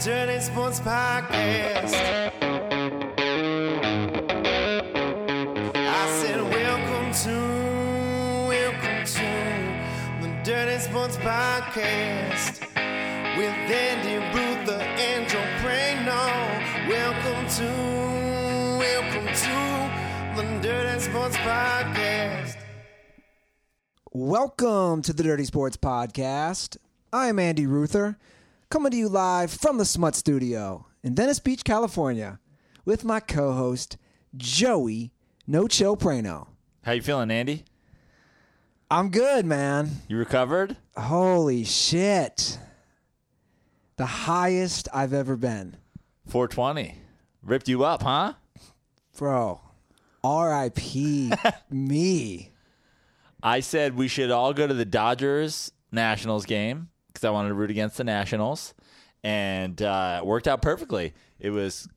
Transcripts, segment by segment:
Sports Podcast. I said, Welcome to, welcome to the Dirty Sports Podcast with Andy Ruther and Joe Prano. Welcome to, welcome to the Dirty Sports Podcast. Welcome to the Dirty Sports Podcast. I'm Andy Ruther, coming to you live from the Smut Studio in Venice Beach, California, with my co-host Joey No Chill Prano. How you feeling, Andy? I'm good, man. You recovered? Holy shit! The highest I've ever been, 420. Ripped you up, huh? bro. R.I.P. me. I said we should all go to the Dodgers Nationals game because I wanted to root against the Nationals, and uh, it worked out perfectly. It was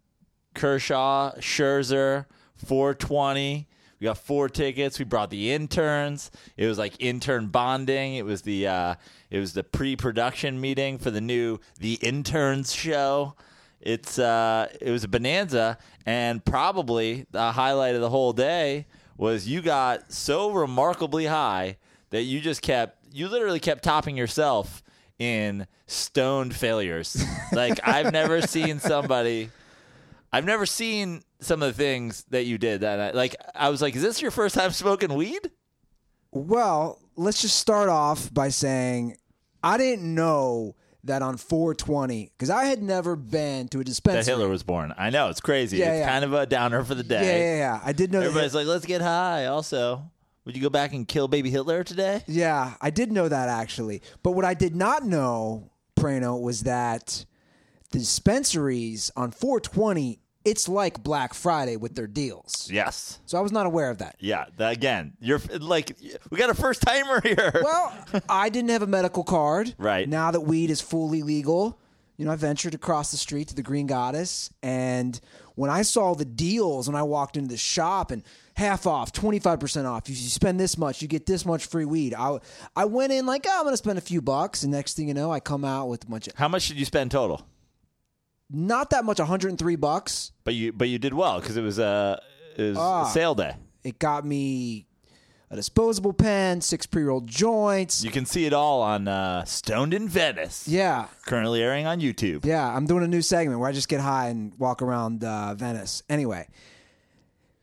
Kershaw, Scherzer, 420. We got four tickets. We brought the interns. It was like intern bonding. It was the uh, it was the pre-production meeting for the new the interns show. It's uh, it was a bonanza, and probably the highlight of the whole day was you got so remarkably high that you just kept you literally kept topping yourself in stoned failures. like I've never seen somebody I've never seen some of the things that you did that night. Like I was like, is this your first time smoking weed? Well, let's just start off by saying I didn't know that on 420 because I had never been to a That dispensary. Hitler was born. I know it's crazy. Yeah, it's yeah. kind of a downer for the yeah, day. yeah, yeah. I did know. that Everybody's like, let's get high. Also, would you go back and kill baby Hitler today? yeah, I did know that actually. But what I did not know, Prano, was that the dispensaries on 420 it's like Black Friday with their deals. Yes. So I was not aware of that. Yeah. that- again, you're f- like, we got a first timer here. Well, I didn't have a medical card. Right. Now that weed is fully legal, you know, I ventured across the street to the Green Goddess. And when I saw the deals, when I walked into the shop and half off, 25% off, if you spend this much, you get this much free weed. I, I went in like, oh, I'm going to spend a few bucks. And next thing you know, I come out with a bunch of, How much did you spend total? not that much, 103 bucks. But you but you did well because it was uh, it was Ah. sale day. It got me a disposable pen, six pre rolled joints. You can see it all on uh, Stoned in Venice. yeah. Currently airing on YouTube. Yeah, I'm doing a new segment where I just get high and walk around uh, Venice. Anyway,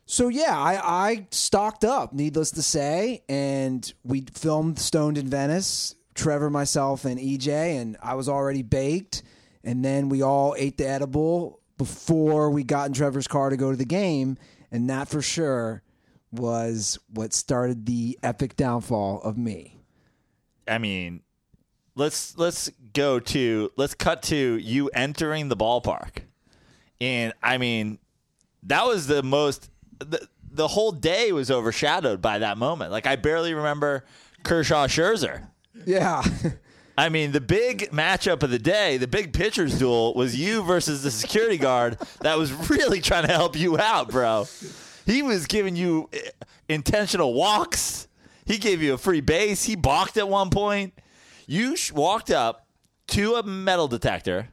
so yeah, I, I stocked up, needless to say, and we filmed Stoned in Venice. Trevor, myself, and EJ, and I was already baked. And then we all ate the edible before we got in Trevor's car to go to the game, and that for sure was what started the epic downfall of me. I mean, let's let's go to let's cut to you entering the ballpark, and I mean, that was the most the the whole day was overshadowed by that moment. Like I barely remember Kershaw Scherzer. Yeah. I mean, the big matchup of the day, the big pitchers duel, was you versus the security guard that was really trying to help you out, bro. He was giving you eh, intentional walks. He gave you a free base. He balked at one point. You sh- walked up to a metal detector.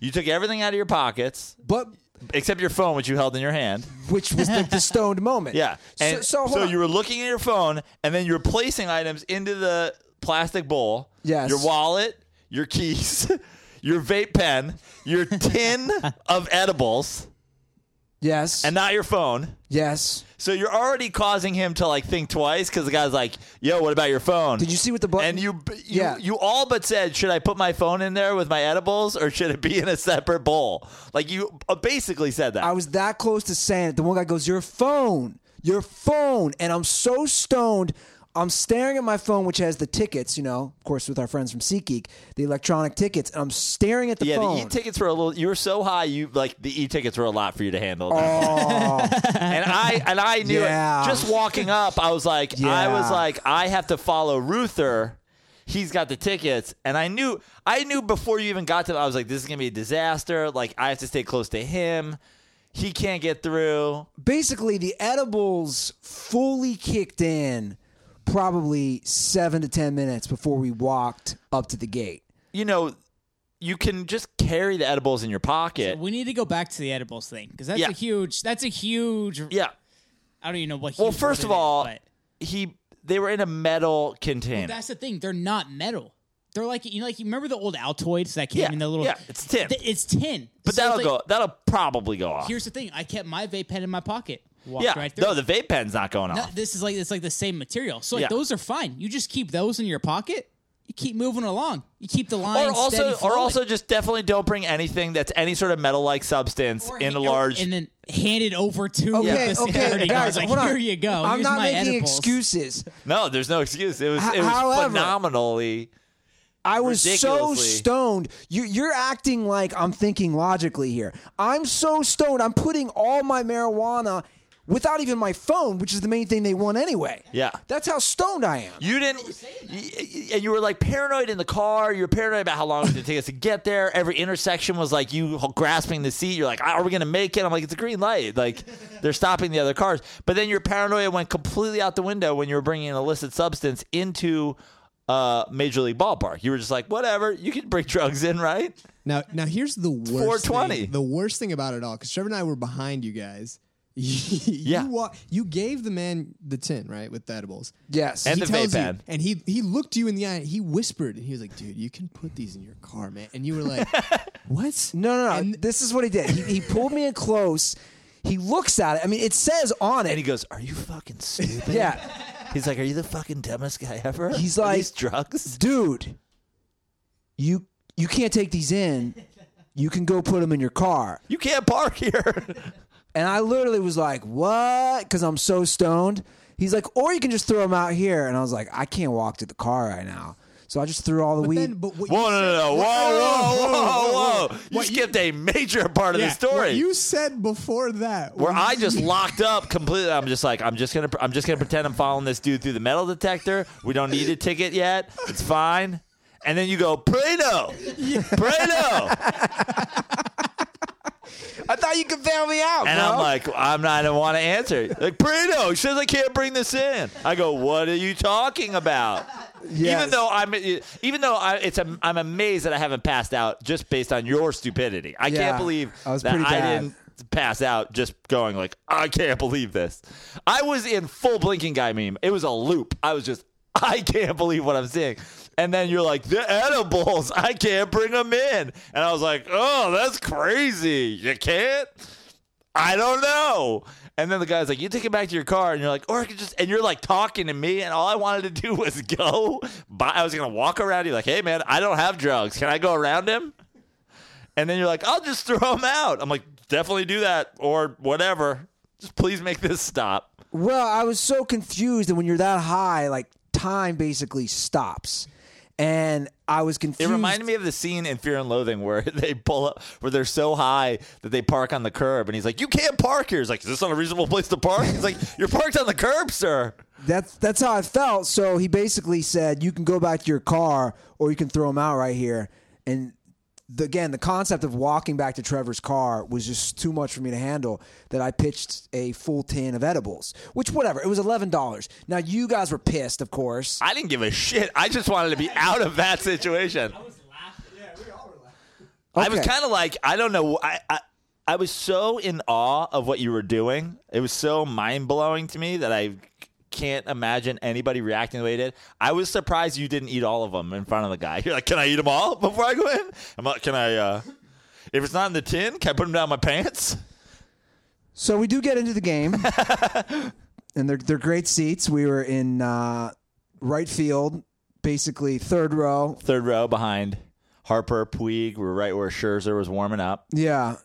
You took everything out of your pockets but except your phone, which you held in your hand. which was like the stoned moment. Yeah. And so, so, so, hold on. you were looking at your phone and then you were placing items into the plastic bowl. Yes. Your wallet, your keys, your vape pen, your tin of edibles, Yes. and not your phone. yes. So you're already causing him to like think twice because the guy's like, "Yo, what about your phone?" Did you see what the button- And you, you, Yeah. you all but said, "Should I put my phone in there with my edibles, or should it be in a separate bowl?" Like you uh, basically said that. I was that close to saying it. The one guy goes, Your phone, your phone. And I'm so stoned. I'm staring at my phone, which has the tickets, you know, of course, with our friends from SeatGeek, the electronic tickets. And I'm staring at the yeah, phone. the e- e-tickets were a little. You were so high, you like the e-tickets were a lot for you to handle. and I and I knew Oh. Yeah. it. Just walking up, I was like, I was Yeah. like, I have to follow Ruther. He's got the tickets, and I knew, I knew before you even got to. I was like, this is gonna be a disaster. Like I have to stay close to him. He can't get through. Basically, the edibles fully kicked in probably seven to 10 minutes before we walked up to the gate. You know, you can just carry the edibles in your pocket. We need to go back to the edibles thing because that's Yeah. a huge. That's a huge. yeah. I don't even know what. Well, huge first word of it is, all, but he they were in a metal container. that's the thing. They're not metal. They're like you know, like you remember the old Altoids that came Yeah, in the little. yeah, it's tin. Th- it's tin. So but it's that'll like- go. That'll probably go off. Here's the thing. I kept my vape pen in my pocket. Walked yeah. Right through. no, the vape pen's not going No, off. this is like it's like the same material. So like Yeah. those are fine. You just keep those in your pocket. You keep moving along. You keep the line or also, steady or flowing. also, just definitely don't bring anything that's any sort of metal-like substance Or in ha- a or- large. and then hand it over to Okay, the security okay, guard. guys, like, hold on. here you go. I'm Here's not my making edibles. excuses. no, there's no excuse. It was it was However- phenomenally. I was so Ridiculously. stoned. You, you're acting like I'm thinking logically here. I'm so stoned. I'm putting all my marijuana without even my phone, which is the main thing they want anyway. Yeah. That's how stoned I am. You didn't, y- y- and you were like paranoid in the car. You were paranoid about how long it's going to take us to get there. Every intersection was like you h- grasping the seat. You're like, "Ah, "Are we going to make it?" I'm like, "It's a green light." Like they're stopping the other cars, but then your paranoia went completely out the window when you were bringing an illicit substance into uh, major league ballpark. You were just like, "Whatever, you can bring drugs in, right?" Now, now here's the worst. 420. Thing, the worst thing about it all, because Trevor and I were behind you guys. you Yeah. wa- you gave the man the tin right with the edibles. Yes. And he the tells vape you- pen. And he he looked you in the eye. And he whispered, and he was like, "Dude, you can put these in your car, man." And you were like, "What? No, no, no. And- this is what he did. He, he pulled me in close. He looks at it. I mean, it says on And he it. goes, "Are you fucking stupid?" Yeah. He's like, "Are you the fucking dumbest guy ever?" He's Are like- these drugs. Dude, you you can't take these in. You can go put them in your car. You can't park here. And I literally was like, "What?" Because I'm so stoned. He's like, "Or you can just throw them out here." And I was like, "I can't walk to the car right now." So I just threw all the But weed. then, but what you Whoa, no, no, said- no. Whoa, whoa, whoa, whoa. You What you- skipped a major part of Yeah, the story. What you said before that. where was- I just locked up completely. I'm just like, I'm just gonna, I'm just gonna pretend I'm following this dude through the metal detector. We don't need a ticket yet. It's fine. And then you go, Prado, Prado, I thought you could bail me out, and bro. I'm like, I'm not. I don't want to answer. Like Prado he says, I can't bring this in. I go, What are you talking about? Even Yes. though I'm, even though I, it's, a, I'm amazed that I haven't passed out just based on your stupidity. I Yeah, can't believe I was that pretty I bad. didn't pass out just going like, I can't believe this. I was in full blinking guy meme. It was a loop. I was just, I can't believe what I'm seeing. And then you're like, the edibles. I can't bring them in. And I was like, oh, that's crazy. You can't. I don't know. And then the guy's like, you take it back to your car, and you're like, or I could just, and you're like talking to me, and all I wanted to do was go. But I was gonna walk around you, like, hey man, I don't have drugs. Can I go around him? And then you're like, I'll just throw him out. I'm like, definitely do that, or whatever. Just please make this stop. Well, I was so confused, and when you're that high, like time basically stops, and I was It confused. reminded me of the scene in Fear and Loathing where they pull up, where they're so high that they park on the curb, and he's like, you can't park here. He's like, is this not a reasonable place to park? He's like, you're parked on the curb, sir. That's that's how I felt. So he basically said, "You can go back to your car, or you can throw them out right here." And the, again, the concept of walking back to Trevor's car was just too much for me to handle. That I pitched a full tin of edibles, which whatever, it was eleven dollars. Now you guys were pissed, of course. I didn't give a shit. I just wanted to be out of that situation. I was Okay. kind of like, I don't know. I, I I was so in awe of what you were doing. It was so mind blowing to me that I can't imagine anybody reacting the way you did. I was surprised you didn't eat all of them in front of the guy. You're like, can I eat them all before I go in? I'm like, can I? uh If it's not in the tin, can I put them down my pants? So we do get into the game, and they're they're great seats. We were in uh, right field, basically third row. Third row behind Harper, Puig. We're right where Scherzer was warming up. Yeah,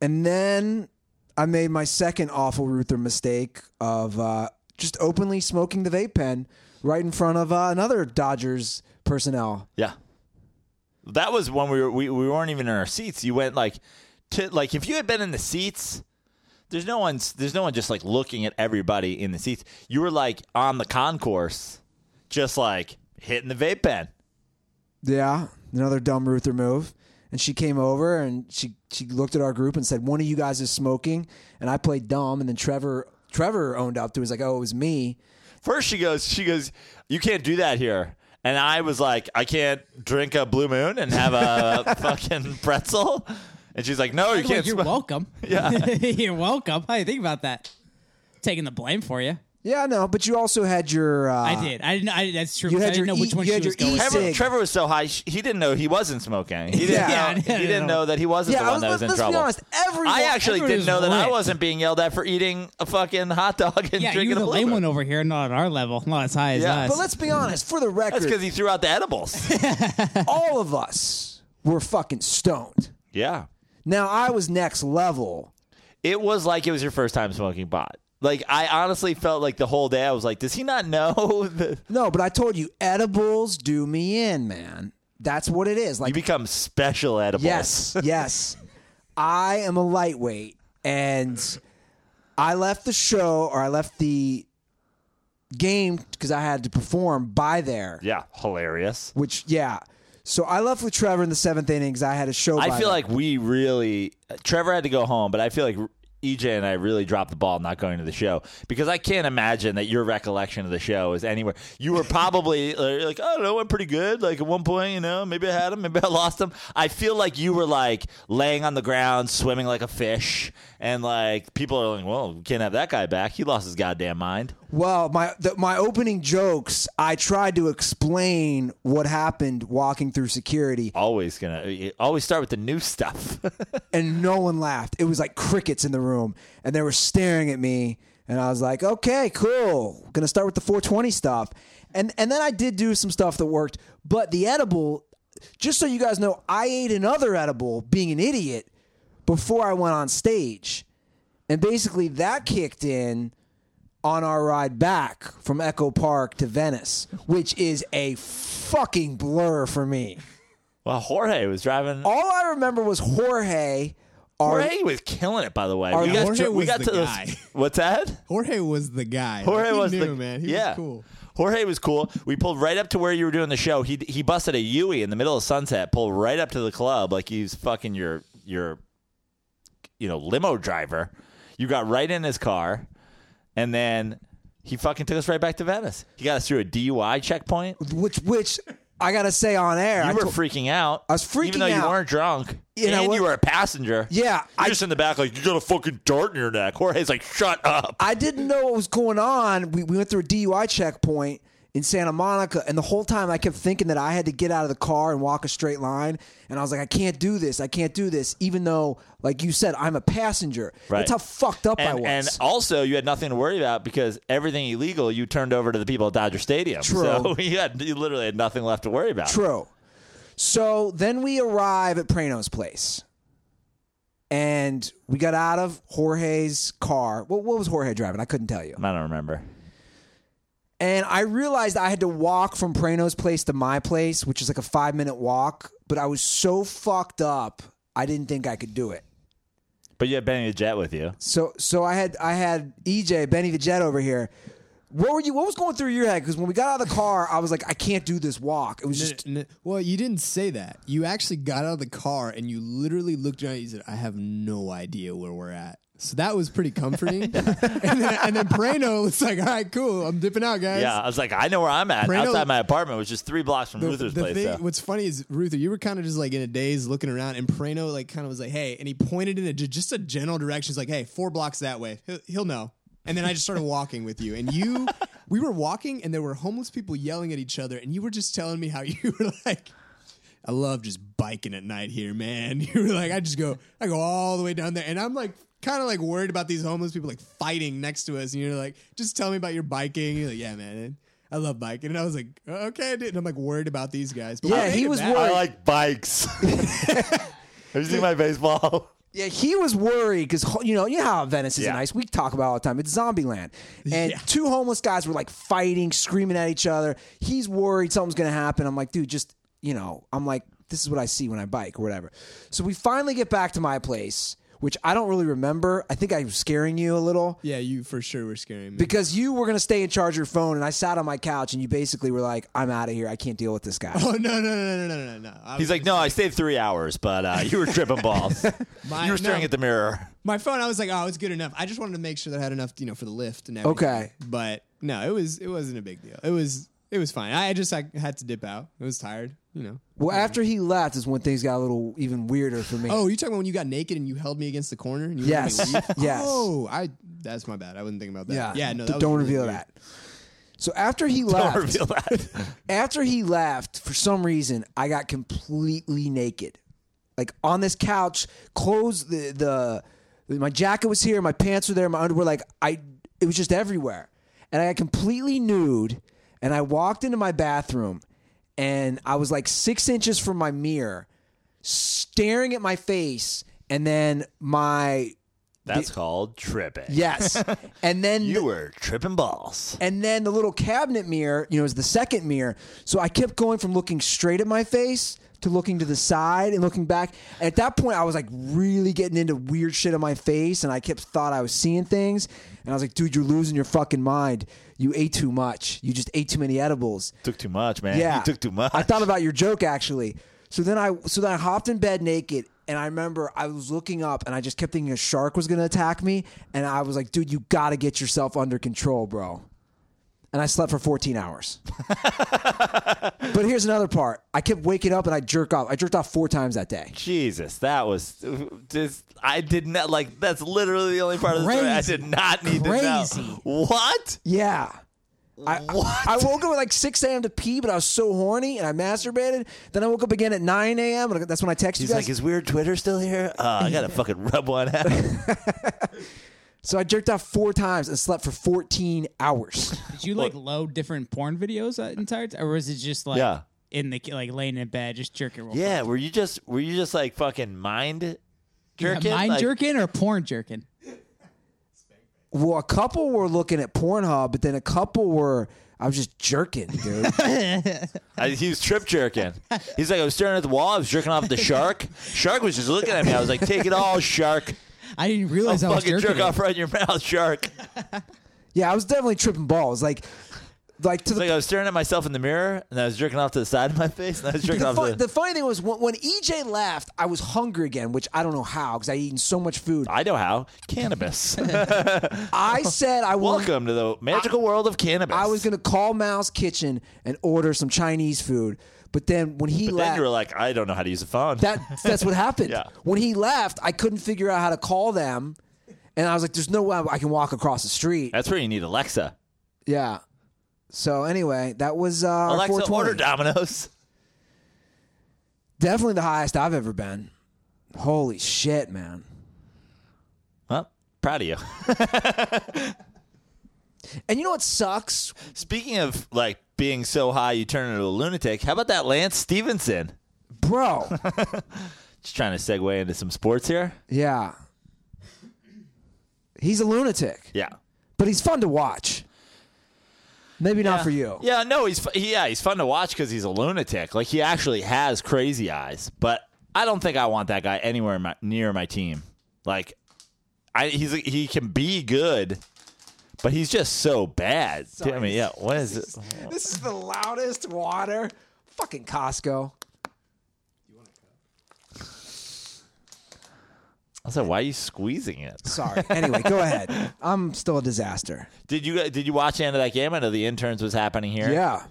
and then I made my second awful Ruther mistake of uh, just openly smoking the vape pen right in front of uh, another Dodgers personnel. Yeah. That was when we were we, we weren't even in our seats. You went like to like if you had been in the seats, there's no one's there's no one just like looking at everybody in the seats. You were like on the concourse, just like hitting the vape pen. Yeah, another dumb Ruther move. And she came over and she she looked at our group and said, "One of you guys is smoking." And I played dumb, and then Trevor Trevor owned up to. it. He was like, "Oh, it was me." First she goes, she goes, You can't do that here. And I was like, I can't drink a blue moon and have a fucking pretzel. And she's like, No, you Well, can't. you're smoke." welcome. Yeah. you're welcome. How do you think about that? Taking the blame for you. Yeah, no, but you also had your. Uh, I did. I didn't. I, that's true. you 'cause had I didn't your know which E- one you she had was your going. E with. sig- Trevor, Trevor was so high, sh- he didn't know he wasn't smoking. He didn't, Yeah. know, Yeah, I he didn't know. know that he wasn't Yeah, the I one was, that let's, was in let's trouble. be honest. Everyone, I actually everyone didn't was know that I lit. wasn't being yelled at for eating a fucking hot dog and Yeah, drinking you're a the blue lame moon. one over here, not at our level, not as high as Yeah. us. But let's be honest. For the That's record, because he threw out the edibles. all of us were fucking stoned. yeah. Now I was next level. It was like it was your first time smoking pot. Like, I honestly felt like the whole day I was like, does he not know? that No, but I told you, edibles do me in, man. That's what it is. You Like, become special edibles. yes, yes. I am a lightweight, and I left the show or I left the game because I had to perform by there. Yeah, hilarious. Which, yeah. So I left with Trevor in the seventh inning because I had a show. I by then. feel like we really Trevor had to go home, but I feel like EJ and I really dropped the ball not going to the show because I can't imagine that your recollection of the show is anywhere. You were probably uh, like, I don't know, I'm pretty good. Like at one point, you know, maybe I had him, maybe I lost him. I feel like you were like laying on the ground, swimming like a fish, and like people are like, well, we can't have that guy back. He lost his goddamn mind. Well, my the, my opening jokes, I tried to explain what happened walking through security, Always gonna always start with the new stuff. and no one laughed. It was like crickets in the room, and they were staring at me. And I was like, "Okay, cool. Gonna start with the 420 stuff." And and then I did do some stuff that worked, but the edible. Just so you guys know, I ate another edible, being an idiot, before I went on stage, and basically that kicked in on our ride back from Echo Park to Venice, which is a fucking blur for me. well, Jorge was driving. All I remember was Jorge. Our, Jorge was killing it, by the way. Yeah, got, Jorge to- we was got the to those- guy. what's that? Jorge was the guy. Jorge Like, he was knew, the man. He yeah. was cool. Jorge was cool. We pulled right up to where you were doing the show. He he busted a Yui in the middle of Sunset. Pulled right up to the club like he's fucking your your you know limo driver. You got right in his car, and then he fucking took us right back to Venice. He got us through a DUI checkpoint. You which which I gotta say on air, I were told- freaking out. I was even freaking though you out. weren't drunk. You and know you what? were a passenger. yeah, You're I just in the back like you got a fucking dart in your neck. Jorge's like, shut up. I didn't know what was going on. We we went through a DUI checkpoint in Santa Monica, and the whole time I kept thinking that I had to get out of the car and walk a straight line, and I was like, I can't do this, I can't do this, even though, like you said, I'm a passenger. Right. That's how fucked up I and, was. and also you had nothing to worry about because everything illegal you turned over to the people at Dodger Stadium. True. So you had you literally had nothing left to worry about. True. So then we arrive at Prano's place. And we got out of Jorge's car. What, what was Jorge driving? I couldn't tell you. I don't remember. And I realized I had to walk from Prano's place to my place, which is like a five minute walk. But I was so fucked up, I didn't think I could do it. But you had Benny the Jet with you. So so I had I had EJ Benny the Jet over here. What were you? What was going through your head? Because when we got out of the car, I was like, I can't do this walk. It was just N- n- well, you didn't say that. You actually got out of the car and you literally looked around and you said, I have no idea where we're at. So that was pretty comforting. and, then, and then Prano was like, all right, cool. I'm dipping out, guys. Yeah, I was like, I know where I'm at. Prano- Outside my apartment, which is three blocks from The- Luther's the place. thing- so. What's funny is Ruther, you were kind of just like in a daze, looking around, and Prano like kind of was like, "Hey," and he pointed in a, ju- just a general direction. He's like, "Hey, four blocks that way. He'll, he'll know." And then I just started walking with you, and you, we were walking, and there were homeless people yelling at each other, and you were just telling me how you were like. I love just biking at night here, man. You were like, I just go, I go all the way down there, and I'm like, kind of like worried about these homeless people like fighting next to us. And you're like, just tell me about your biking. You're like, yeah, man, I love biking. And I was like, okay, dude. And I'm like worried about these guys. But we Yeah, made he it was back. worried. like bikes. Have you seen my baseball? Yeah, he was worried because you know you know how Venice is Yeah. nice. We talk about it all the time. It's zombie land, and Yeah. two homeless guys were like fighting, screaming at each other. He's worried something's gonna happen. I'm like, dude, just you know, I'm like, this is what I see when I bike or whatever. So we finally get back to my place, which I don't really remember. I think I was scaring you a little Yeah, you for sure were scaring me. Mm. because you were gonna stay and charge your phone, and I sat on my couch, and you basically were like, I'm out of here. I can't deal with this guy. oh no no no no no no no. I He's was- like, no, I stayed three hours, but uh, you were tripping balls. My- you were staring no. at the mirror. my phone. I was like, oh, it's good enough. I just wanted to make sure that I had enough, you know, for the lift and everything. Okay. but no, it was it wasn't a big deal. It was It was fine. I just I had to dip out. I was tired, you know. Well, after he left is when things got a little even weirder for me. Oh, you talking about when you got naked and you held me against the corner? And you wouldn't let Yes. me leave? Yes. Oh, I. That's my bad. I wouldn't think about that. yeah, Yeah. No. D- That was don't really reveal weird. that. So after he left, Don't reveal that. after he left, for some reason, I got completely naked, like on this couch, clothes. The the my jacket was here, my pants were there, my underwear. Like I, it was just everywhere, and I got completely nude. And I walked into my bathroom, and I was like six inches from my mirror, staring at my face, and then my That's called tripping. yes, and then the- You were tripping balls. and then the little cabinet mirror, you know, is the second mirror. So I kept going from looking straight at my face to looking to the side and looking back. And at that point, I was like really getting into weird shit on my face, and I kept thought I was seeing things. And I was like, dude, you're losing your fucking mind. You ate too much. You just ate too many edibles. Took too much, man. Yeah, You took too much. I thought about your joke actually. So then I so then I hopped in bed naked. And I remember I was looking up and I just kept thinking a shark was going to attack me. And I was like, dude, you got to get yourself under control, bro. And I slept for 14 hours. but here's another part I kept waking up and I jerk off. I jerked off four times that day. Jesus, that was just. I did not like. That's literally the only part of the story I Crazy. did not need to Crazy. know. What? Yeah. I, What? I woke up at like 6 a.m. to pee, but I was so horny and I masturbated. Then I woke up again at 9 a.m. And that's when I texted you He's guys. like, is weird Twitter still here? Uh, I gotta fucking rub one out. so I jerked off four times and slept for 14 hours. Did you like load different porn videos that entire time, or was it just like Yeah. in the like laying in bed just jerking? Real yeah, were you just were you just like fucking mind quick? jerking? mind Like, jerking or porn jerking? Well, a couple were looking at Pornhub, but then a couple were. I was just jerking, dude. I, he was trip jerking. He's like, I was staring at the wall. I was jerking off at the shark. Shark was just looking at me. I was like, take it all, shark. I didn't realize I was fucking jerking. jerk off right in your mouth, shark. yeah, I was definitely tripping balls. Like, like to It's the. like I was staring at myself in the mirror, and I was jerking off to the side of my face, and I was jerking the, off. fun, to the funny thing was when, when EJ left, I was hungry again, which I don't know how because I eaten so much food. I know how cannabis. I said I wa- Welcome to the magical world of cannabis. I was gonna call Mal's Kitchen and order some Chinese food, but then when he But left, then you were like, I don't know how to use a phone. That that's what happened. Yeah. When he left, I couldn't figure out how to call them, and I was like, "There's no way I can walk across the street." That's where you need Alexa. Yeah. So anyway, that was uh, our Alexa, 420. order Domino's. Definitely the highest I've ever been. Holy shit, man! Well, proud of you. And you know what sucks? Speaking of like being so high, you turn into a lunatic. How about that Lance Stevenson? Bro, Just trying to segue into some sports here. yeah. He's a lunatic, Yeah. but he's fun to watch. Maybe not for you. Yeah, no, he's fu- yeah, he's fun to watch because he's a lunatic. Like he actually has crazy eyes, but I don't think I want that guy anywhere in my, near my team. Like, I he's he can be good, but he's just so bad. I mean, yeah, what is it? This is the loudest water. Fucking Costco. I was like, why are you squeezing it? Sorry. Anyway, go ahead. I'm still a disaster. Did you did you watch the end of that game? I know the interns was happening here. Yeah.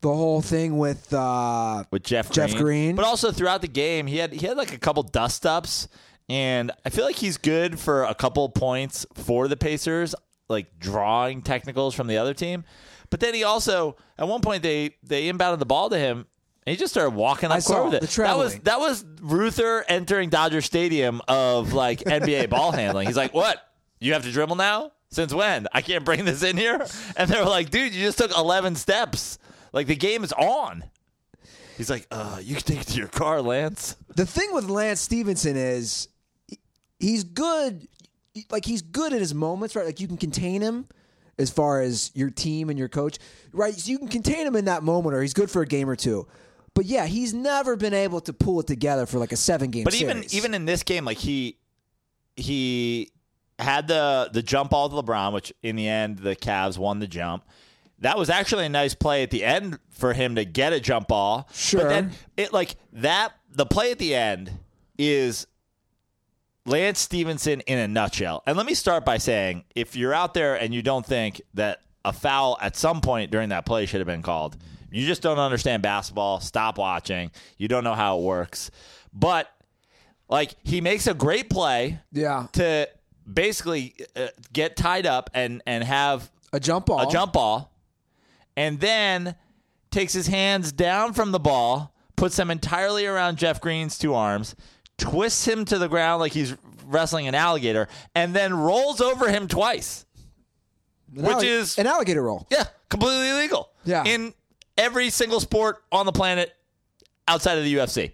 The whole thing with uh with Jeff Green. Jeff Green. But also throughout the game, he had he had like a couple dust ups, and I feel like he's good for a couple points for the Pacers, like drawing technicals from the other team. But then he also at one point they they inbounded the ball to him. And he just started walking up I court saw with it. the that was traveling. that was Ruther entering Dodger Stadium of like NBA ball handling. He's like, "What? You have to dribble now? Since when? I can't bring this in here." And they were like, "Dude, you just took 11 steps. Like the game is on." He's like, uh, you can take it to your car, Lance. the thing with Lance Stevenson is he- he's good like he's good at his moments, right? Like you can contain him as far as your team and your coach, right? So you can contain him in that moment or he's good for a game or two. But yeah, he's never been able to pull it together for like a seven game But even even in this game, like he he had the the jump ball to LeBron, which in the end the Cavs won the jump. That was actually a nice play at the end for him to get a jump ball. But Sure. then it like that the play at the end is Lance Stevenson in a nutshell. And let me start by saying if you're out there and you don't think that a foul at some point during that play should have been called. You just don't understand basketball. Stop watching. You don't know how it works. But like he makes a great play Yeah. to basically uh, get tied up and and have A jump ball. a jump ball, and then takes his hands down from the ball, puts them entirely around Jeff Green's two arms, twists him to the ground like he's wrestling an alligator, and then rolls over him twice. An which allig- is- an alligator roll. Yeah, completely illegal. Yeah. In every single sport on the planet outside of the UFC.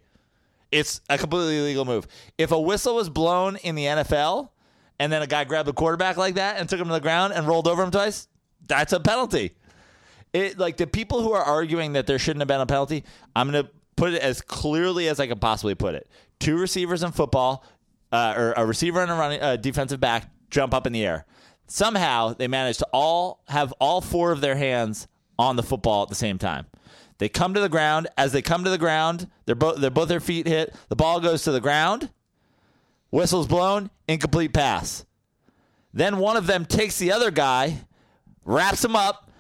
It's a completely illegal move. If a whistle was blown in the NFL and then a guy grabbed the quarterback like that and took him to the ground and rolled over him twice, that's a penalty. It like the people who are arguing that there shouldn't have been a penalty, I'm going to put it as clearly as I can possibly put it. Two receivers in football, uh, or a receiver and a running uh, defensive back jump up in the air. Somehow they managed to all have all four of their hands on the football at the same time. They come to the ground. As they come to the ground, they're both they're both their feet hit. The ball goes to the ground. Whistle's blown. Incomplete pass. Then one of them takes the other guy, wraps him up,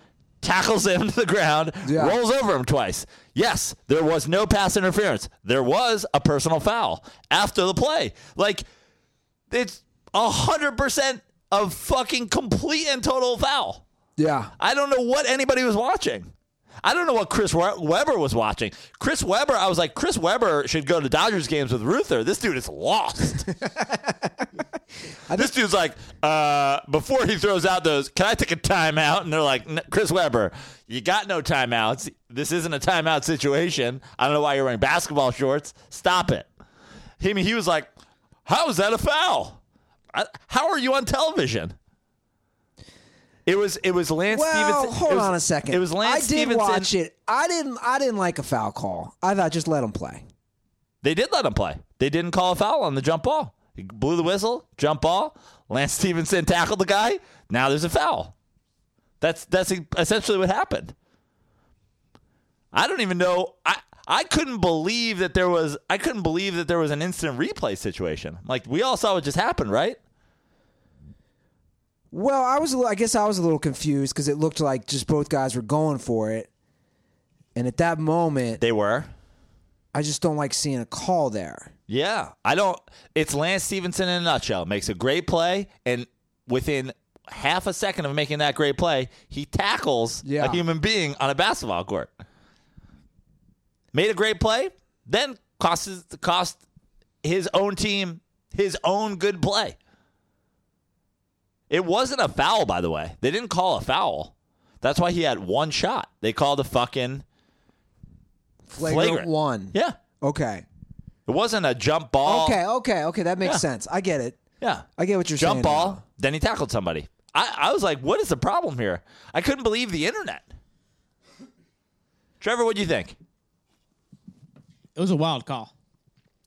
tackles him to the ground, Yeah. rolls over him twice. Yes, there was no pass interference. There was a personal foul after the play. Like it's hundred percent of fucking complete and total foul. Yeah. I don't know what anybody was watching. I don't know what Chris We- Webber was watching. Chris Webber, I was like, Chris Webber should go to Dodgers games with Ruther. This dude is lost. this dude's like, uh, before he throws out those, can I take a timeout? And they're like, "N- Chris Webber, you got no timeouts. This isn't a timeout situation. I don't know why you're wearing basketball shorts. Stop it. He, I mean, he was like, how is that a foul? I, how are you on television? It was it was Lance Well, Stevenson. hold it was- on a second. It was Lance I did Stevenson. watch it. I didn't. I didn't like a foul call. I thought just let him play. They did let him play. They didn't call a foul on the jump ball. He blew the whistle, jump ball. Lance Stevenson tackled the guy. Now there's a foul. That's that's e, essentially what happened. I don't even know. I I couldn't believe that there was. I couldn't believe that there was an instant replay situation. Like we all saw what just happened, right? Well, I was. a li- I guess I was a little confused because it looked like just both guys were going for it, and at that moment, They were. I just don't like seeing a call there. Yeah, I don't. It's Lance Stevenson in a nutshell. Makes a great play, and within half a second of making that great play, he tackles Yeah. a human being on a basketball court. Made a great play, then cost his, cost his own team his own good play. It wasn't a foul, by the way. They didn't call a foul. That's why he had one shot. They called a fucking Flagrant, Flagrant. one. yeah. Okay. It wasn't a jump ball. Okay. Okay. Okay. That makes Yeah. sense. I get it. Yeah. I get what you're saying. jump ball. now. Then he tackled somebody. I, I was like, what is the problem here? I couldn't believe the internet. Trevor, what do you think? It was a wild call.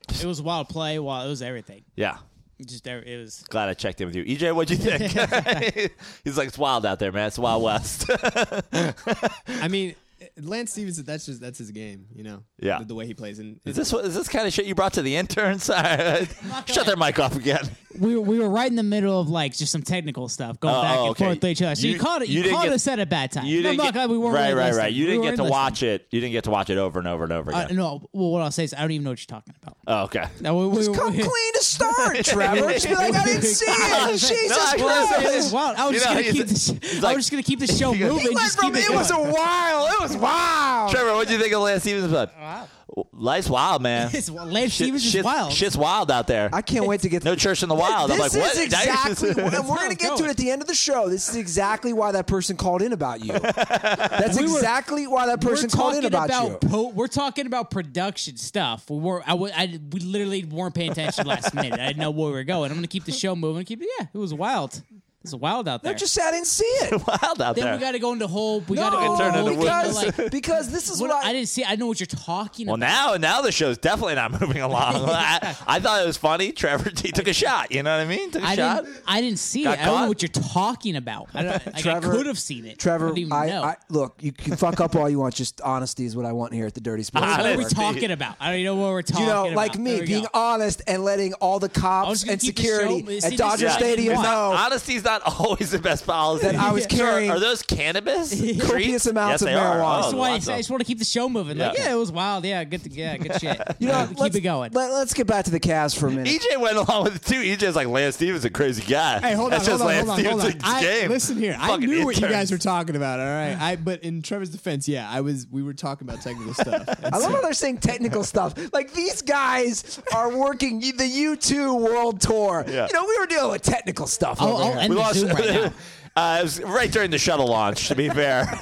It was a wild play. Wild. It was everything. Yeah. It just every- it was. Glad I checked in with you. EJ, what'd you think? He's like, it's wild out there, man. It's Wild West. I mean, Lance Stevenson. That's just that's his game. You know. Yeah. The, the way he plays, and is this what, is this kind of shit you brought to the interns? All right. Shut their mic off again. We were, we were right in the middle of like just some technical stuff going Oh, back and okay. forth with each other. So you, You- called it. you You, didn't called get- us at a bad time. You no, didn't look, get, I- we weren't right, really right, right. listening. You We didn't weren't get to listening. watch it. You didn't get to watch it over and over and over Uh, again. no, well, what I'll say is I don't even know what you're talking about. Oh, okay. No, we, we, Just come we- clean to start, Trevor. Just be like, I didn't see it. No, Jesus I was gonna say, Christ. wow, I was You just know, gonna he's- keep this. he's I like- was just gonna keep the show goes, moving. He went Just keep from, it going. was a while. It was Oh. wild. Trevor, what'd you think of Lance Stevens? Wow. Life's wild, man. It's- well, Lance Shit- Stevens is shit's- wild. Shit's wild out there. I can't wait to get No church in the wild. This I'm like, what? is That is- exactly, and how we're going to it get to it goes. at the end of the show. This is exactly why that person called in about you. That's were- exactly why that person we're called talking in about, you. po- we're talking about production stuff. We were I, wa- I- we literally weren't paying attention last minute. I didn't know where we were going. I'm gonna keep the show moving. Keep yeah, it was wild. It's wild out there. Just say I didn't see it. wild out then there. we got to go into whole. We got No, to go turn into into whole Witness. thing to, because, like. because this is what- what, I didn't see. I know what you're talking well, about. now now the show's definitely not moving along. I, I thought it was funny. Trevor he took a shot. You know what I mean? Took a I shot. didn't. I didn't see it. Got I don't caught? know what you're talking about. I, don't, like, Trevor- I could have seen it. I Trevor, don't even I, know. I, look, you can fuck up all you want. Just honesty is what I want here at the Dirty Sports. Honest. what are we Network. talking about? I don't even know what we're talking You know, about. like me, There we being go. honest and letting all the I was cops gonna and keep the show- security see, at this Dodger is what I didn't Stadium want. know Honesty's not not always the best policy. That I was Sir, carrying are those cannabis? copious Creeps? amounts yes, of they are. marijuana. Oh, That's That's why I lots say- I of- just want to keep the show moving. Like, Yeah. yeah, it was wild. Yeah, good, yeah, good shit. You know, keep it going. Let, us get back to the Cavs for a minute. EJ E went along with it too. EJ's like Lance Stevens, a crazy guy. Hey, hold on, That's hold on, just hold on, Lance hold on. Stevens' I, game. listen here, I Fucking knew what you guys interns. were talking about. All right, I but in Trevor's defense, yeah, I was. We were talking about technical stuff. I love how they're saying technical stuff. Like these guys are working the U2 World Tour. Yeah. You know, we were dealing with technical stuff. I'll, over I'll here. end We the lost. Zoom right now. uh, it was right during the shuttle launch. To be fair,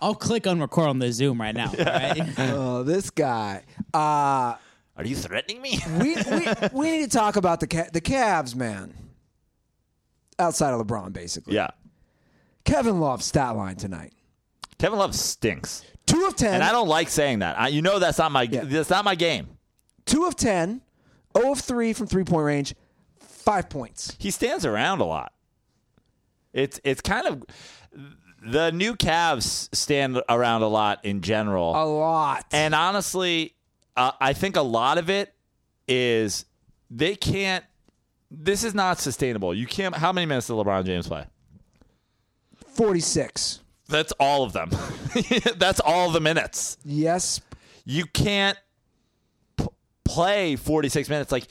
I'll click on record on the Zoom right now. all right? oh, this guy. Uh, are you threatening me? we, we we need to talk about the ca- the Cavs, man. Outside of LeBron, basically. yeah, Kevin Love's stat line tonight: Kevin Love stinks, two of ten. and I don't like saying that. I, you know that's not my that's not my game. two of ten, zero of three from three point range, five points. He stands around a lot. It's it's kind of the new Cavs stand around a lot in general. A lot. And honestly, uh, I think a lot of it is they can't. This is not sustainable. You can't. How many minutes did LeBron James play? Forty six. That's all of them. That's all the minutes. Yes. You can't p- play 46 minutes. Like,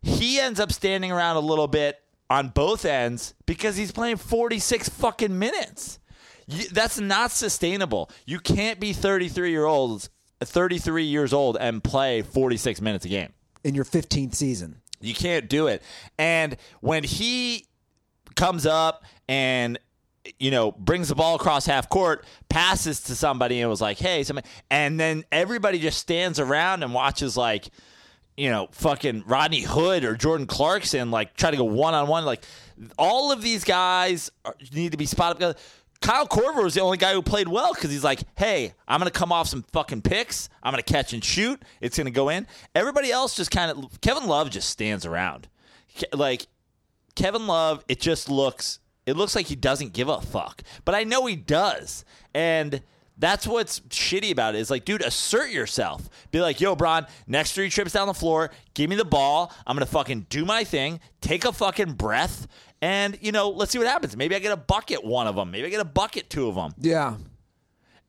he ends up standing around a little bit on both ends because he's playing 46 fucking minutes. You, that's not sustainable. You can't be 33 year olds, 33 years old and play 46 minutes a game. In your fifteenth season. You can't do it. And when he comes up and you know brings the ball across half court, passes to somebody and was like, "Hey, somebody," and then everybody just stands around and watches like you know fucking Rodney Hood or Jordan Clarkson like try to go one on one. Like all of these guys are, need to be spotted. together. Kyle Korver was the only guy who played well because he's like, "Hey, I'm gonna come off some fucking picks. I'm gonna catch and shoot. It's gonna go in." Everybody else just kind of Kevin Love just stands around, Ke- like Kevin Love, it just looks it looks like he doesn't give a fuck. But I know he does. And that's what's shitty about it is like, dude, assert yourself. Be like, yo, Bron, next three trips down the floor, give me the ball. I'm gonna fucking do my thing, take a fucking breath, and you know, let's see what happens. Maybe I get a bucket one of them. Maybe I get a bucket two of them Yeah.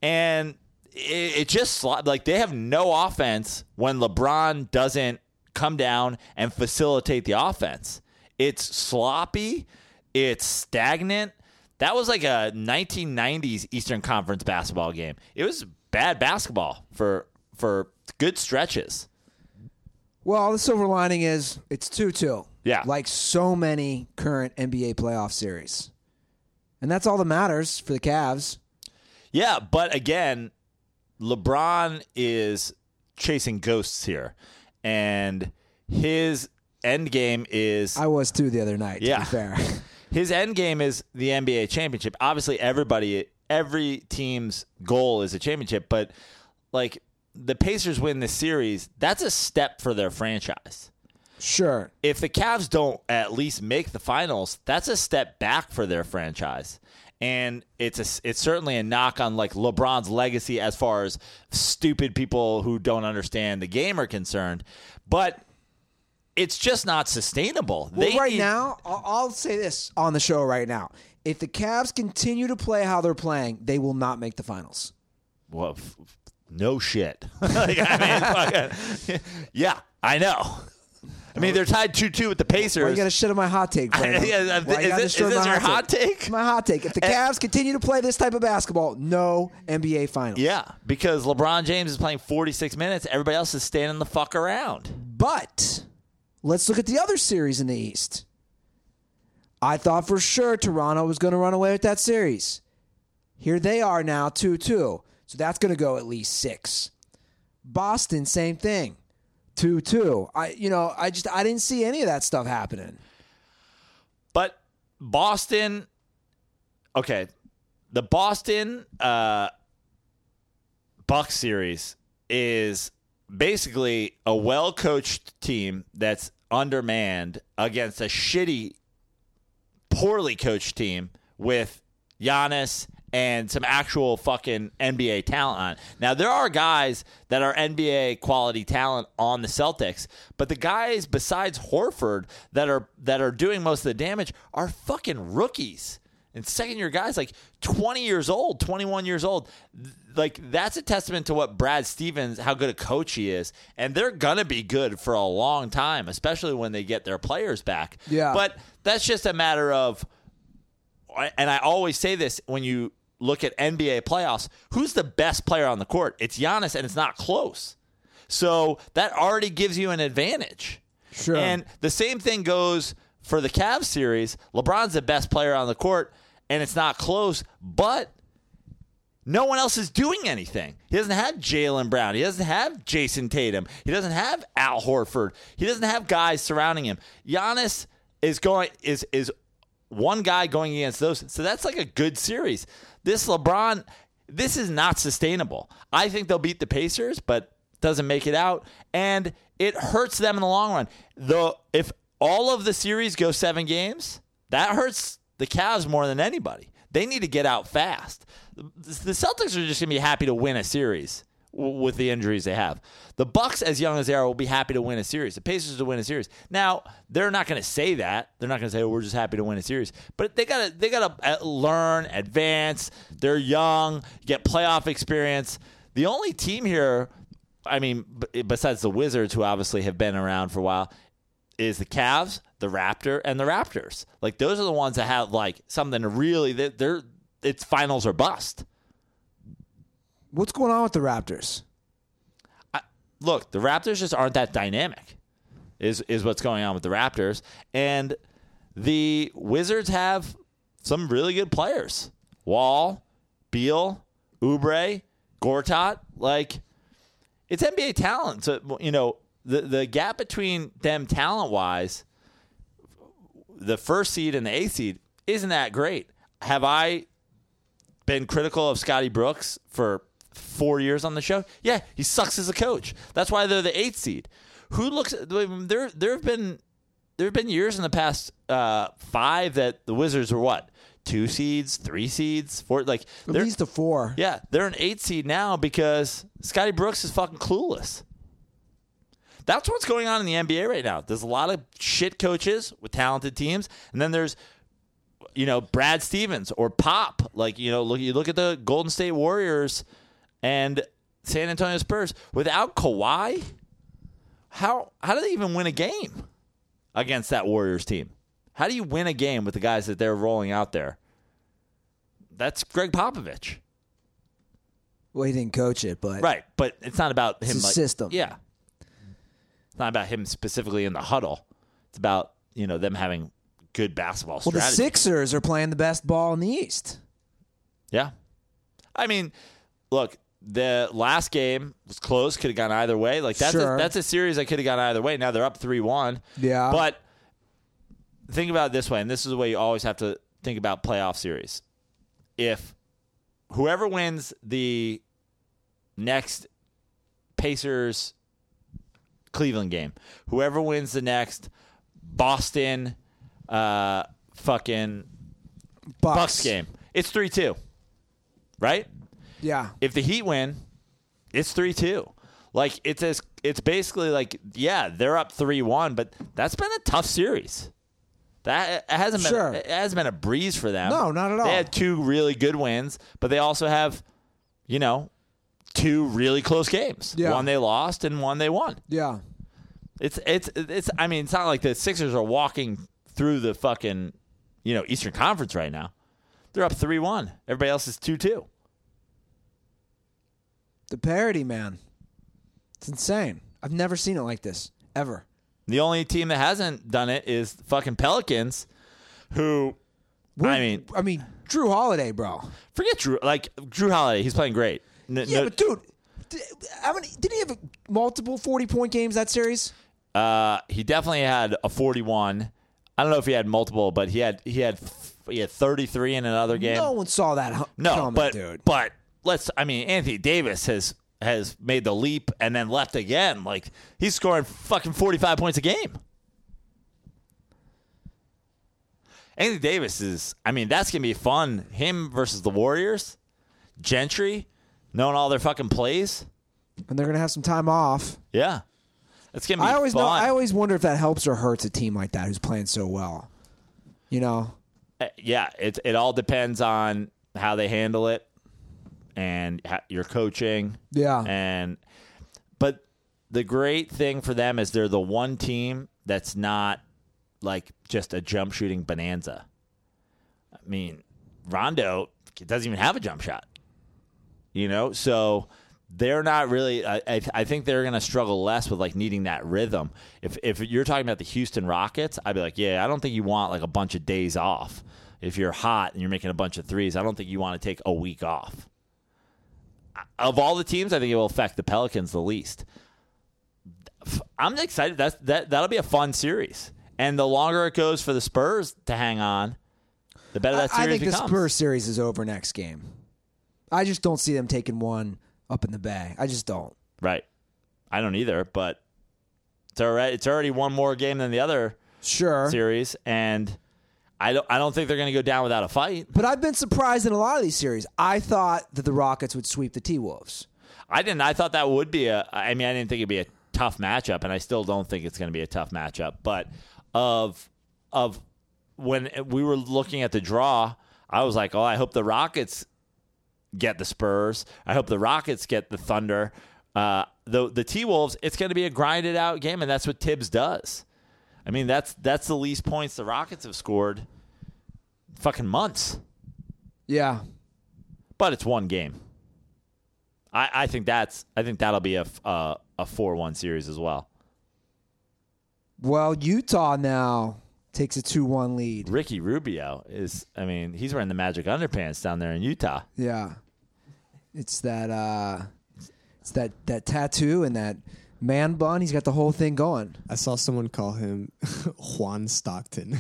and it, it just sli- like they have no offense when LeBron doesn't come down and facilitate the offense. It's sloppy, it's stagnant. That was like a 1990s Eastern Conference basketball game. It was bad basketball for for good stretches. Well, the silver lining is it's 2 2. Yeah. Like so many current NBA playoff series. And that's all that matters for the Cavs. Yeah, but again, LeBron is chasing ghosts here, and his end game is I was too the other night, to Yeah. be fair. His end game is the NBA championship. Obviously, everybody, every team's goal is a championship, but like the Pacers win this series, that's a step for their franchise. sure. If the Cavs don't at least make the finals, that's a step back for their franchise. And it's a, it's certainly a knock on like LeBron's legacy as far as stupid people who don't understand the game are concerned, but it's just not sustainable. Well, right need- now, I'll, I'll say this on the show right now. If the Cavs continue to play how they're playing, they will not make the finals. well, f- f- no shit. Like, I mean, fucking- yeah, I know. I mean, they're tied two-two with the Why you Pacers. got to shit on my hot take, Brandon? Yeah, Why you is gotta this- shit on is this my your hot take? My hot take. If the Cavs continue to play this type of basketball, no NBA finals. yeah, because LeBron James is playing 46 minutes. Everybody else is standing the fuck around. But let's look at the other series in the East. I thought for sure Toronto was going to run away with that series. Here they are now 2 2. So that's going to go at least six. Boston, same thing. 2 2. I, you know, I just, I didn't see any of that stuff happening. But Boston, okay, the Boston uh, Bucks series is basically a well-coached team that's undermanned against a shitty poorly coached team with Giannis and some actual fucking NBA talent on. Now there are guys that are NBA quality talent on the Celtics, but the guys besides Horford that are that are doing most of the damage are fucking rookies and second year guys like 20 years old 21 years old Th- like that's a testament to what brad stevens how good a coach he is and they're gonna be good for a long time especially when they get their players back Yeah. but that's just a matter of and i always say this when you look at nba playoffs who's the best player on the court it's Giannis, and it's not close so that already gives you an advantage Sure. and the same thing goes for the Cavs series. LeBron's the best player on the court, and it's not close, but no one else is doing anything. He doesn't have Jalen Brown. He doesn't have Jason Tatum. He doesn't have Al Horford. He doesn't have guys surrounding him. Giannis is going is is one guy going against those. So that's like a good series. This LeBron, this is not sustainable. I think they'll beat the Pacers, but doesn't make it out, and it hurts them in the long run. The if all of the series go seven games, that hurts the Cavs more than anybody. They need to get out fast. The the Celtics are just going to be happy to win a series w- with the injuries they have. The Bucks, as young as they are, will be happy to win a series. The Pacers to win a series. Now they're not going to say that. They're not going to say oh, we're just happy to win a series. But they got to they got to learn, advance. They're young, get playoff experience. The only team here, I mean, b- besides the Wizards, who obviously have been around for a while, is the Cavs, the Raptor, and the Raptors. Like those are the ones that have like something to really. They're, they're it's finals or bust. What's going on with the Raptors? Look, the Raptors just aren't that dynamic. Is is what's going on with the Raptors and the Wizards have some really good players: Wall, Beal, Oubre, Gortat. Like it's NBA talent. So you know the the gap between them talent wise, the first seed and the eighth seed isn't that great. Have I been critical of Scotty Brooks for four years on the show? Yeah, he sucks as a coach. That's why they're the eighth seed. Who looks there? There have been there have been years in the past uh, five that the Wizards were what two seeds, three seeds, four like At they're- least a four. yeah, they're an eight seed now because Scotty Brooks is fucking clueless. That's what's going on in the NBA right now. There's a lot of shit coaches with talented teams, and then there's you know Brad Stevens or Pop. Like you know, look you look at the Golden State Warriors and San Antonio Spurs without Kawhi. How how do they even win a game against that Warriors team? How do you win a game with the guys that they're rolling out there? That's Greg Popovich. Well, he didn't coach it, but Right, but it's not about him. a like, system. Yeah, it's not about him specifically in the huddle. It's about you know them having good basketball Well, the strategy. Sixers are playing the best ball in the East. yeah, I mean, look, the last game was close. Could have gone either way. Like that's Sure. a, that's a series that could have gone either way. Now they're up three one. Yeah. but think about it this way, and this is the way you always have to think about playoff series. If whoever wins the next Pacers Cleveland game, whoever wins the next Boston uh, fucking Bucks, Bucks game, it's 3 2, right? Yeah. if the Heat win, it's three two. Like it's as it's basically like yeah they're up three one, but that's been a tough series. That it hasn't Sure. been it hasn't been a breeze for them. No, not at all. They had two really good wins, but they also have, you know, two really close games. Yeah. One they lost and one they won. Yeah. It's it's it's. I mean, it's not like the Sixers are walking through the fucking you know Eastern Conference right now. They're up three one. Everybody else is two two. The parody, man. It's insane. I've never seen it like this ever. The only team that hasn't done it is fucking Pelicans, who I mean, I mean, Drew Holiday, bro. forget Drew. Like Drew Holiday, he's playing great. N- Yeah, no- but dude, d- how many? Did he have multiple forty-point games that series? uh, he definitely had a forty-one. I don't know if he had multiple, but he had he had he had thirty-three in another game. No one saw that. hu- No, coming, but dude. but let's. I mean, Anthony Davis has has made the leap and then left again. Like he's scoring fucking forty five points a game. Anthony Davis is. I mean, that's gonna be fun. Him versus the Warriors, Gentry, knowing all their fucking plays. and they're gonna have some time off. Yeah, that's gonna be. I always fun. know. I always wonder if that helps or hurts a team like that who's playing so well. You know, Uh, yeah, it it all depends on how they handle it and ho- your coaching. Yeah. and but the great thing for them is they're the one team that's not like just a jump shooting bonanza. I mean, Rondo doesn't even have a jump shot. You know, so they're not really. I, I, I think they're going to struggle less with like needing that rhythm. If if you're talking about the Houston Rockets, I'd be like, yeah, I don't think you want like a bunch of days off. If you're hot and you're making a bunch of threes, I don't think you want to take a week off. Of all the teams, I think it will affect the Pelicans the least. I'm excited. That's that. That'll be a fun series. And the longer it goes for the Spurs to hang on, the better that I, I series think the becomes. Spurs series is over next game. I just don't see them taking one up in the Bay. I just don't. Right. I don't either, but it's already it's already one more game than the other Sure, series, and I don't I don't think they're going to go down without a fight. but I've been surprised in a lot of these series. I thought that the Rockets would sweep the T Wolves. I didn't. I thought that would be a. I mean, I didn't think it'd be a tough matchup, and I still don't think it's going to be a tough matchup. But of of when we were looking at the draw, I was like, oh, I hope the Rockets get the Spurs. I hope the Rockets get the Thunder. Uh, the the T Wolves. It's going to be a grinded out game, and that's what Tibbs does. I mean, that's that's the least points the Rockets have scored. in Fucking months Yeah, but it's one game. I, I think that's I think that'll be a f- uh, a four one series as well. Well, Utah now takes a 2 1 lead. Ricky Rubio is I mean he's wearing the magic underpants down there in Utah. Yeah. It's that uh it's that that tattoo and that man bun. He's got the whole thing going. I saw someone call him Juan Stockton.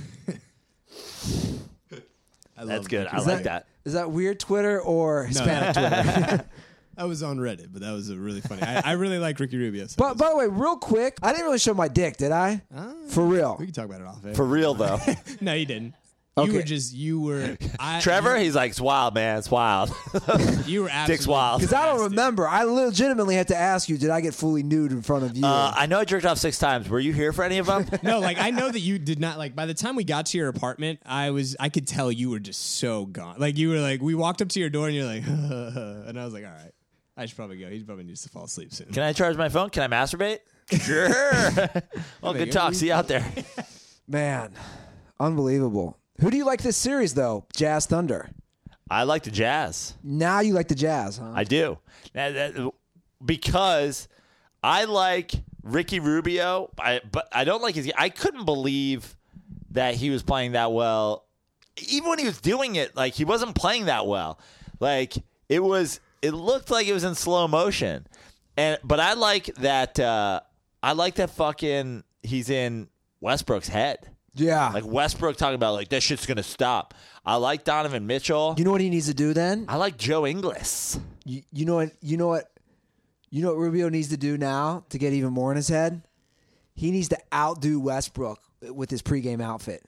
I That's love good. that. I like that. Is that weird Twitter or Hispanic Twitter? I was on Reddit, but that was a really funny. I, I really like Ricky Rubio. So But by the way, real quick, I didn't really show my dick, did I? For real. Ah. we can talk about it off air. For real though, no, you didn't. Okay. You were just you were I, Trevor he's like it's wild man, it's wild. Uh, You were absolutely Dick's wild. Because I don't remember. I legitimately had to ask you, did I get fully nude in front of you? Uh, I know I jerked off six times. Were you here for any of them? No, like I know that you did not like. By the time we got to your apartment, I was I could tell you were just so gone. Like you were like we walked up to your door and you're like, and I was like, all right, I should probably go. He probably needs to fall asleep soon. Can I charge my phone? Can I masturbate? Sure. well, good talk. See you out there. Man, unbelievable. Who do you like this series though? Jazz Thunder. I like the jazz. Now you like the Jazz, huh? I do. Now, that- because I like Ricky Rubio, I, but I don't like his. I couldn't believe that he was playing that well. Even when he was doing it, like he wasn't playing that well. Like it was, it looked like it was in slow motion. And but I like that. Uh, I like that fucking. He's in Westbrook's head. yeah. Like Westbrook talking about like this shit's gonna stop. I like Donovan Mitchell. you know what he needs to do then? I like Joe Inglis. you, you know what you know what you know what Rubio needs to do now to get even more in his head? He needs to outdo Westbrook with his pregame outfit.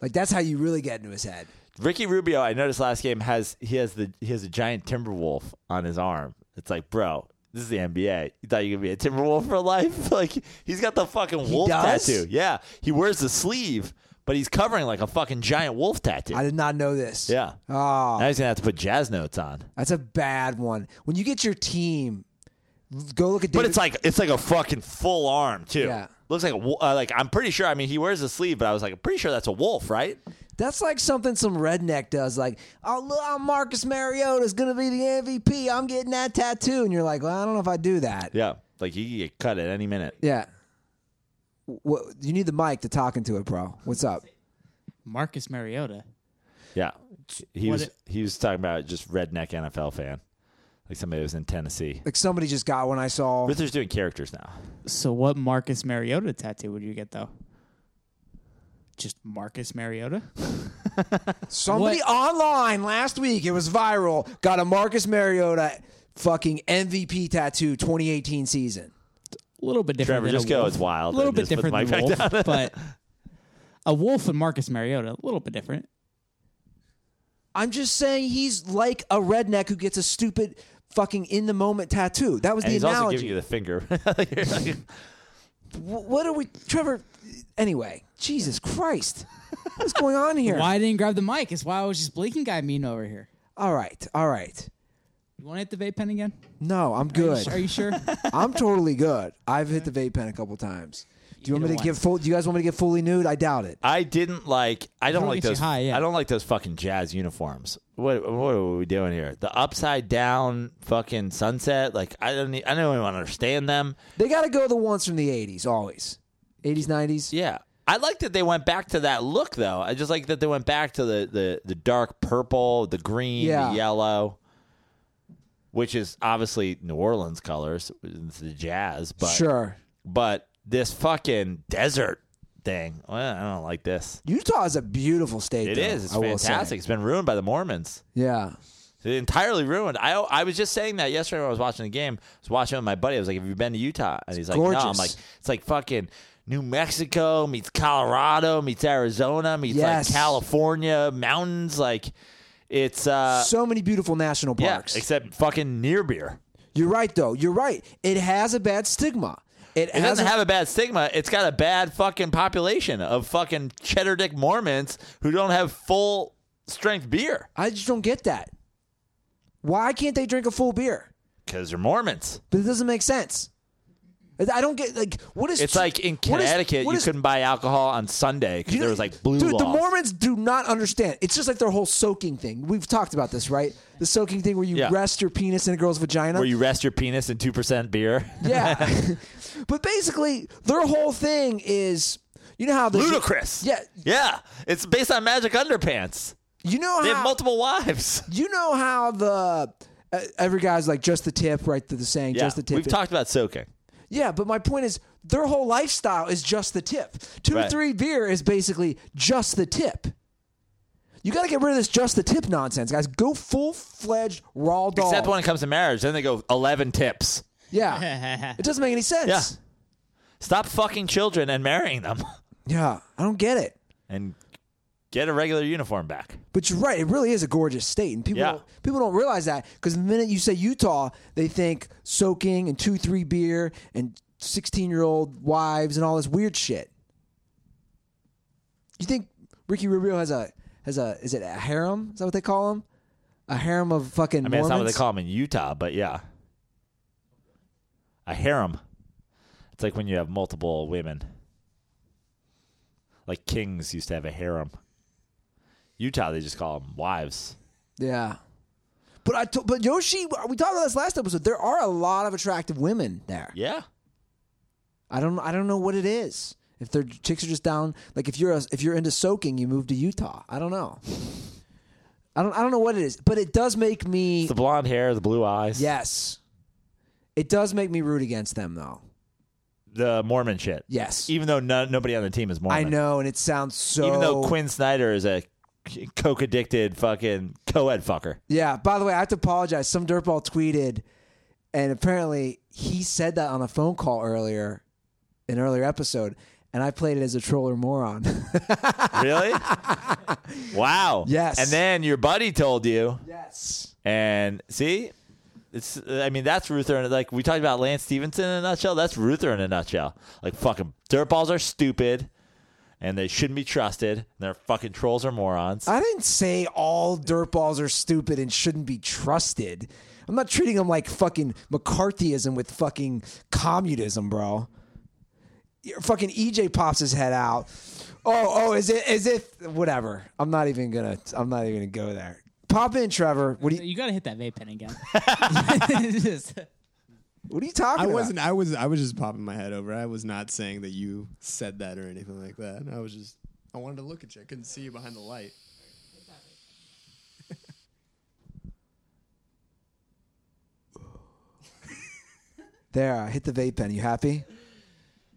Like that's how you really get into his head. Ricky Rubio, I noticed last game has he has the he has a giant timber wolf on his arm. It's like, bro, this is the NBA. You thought you could be a timber wolf for life? Like he's got the fucking wolf does? tattoo. Yeah, he wears the sleeve, but he's covering like a fucking giant wolf tattoo. I did not know this. yeah, Oh, now he's gonna have to put jazz notes on. that's a bad one. When you get your team, go look at. David, But it's like it's like a fucking full arm too. Yeah. Looks like a, wo- uh, like I'm pretty sure. I mean, he wears a sleeve, but I was like, I'm pretty sure that's a wolf, right? that's like something some redneck does. Like, oh look, I'm Marcus Mariota's gonna be the MVP. I'm getting that tattoo, and you're like, well, I don't know if I do that. Yeah, like he could get cut at any minute. Yeah. What you need the mic to talk into it, bro. What's up? Marcus Mariota. Yeah, he What was it- he was talking about just redneck NFL fan, like somebody who was in Tennessee. Like somebody just got one I saw. Rither's doing characters now. So what Marcus Mariota tattoo would you get though? Just Marcus Mariota? Somebody What? online last week, it was viral, got a Marcus Mariota fucking MVP tattoo 2018 season. A little bit different. Trevor, than just a go. wolf. It's wild. A little and bit just put different the than mic back wolf, down. but a Wolf and Marcus Mariota, a little bit different. I'm just saying he's like a redneck who gets a stupid fucking in the moment tattoo. That was And the he's also analogy. giving you the finger. You're like- Wh- what are we, Trevor? Anyway, Jesus Christ, what's going on here? Why I didn't grab the mic is why I was just blinking guy mean over here. All right, all right. You want to hit the vape pen again? No, I'm good. Are you sure? I'm totally good. I've hit the vape pen a couple times. Do you want me hit to it get once. full? Do you guys want me to get fully nude? I doubt it. I didn't like. I don't Don't like get you those. high, yeah. I don't like those fucking jazz uniforms. What what are we doing here? The upside down fucking sunset. Like I don't. e- I don't even understand them. They got to go the ones from the '80s, always. '80s, '90s. Yeah. I like that they went back to that look though. I just like that they went back to the the, the dark purple, the green, Yeah. the yellow, which is obviously New Orleans colors, it's the jazz, but Sure. but this fucking desert thing. Well, I don't like this. Utah is a beautiful state. It though, is. It's I will say. fantastic. It's been ruined by the Mormons. Yeah. entirely ruined. I I was just saying that yesterday when I was watching the game. I was watching with my buddy. I was like, "Have you been to Utah?" And he's like, gorgeous. "No." I'm like, "It's like fucking New Mexico meets Colorado meets Arizona meets Yes. like California mountains. Like it's uh so many beautiful national yeah, parks. except fucking near beer. You're right, though. You're right. It has a bad stigma. It, It has doesn't a- have a bad stigma. It's got a bad fucking population of fucking cheddar dick Mormons who don't have full strength beer I just don't get that. Why can't they drink a full beer? because they're Mormons. But it doesn't make sense. I don't get like what is. It's like in what is- Connecticut, what you is- couldn't buy alcohol on Sunday because you- there was like blue Dude, laws. the Mormons do not understand. It's just like their whole soaking thing. We've talked about this, right? The soaking thing where you Yeah. rest your penis in a girl's vagina. where you rest your penis in two percent beer. yeah. but basically, their whole thing is you know how the Ludicrous. Yeah. yeah. It's based on magic underpants. You know They how have multiple wives. you know how the uh, every guy's like just the tip, right? The, the saying, Yeah, just the tip. we've talked about soaking. yeah, but my point is their whole lifestyle is just the tip. Two to Right. three beer is basically just the tip. You got to get rid of this just the tip nonsense, guys. Go full fledged raw dog. Except when it comes to marriage, then they go eleven tips. Yeah, it doesn't make any sense. Stop fucking children and marrying them, Yeah. I don't get it. and get a regular uniform back. But you're right; it really is a gorgeous state, and people Yeah. don't, people don't realize that because the minute you say Utah, they think soaking and two three beer and sixteen year old wives and all this weird shit. You think Ricky Rubio has a has a is it a harem? Is that what they call him? A harem of fucking I mean, that's not what they Mormons? call them in Utah, but yeah, a harem. It's like when you have multiple women. Like kings used to have a harem. Utah, they just call them wives. Yeah. But I to- but Yoshi, we talked about this last episode. There are a lot of attractive women there. Yeah. I don't I don't know what it is. If their chicks are just down, like if you're a, if you're into soaking, you move to Utah. I don't know. I don't I don't know what it is, but it does make me The blonde hair, the blue eyes. yes. It does make me root against them though. The Mormon shit. Yes. Even though no, nobody on the team is I Mormon. know, and it sounds so. Even though Quinn Snyder is a coke addicted fucking co ed fucker. yeah. By the way, I have to apologize. Some dirtball tweeted, and apparently he said that on a phone call earlier, an earlier episode, and I played it as a troll or moron. Really? wow. Yes. And then your buddy told you. yes. And see, it's. I mean, that's Ruther. in- Like we talked about Lance Stevenson in a nutshell. That's Ruther in a nutshell. Like fucking dirtballs are stupid, and they shouldn't be trusted. And their fucking trolls are morons. I didn't say all dirtballs are stupid and shouldn't be trusted. I'm not treating them like fucking McCarthyism with fucking communism, bro. Your fucking EJ pops his head out. Oh, oh, is it? Is it? Whatever. I'm not even gonna. I'm not even gonna go there. Pop in, Trevor. What are you? you got to hit that vape pen again. What are you talking I about? wasn't. I was. I was just popping my head over. I was not saying that you said that or anything like that. I was just. I wanted to look at you. I couldn't see you behind the light. There, I hit the vape pen. You happy?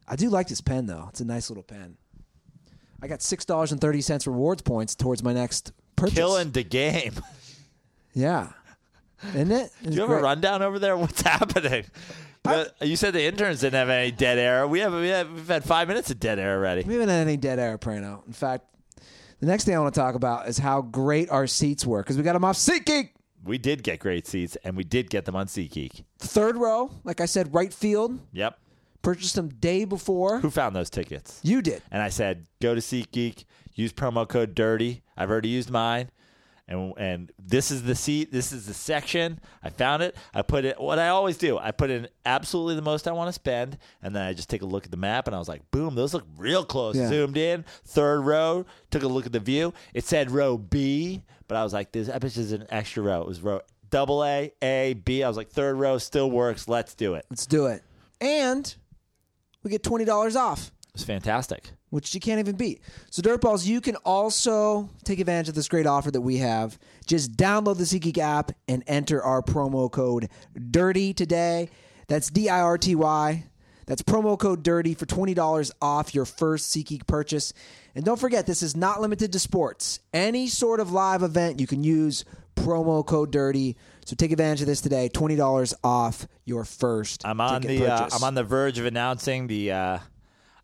I do like this pen though. It's a nice little pen. I got six dollars and thirty cents rewards points towards my next purchase. Killing the game. Yeah. Isn't it? Do you have a rundown over there? What's happening? But you said the interns didn't have any dead air. We have, we have we've had five minutes of dead air already. We haven't had any dead air, Prano. In fact, the next thing I want to talk about is how great our seats were because we got them off SeatGeek. We did get great seats, and we did get them on SeatGeek. Third row, like I said, right field. Yep. Purchased them day before. Who found those tickets? You did. And I said, go to SeatGeek, use promo code DIRTY. I've already used mine. And, and this is the seat. This is the section. I found it. I put it, what I always do, I put in absolutely the most I want to spend. And then I just take a look at the map and I was like, boom, those look real close. Yeah. Zoomed in, third row, took a look at the view. It said row B, but I was like, this, I bet there's an extra row. It was row double A, A, B. I was like, third row still works. Let's do it. It Let's do it. And we get $20 off, was fantastic. which you can't even beat. So, Dirtballs, you can also take advantage of this great offer that we have. Just download the SeatGeek app and enter our promo code DIRTY today. That's D I R T Y. That's promo code DIRTY for $20 off your first SeatGeek purchase. And don't forget, this is not limited to sports. Any sort of live event, you can use promo code DIRTY. So take advantage of this today. $20 off your first I'm on ticket the uh, purchase. I'm on the verge of announcing the. Uh,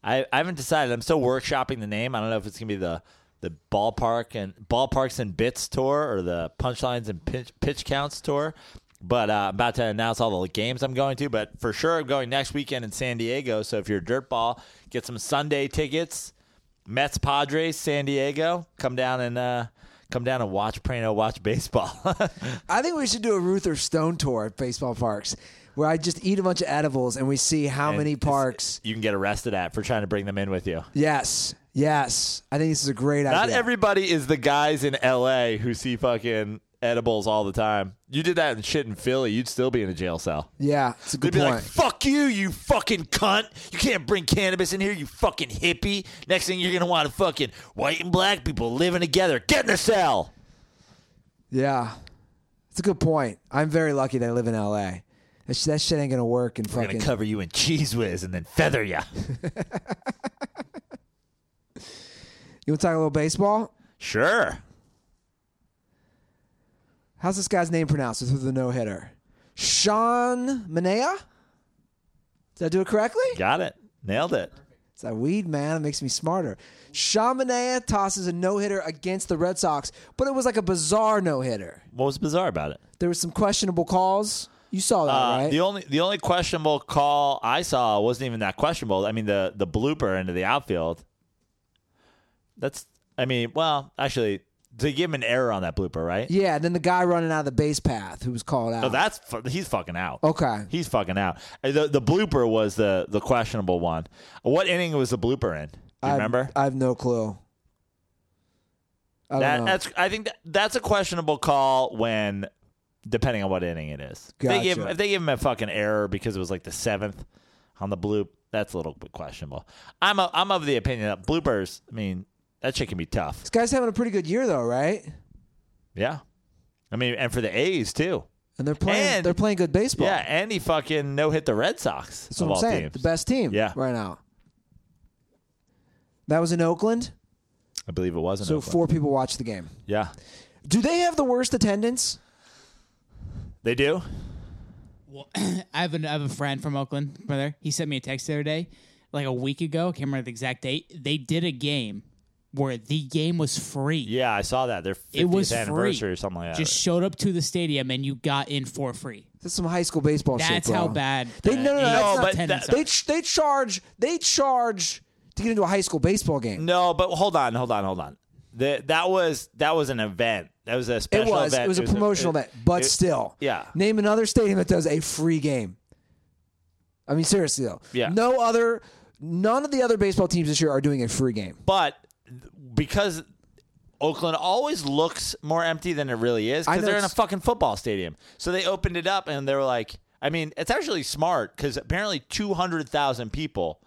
I I haven't decided. I'm still workshopping the name. I don't know if it's gonna be the the ballpark and ballparks and bits tour or the punchlines and pitch, pitch counts tour. But uh, I'm about to announce all the games I'm going to. But for sure, I'm going next weekend in San Diego. So if you're a dirtball, get some Sunday tickets. Mets, Padres, San Diego. Come down and uh, come down and watch Prano watch baseball. I think we should do a Ruth or Stone tour at baseball parks where I just eat a bunch of edibles and we see how many And parks. you can get arrested at for trying to bring them in with you. Yes. Yes. I think this is a great Not idea. everybody is the guys in LA who see fucking edibles all the time. You did that and shit in Philly, you'd still be in a jail cell. Yeah, it's a They'd good be point. like, "Fuck you, you fucking cunt! You can't bring cannabis in here, you fucking hippie." Next thing you're gonna want to fucking white and black people living together. Get in the cell. yeah. It's a good point. I'm very lucky that I live in LA. That, sh- that shit ain't going to work in We're gonna fucking. cover you in cheese whiz and then feather you. you want to talk a little baseball? sure. How's this guy's name pronounced? This was the no hitter. Sean Manea? Did I do it correctly? Got it. Nailed it. It's that weed, man. It makes me smarter. Shamanea tosses a no hitter against the Red Sox, but it was like a bizarre no hitter. What was bizarre about it? There was some questionable calls. You saw that, Uh, right? The only the only questionable call I saw wasn't even that questionable. I mean the the blooper into the outfield. That's I mean, well, actually, they give him an error on that blooper, right? yeah, and then the guy running out of the base path who was called out. So that's fu- he's fucking out. okay. He's fucking out. Uh, The the blooper was the the questionable one. What inning was the blooper in? Do you I remember? I have no clue. I don't that know. that's I think that, that's a questionable call when depending on what inning it is. If They give Gotcha. if they give him a fucking error because it was like the seventh on the bloop. That's a little bit questionable. I'm a, I'm of the opinion that bloopers. I mean, that shit can be tough. this guy's having a pretty good year though, right? Yeah, I mean, and for the A's too. And they're playing. And- they're playing good baseball. Yeah, and he fucking no hit the Red Sox that's of what I'm all saying. teams. The best team. Yeah. right now. That was in Oakland. I believe it wasn't. So Oakland. four people watched the game. Yeah, Do they have the worst attendance? they do. I have, an, I have a friend from Oakland, brother. He sent me a text the other day, like a week ago. I can't remember the exact date. They did a game where the game was free. Yeah, I saw that. Their 50th It was anniversary free. or something like that. Just showed up to the stadium and you got in for free. That's some high school baseball shit. That's bro. how bad. the They- no, no, no, A's that's not- attendance that- are. They ch- they charge they charge to get into a high school baseball game. No, but hold on, hold on, hold on. The, that was that was an event. That was a It special was event. it was a promotional it- event, but it- still, yeah. Name another stadium that does a free game. I mean, seriously though, Yeah. No other, none of the other baseball teams this year are doing a free game. But because Oakland always looks more empty than it really is I because know they're in a it's- fucking football stadium. So they opened it up and they were like, I mean, it's actually smart because apparently two hundred thousand people.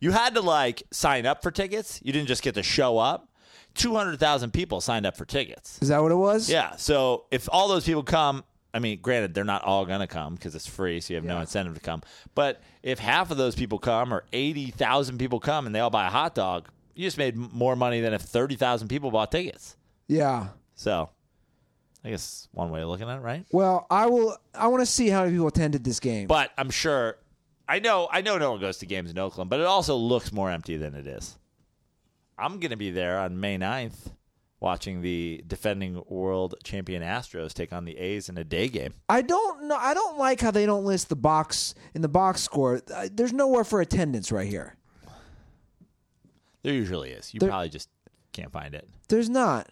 You had to like sign up for tickets. You didn't just get to show up. Two hundred thousand people signed up for tickets. Is that what it was? Yeah. So if all those people come, I mean, granted, they're not all going to come because it's free, so you have no incentive to come. But if half of those people come or 80,000 people come and they all buy a hot dog, you just made m- more money than if 30,000 people bought tickets. yeah. So I guess one way of looking at it, right? Well, I will. I want to see how many people attended this game. But I'm sure I know, I know, no one goes to games in Oakland, but it also looks more empty than it is. I'm going to be there on May 9th watching the defending world champion Astros take on the A's in a day game. I don't know. I don't like how they don't list the box in the box score. Uh, There's nowhere for attendance right here. There usually is. You There- probably just can't find it. There's not.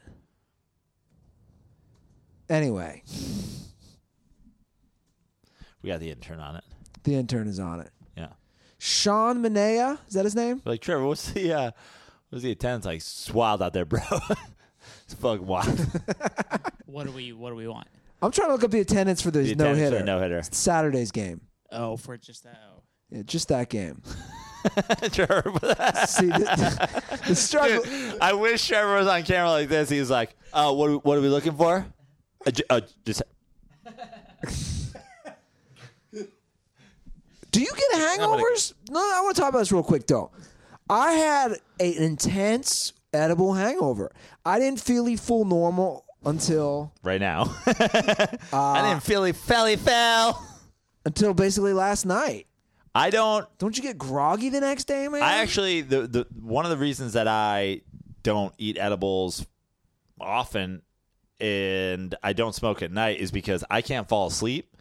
Anyway, We got the intern on it. the intern is on it. Yeah. Sean Manea, is that his name? We're like, Trevor, what's the uh what's the attendance like? It's wild out there, bro. it's fucking wild. What do we What do we want? I'm trying to look up the attendance for this The no attendance for hitter. the no-hitter. It's Saturday's game. Oh, for just that. Oh. Yeah, just that game. Trevor, See, the, the struggle. I wish Trevor was on camera like this. He's like, uh, what are- what are we looking for? A j- a just Do you get hangovers? No, no, I want to talk about this real quick though. I had a, an intense edible hangover. I didn't feel e- full normal until right now. Uh, I didn't feel he fell. He fell. until basically last night. I don't. Don't you get groggy the next day, man? I actually the the one of the reasons that I don't eat edibles often and I don't smoke at night is because I can't fall asleep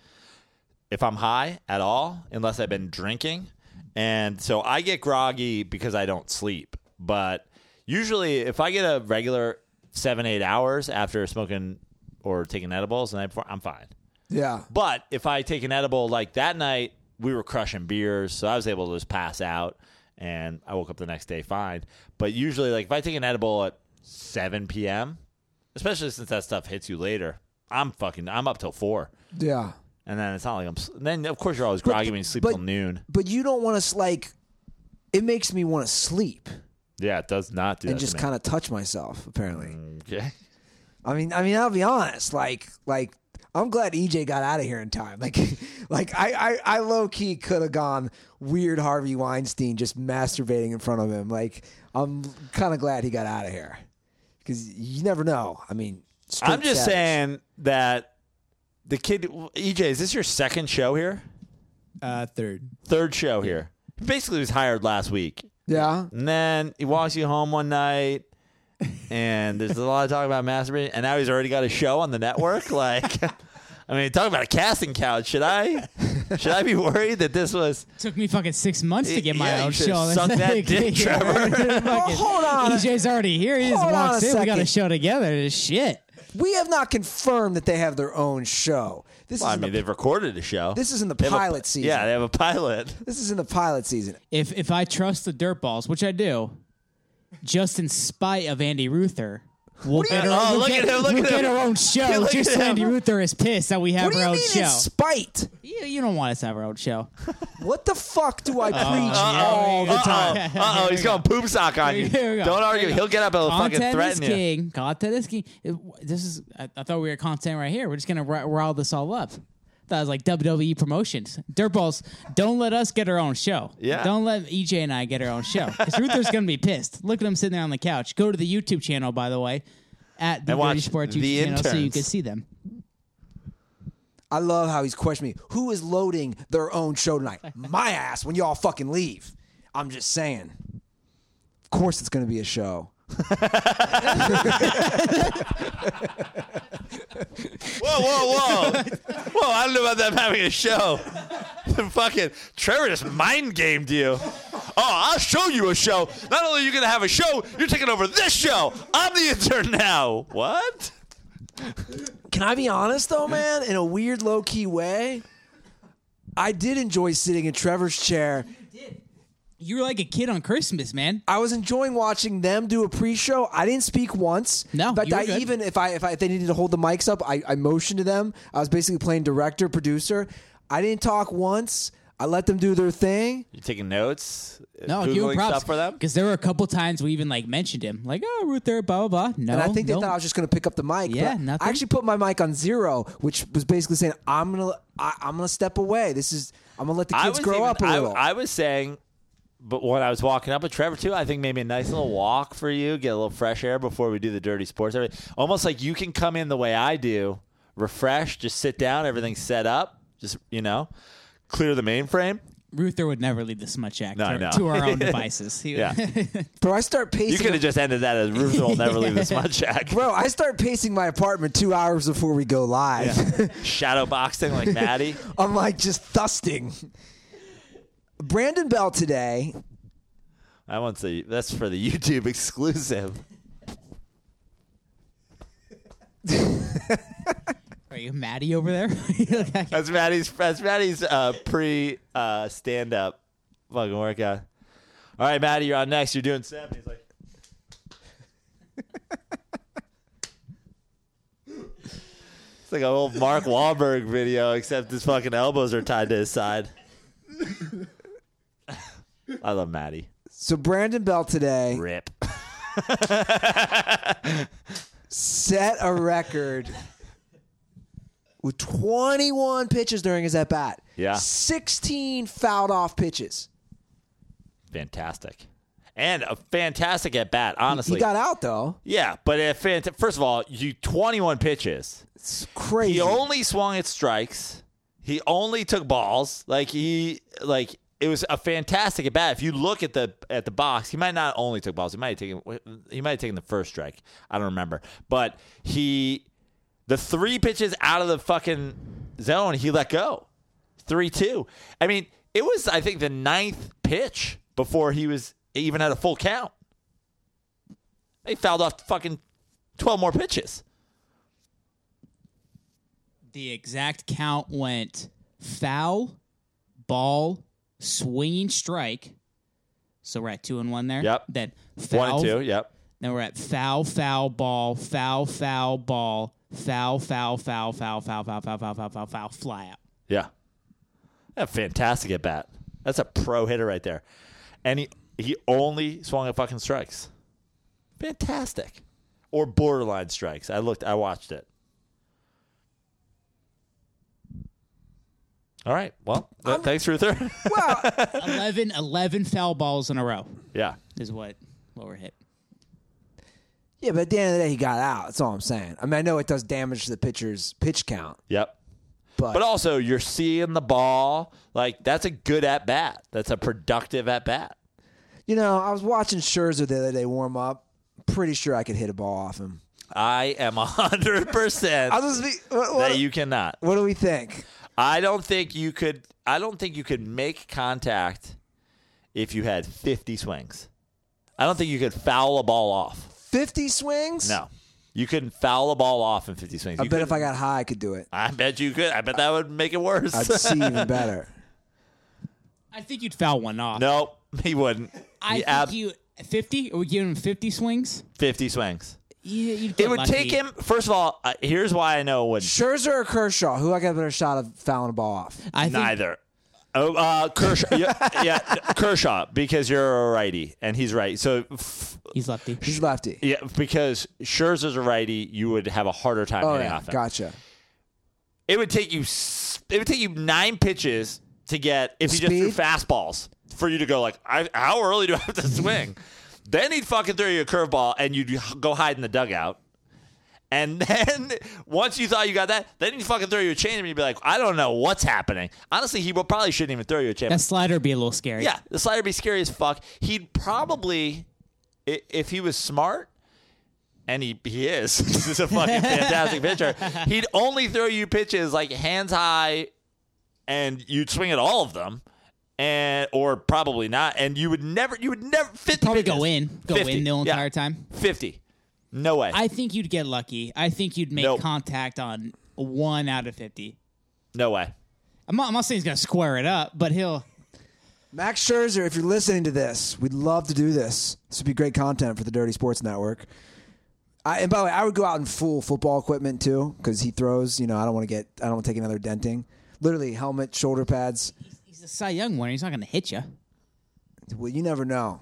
if I'm high at all unless I've been drinking. And so I get groggy because I don't sleep. But usually if I get a regular 7-8 hours after smoking or taking edibles the night before, I'm fine. yeah. But if I take an edible like that night, we were crushing beers, so I was able to just pass out, and I woke up the next day fine. But usually, like if I take an edible at 7 p.m., especially since that stuff hits you later, I'm fucking I'm up till four, Yeah. and then it's not like I'm. s- Then of course you're always groggy when you sleep but- till noon. But you don't want to like it makes me want to sleep Yeah, it does not do and that. just kind of touch myself apparently. of okay. I mean, I mean, I'll be honest. Like, like I'm glad EJ got out of here in time. Like, like I, I, I low key could have gone weird Harvey Weinstein just masturbating in front of him. Like, I'm kind of glad he got out of here because you never know. I mean, straight I'm just savage. saying that the kid EJ is this your second show here? Uh, third. Third show here. Basically, he was hired last week. Yeah, And then he walks you home one night, and there's a lot of talk about masturbating. And now he's already got a show on the network. Like, I mean, talk about a casting couch. Should I, should I be worried that this was? Took me fucking six months to get my Yeah, you own should've show. That's sucked not- that dick, Yeah, Trevor. fucking- hold on. EJ's E already here. He just Hold on walks a in. We got a second. show together. It's Shit. we have not confirmed that they have their own show. This Well, I is in mean, the, they've recorded a show. this is in the They have a- pilot season. Yeah, they have a pilot. this is in the pilot season. If if I trust the dirt balls, which I do, just in spite of Andy Ruther, we'll do you- get our Oh, own, look we'll at get, him, look we'll at get him. our own show. Look at just so him. Andy Ruther is pissed that we have What do our you own mean in show. spite? You, you don't want us to have our own show. What the fuck do I preach all yeah. the time? Uh oh, uh oh, he's going poop sock on you. Here we go. Don't argue. Here we go. He'll get up and he'll fucking Content is threaten you. king. Content is king. It- w- This is. I, I thought we were content right here. We're just gonna ri- rile this all up. That was like WWE promotions. Dirtballs, don't let us get our own show. Yeah. Don't let EJ and I get our own show. Because Ruther's gonna be pissed. Look at him sitting there on the couch. Go to the YouTube channel, by the way, at the Dirty And watch Sports The YouTube channel, so you Interns. can see them. I love how he's questioning me. Who is loading their own show tonight? My ass when y'all fucking leave. I'm just saying. Of course it's going to be a show. Whoa, whoa, whoa. whoa, I don't know about them having a show. Fucking Trevor just mind gamed you. Oh, I'll show you a show. Not only are you going to have a show, you're taking over this show. I'm the intern now. What? Can I be honest though, man? In a weird low key way, I did enjoy sitting in Trevor's chair. You're like a kid on Christmas, man. I was enjoying watching them do a pre-show. I didn't speak once. No, but you were I good. even if I if I if they needed to hold the mics up, I, I motioned to them. I was basically playing director producer. I didn't talk once. I let them do their thing. You taking notes? No, Googling you props stuff for them? because there were a couple times we even like mentioned him, like oh Ruther, blah blah blah. No, And I think they no. thought I was just going to pick up the mic. but Yeah, I- nothing. I actually put my mic on zero, which was basically saying I'm gonna I, I'm gonna step away. This is I'm gonna let the I kids was grow even- up a I- little. I, was saying, but when I was walking up with Trevor too, I think maybe a nice little walk for you, get a little fresh air before we do the dirty sports. Everything almost like you can come in the way I do, refresh, just sit down, everything's set up, just you know, clear the mainframe, Ruther would never leave the smut shack No, to, no. to our own devices. He- Yeah. Bro, I start pacing. You could have just ended that as Ruther will never leave the smut shack. Bro, I start pacing my apartment two hours before we go live. Shadow boxing like Maddie. I'm like just thusting. Brandon Bell today. I won't say that's for the YouTube exclusive. Are you Maddie over there? That's Maddie's. That's Maddie's uh, pre uh, stand up fucking workout. All right, Maddie, you're on next. You're doing seven. He's like, it's like an old Mark Wahlberg video, except his fucking elbows are tied to his side. I love Maddie. So Brandon Bell today Rip. set a record with 21 pitches during his at bat. Yeah. 16 fouled off pitches. Fantastic. And a fantastic at bat, He honestly. got out though. yeah, but a fant- first of all, you 21 pitches. It's crazy. He only swung at strikes. He only took balls. Like he like it was a fantastic at bat. If you look at the at the box, he might not only took balls. He might have taken he might have taken the first strike. I don't remember. But he the three pitches out of the fucking zone, he let go. Three two. I mean, it was I think the ninth pitch before he was even at a full count. They fouled off fucking twelve more pitches. the exact count went foul, ball, swinging strike. So we're at two and one there. Yep. Then foul. One and two, yep. Then we're at foul, foul, ball, foul, foul, ball, foul, foul, foul, foul, foul, foul, foul, foul, foul, foul, foul, fly out. Yeah. A fantastic at bat. That's a pro hitter right there. And he, he only swung at fucking strikes. Fantastic. Or borderline strikes. I looked, I watched it. All right. Well, th- thanks, Ruther. well, 11, 11 foul balls in a row yeah. is what what we're hit. yeah, but at the end of the day, he got out. That's all I'm saying. I mean, I know it does damage to the pitcher's pitch count, Yep. but, But also, you're seeing the ball. Like, that's a good at bat. That's a productive at bat. you know, I was watching Scherzer the other day warm up. Pretty sure I could hit a ball off him. I am 100% I'll just be. What, that what, you cannot. what do we think? I don't think you could. I don't think you could make contact if you had 50 swings. I don't think you could foul a ball off. 50 swings? No, you couldn't foul a ball off in 50 swings. I You bet if I couldn't- got high, I could do it. I bet you could. I bet that would make it worse. I'd see even better. I think you'd foul one off. no, he wouldn't. I He think ab- you fifty. Are we giving him fifty swings? 50 swings. Yeah, you'd get It would lucky. take him. First of all, uh, here's why I know it would Scherzer or Kershaw? Who I got a better shot of fouling a ball off? I think neither. Oh, uh, Kershaw. yeah, yeah, Kershaw, because you're a righty and he's right. So f- he's lefty. Who's lefty? Yeah, because Scherzer's a righty, you would have a harder time Oh hitting yeah, off him. gotcha. It would take you s- it would take you nine pitches to get if you just threw Speed? fastballs for you to go like I, how early do I have to swing? then he'd fucking throw you a curveball and you'd h- go hide in the dugout. And then once you thought you got that, then he'd fucking throw you a change and you'd be like, I don't know what's happening. Honestly, he would- probably shouldn't even throw you a change. That slider would be a little scary. Yeah, the slider would be scary as fuck. He'd probably, i- if he was smart, and he, he is, this is a fucking fantastic pitcher, he'd only throw you pitches like hands high and you'd swing at all of them. And or probably not, and you would never, you would never 50 probably pitches. go in, go 50, in the yeah. entire time. Fifty, no way, I think you'd get lucky. I think you'd make Nope. contact on one out of fifty. no way. I'm not, I'm not saying he's gonna square it up, but he'll. Max Scherzer, if you're listening to this, we'd love to do this. This would be great content for the Dirty Sports Network. I, and by the way, I would go out in full football equipment too, because he throws. You know, I don't want to get, I don't want to take another denting. Literally, helmet, shoulder pads. He's a Cy Young winner. He's not gonna hit you. Well, you never know.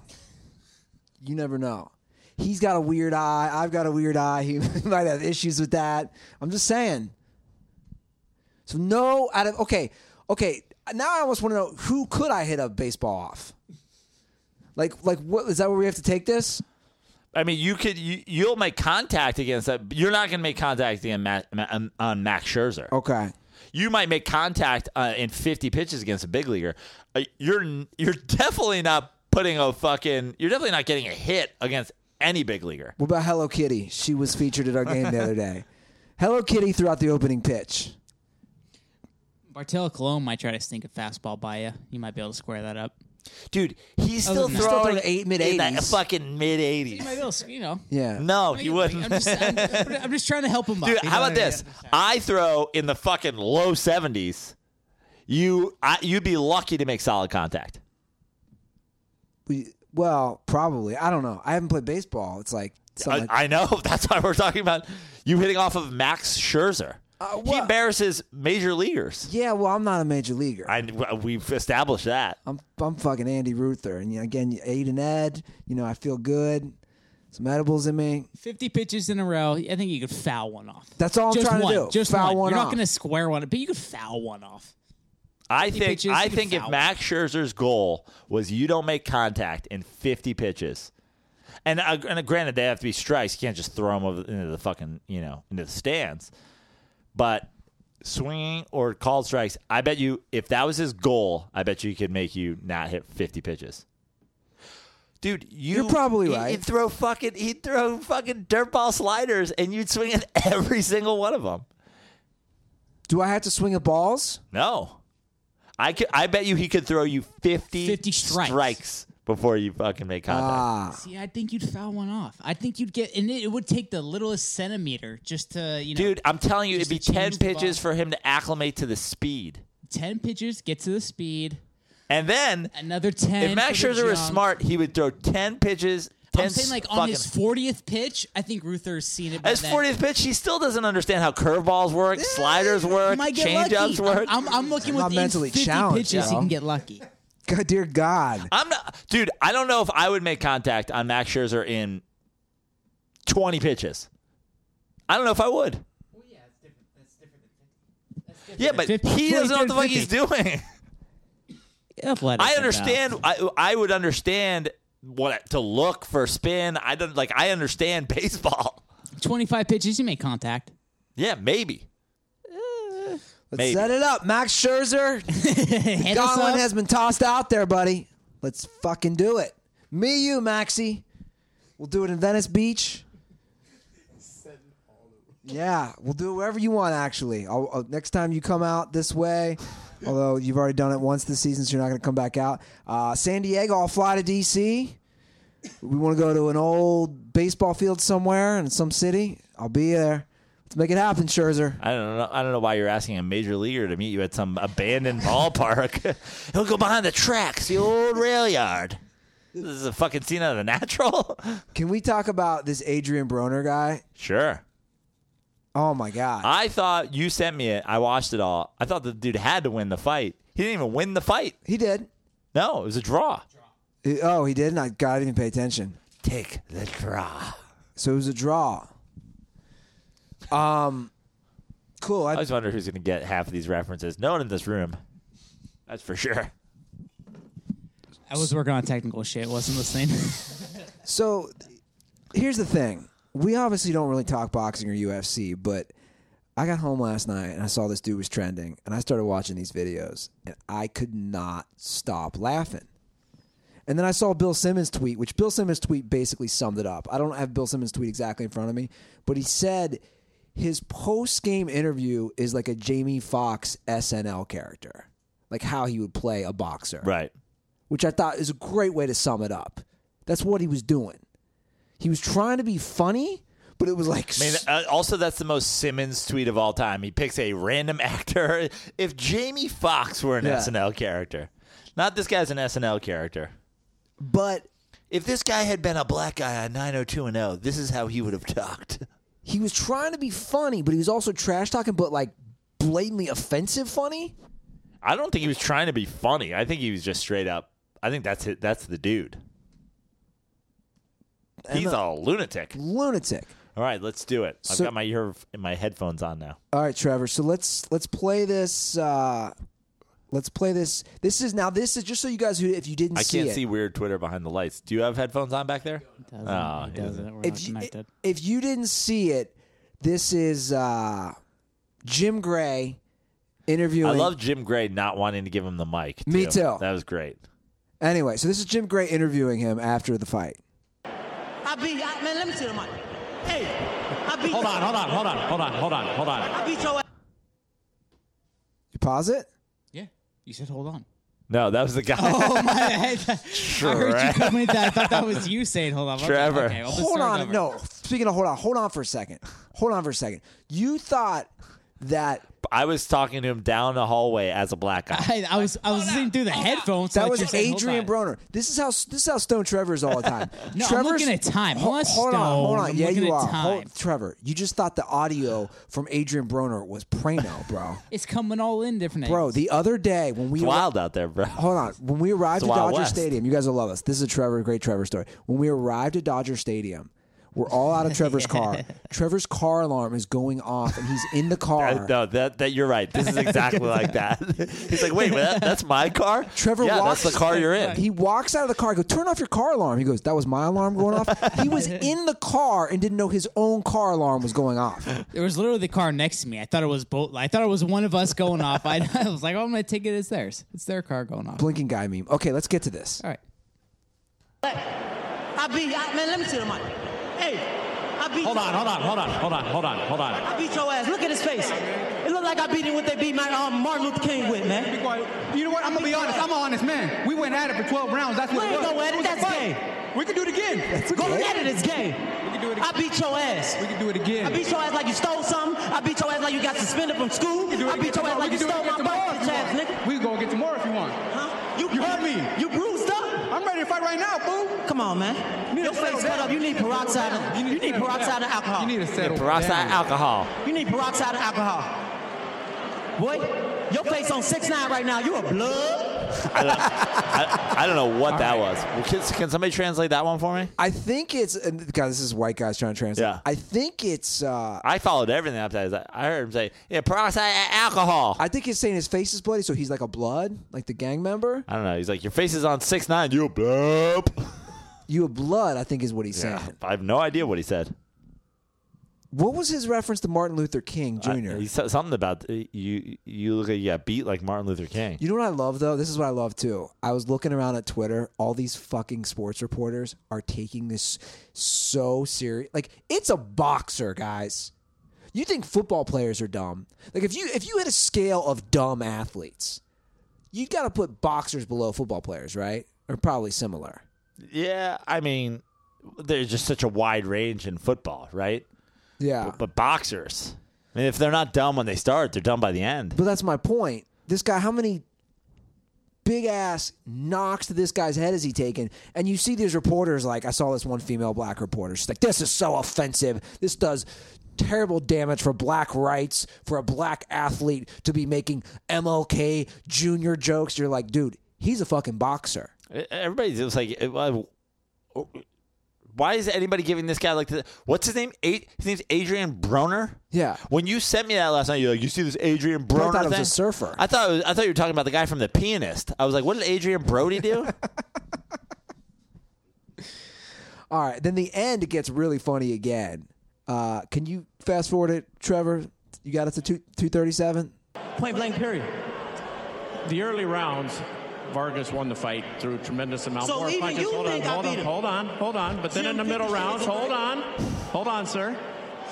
You never know. He's got a weird eye. I've got a weird eye. He might have issues with that. I'm just saying. So no, out of okay, okay. Now I almost want to know who could I hit a baseball off? Like, like what is that? Where we have to take this? I mean, you could, you, you'll make contact against that. But you're not going to make contact against Ma- Ma- on um, Max Scherzer. Okay. you might make contact uh, in 50 pitches against a big leaguer. Uh, you're n- you're definitely not putting a fucking. You're definitely not getting a hit against any big leaguer. What about Hello Kitty? She was featured at our game the other day. Hello Kitty threw out the opening pitch. Bartolo Colon might try to sneak a fastball by you. You might be able to square that up. Dude, he's still than throwing, that. Still throwing eight mid- in that 80s. Fucking mid You might 80s. be able to, you know. Yeah. No, he I'm wouldn't. just, I'm, I'm just trying to help him Dude, up. you how know about what I mean? this? I throw in the fucking low seventies. You, I, you'd be lucky to make solid contact. We- well, probably. I don't know. I haven't played baseball. It's like something I, I know. That's why we're talking about you hitting off of Max Scherzer. he Uh, what- embarrasses major leaguers. Yeah, well, I'm not a major leaguer. I, I, we've established that. am I'm fucking Andy Ruther, and you know, again, Aid and Ed. You know, I feel good. Some edibles in me. 50 pitches in a row. I think you could foul one off. That's all I'm just trying to one, do. Just Foul one. one You're off. not going to square one, but you could foul one off. I think. pitches, I you can think if foul. Max Scherzer's goal was you don't make contact in fifty pitches, and uh, and granted they have to be strikes, you can't just throw them over into the fucking you know into the stands, but swinging or called strikes, I bet you if that was his goal, I bet you he could make you not hit fifty pitches. Dude, you, You're probably he- right. He'd throw fucking he'd throw fucking dirtball sliders, and you'd swing at every single one of them. Do I have to swing at balls? No. I could, I bet you he could throw you 50, 50 strikes. before you fucking make contact. Ah, See, I think you'd foul one off. I think you'd get, and it, it would take the littlest centimeter just to, you know, Dude, I'm telling you, it'd Just to be 10 change the pitches ball. for him to acclimate to the speed. 10 pitches, get to the speed, And then, another 10. if Max for the Scherzer was jump. smart, he would throw 10 pitches. 10 I'm saying like on fucking- his 40th pitch, I think Ruther's seen it. by At his then. 40th pitch, he still doesn't understand how curveballs work, sliders work, Eh, might get changeups lucky. work. I'm, I'm, I'm looking Not with mentally 50 challenged, pitches, you he know? can get lucky. God, dear God. I'm not, dude. I don't know if I would make contact on Max Scherzer in 20 pitches. I don't know if I would. Yeah, but 50. he doesn't know what the 50. fuck he's doing. Athletic I and understand. I, I would understand what to look for spin. I don't like. I understand baseball. balance. 25 pitches, you make contact. Yeah, maybe. Let's Maybe. set it up. Max Scherzer. Hit us Godwin up. has been tossed out there, buddy. Let's fucking do it. Me, you, Maxie. We'll do it in Venice Beach. Yeah, we'll do it wherever you want. Actually, I'll, i next time you come out this way, although you've already done it once this season, so you're not going to come back out. Uh, San Diego, I'll fly to DC. We want to go to an old baseball field somewhere in some city. I'll be there. Let's make it happen, Scherzer. I don't know. I don't know why you're asking a major leaguer to meet you at some abandoned ballpark. He'll go behind the tracks, the old rail yard. This is a fucking scene out of The Natural. Can we talk about this Adrian Broner guy? sure. Oh my god. I thought you sent me it. I watched it all. I thought the dude had to win the fight. He didn't even win the fight. He did. No, it was a draw. He- oh, he did. Not God, I didn't pay attention. Take the draw. So it was a draw. Um, cool. I I, always wonder who's going to get half of these references. No one in this room. That's for sure. I was working on technical shit, wasn't listening. so here's the thing: we obviously don't really talk boxing or UFC, but I got home last night and I saw this dude was trending, and I started watching these videos, and I could not stop laughing. And then I saw Bill Simmons' tweet, which Bill Simmons' tweet basically summed it up. I don't have Bill Simmons' tweet exactly in front of me, but he said his post game interview is like a Jamie Foxx SNL character, like how he would play a boxer. Right. which I thought is a great way to sum it up. That's what he was doing. He was trying to be funny, but it was like I mean, s- uh, also that's the most Simmons tweet of all time. He picks a random actor. If Jamie Foxx were an Yeah. SNL character, not this guy's an SNL character. but If this guy had been a black guy on 902 and 0, this is how he would have talked. he was trying to be funny, but he was also trash talking, but like blatantly offensive funny. I don't think he was trying to be funny. I think he was just straight up. I think that's it. That's the dude. He's a lunatic. Lunatic. All right, let's do it. I've So- got my ear my headphones on now. All right, Trevor. So let's let's play this. Uh, let's play this. This is now. This is just so you guys who, if you didn't I see can't it, see weird Twitter behind the lights. Do you have headphones on back there? doesn't, Oh, it he doesn't. doesn't. We're not if you, connected. if you didn't see it, this is uh, Jim Gray interviewing. I love Jim Gray not wanting to give him the mic. Me too. That was great. Anyway, so this is Jim Gray interviewing him after the fight. I beat I, man. Let me see the mic. Hey, I beat. Hold on, hold Uh, on, hold on, hold on, hold on, hold on. I beat your ass. You pause it. Yeah, you said hold on. No, that was the guy. Oh my head! I heard you come in that. I thought that was you saying hold on. Okay, Trevor. okay, let's hold start on. over. No, speaking of hold on, hold on for a second. Hold on for a second. You thought that I was talking to him down the hallway as a black guy. I, I was I was listening through the headphones. so that I was just said, hold Adrian on. Broner. This is how this is how Stone Trevor is all the time. No, I'm Trevor's, looking at time. I'm Ho- not hold on, hold stoned. on. I'm yeah, looking you at are. time. Hold, Trevor, you just thought the audio from Adrian Broner was Prano, bro. It's coming all in different. bro, angles. the other day when we It's wild out there, bro. Hold on. When we arrived It's at Wild Dodger West. Stadium, you guys will love us. This is a Trevor, great Trevor story. When we arrived at Dodger Stadium, we're all out of Trevor's car. Trevor's car alarm is going off, and he's in the I- car. no, that that you're right. This is exactly like that. He's like, wait, that, that's my car. Trevor yeah, walks- that's the car you're in. He walks out of the car. I go, turn off your car alarm. He goes, that was my alarm going off. He was in the car and didn't know his own car alarm was going off. there was literally the car next to me. I thought it was both. I thought it was one of us going off. I, I was like, oh, I'm gonna take it as theirs. It's their car going off. Blinking guy meme. Okay, let's get to this. All right. I beat I, man. Let me see the mic. Hey, I beat. Hold on, hold on, hold on, hold on, hold on, hold on. I beat your ass. Look at his face. It looked like I beat him with they beat my um, Martin Luther King with, man. You know what? I'm gonna be honest. I'm an honest man. We went at it for 12 rounds. That's what We it ain't was. go at it. It was a That's fight. gay. We could do it again. Go at it. It's gay. We could do it I again. beat your ass. We could do it again. I beat your ass like you stole something. I beat your ass like you got suspended from school. We could do it I beat again your tomorrow. ass like you We could do it stole my again tomorrow butt, bitch ass if you nigga. want. We can go get some more if you want. Huh? You, You heard me. You bruised up. I'm ready to fight right now, fool. Come on, man. need Your to settle face cut down. up. You need peroxide. of- You to need, settle peroxide down. and alcohol. You need to settle Peroxide down. alcohol. You need peroxide and alcohol. Boy, your face on six nine right now. You a blood. I, I don't know what that was. Well, can, can somebody translate that one for me? I think it's and God. This is white guys trying to translate. Yeah. I think it's. uh I followed everything up to that. I heard him say, "Yeah, peroxide a- alcohol." I, I think he's saying his face is bloody, so he's like a blood, like the gang member. don't know. He's like, "Your face is on six nine. You bloop." You a blood, I think is what he's Yeah, saying. I have no idea what he said. What was his reference to Martin Luther King Jr.? I- he said something about uh, you. You look like you got beat like Martin Luther King. you know what I love though? This is what I love too. I was looking around at Twitter. All these fucking sports reporters are taking this so serious. Like it's a boxer, guys. You think football players are dumb? Like if you if you had a scale of dumb athletes, you got to put boxers below football players, right? Or probably similar. yeah, I mean, there's just such a wide range in football, right? Yeah. But boxers, I mean, if they're not dumb when they start, they're dumb by the end. But that's my point. This guy, how many big ass knocks to this guy's head has he taken? And you see these reporters, like I saw this one female black reporter. She's like, "This is so offensive. This does terrible damage for black rights for a black athlete to be making MLK Junior jokes." You're like, dude, he's a fucking boxer. E, Everybody's just like, eh, well, why is anybody giving this guy like the, what's his name? A- his name's Adrian Broner. Yeah. When you sent me that last night, you're like, you see this Adrian Broner I thought it was thing? a surfer. I thought it was, I thought you were talking about the guy from The Pianist. I was like, what did Adrian Brody do? All right. Then the end it gets really funny again. Uh, can you fast forward it, Trevor? You got it to two two thirty seven. Point blank period. The early rounds, Vargas won the fight through a tremendous amount So more even punches. you hold on, think I hold beat on, him. hold on, hold on. But then Jim, in the middle 50 rounds, shades of hold gray. on, hold on, sir.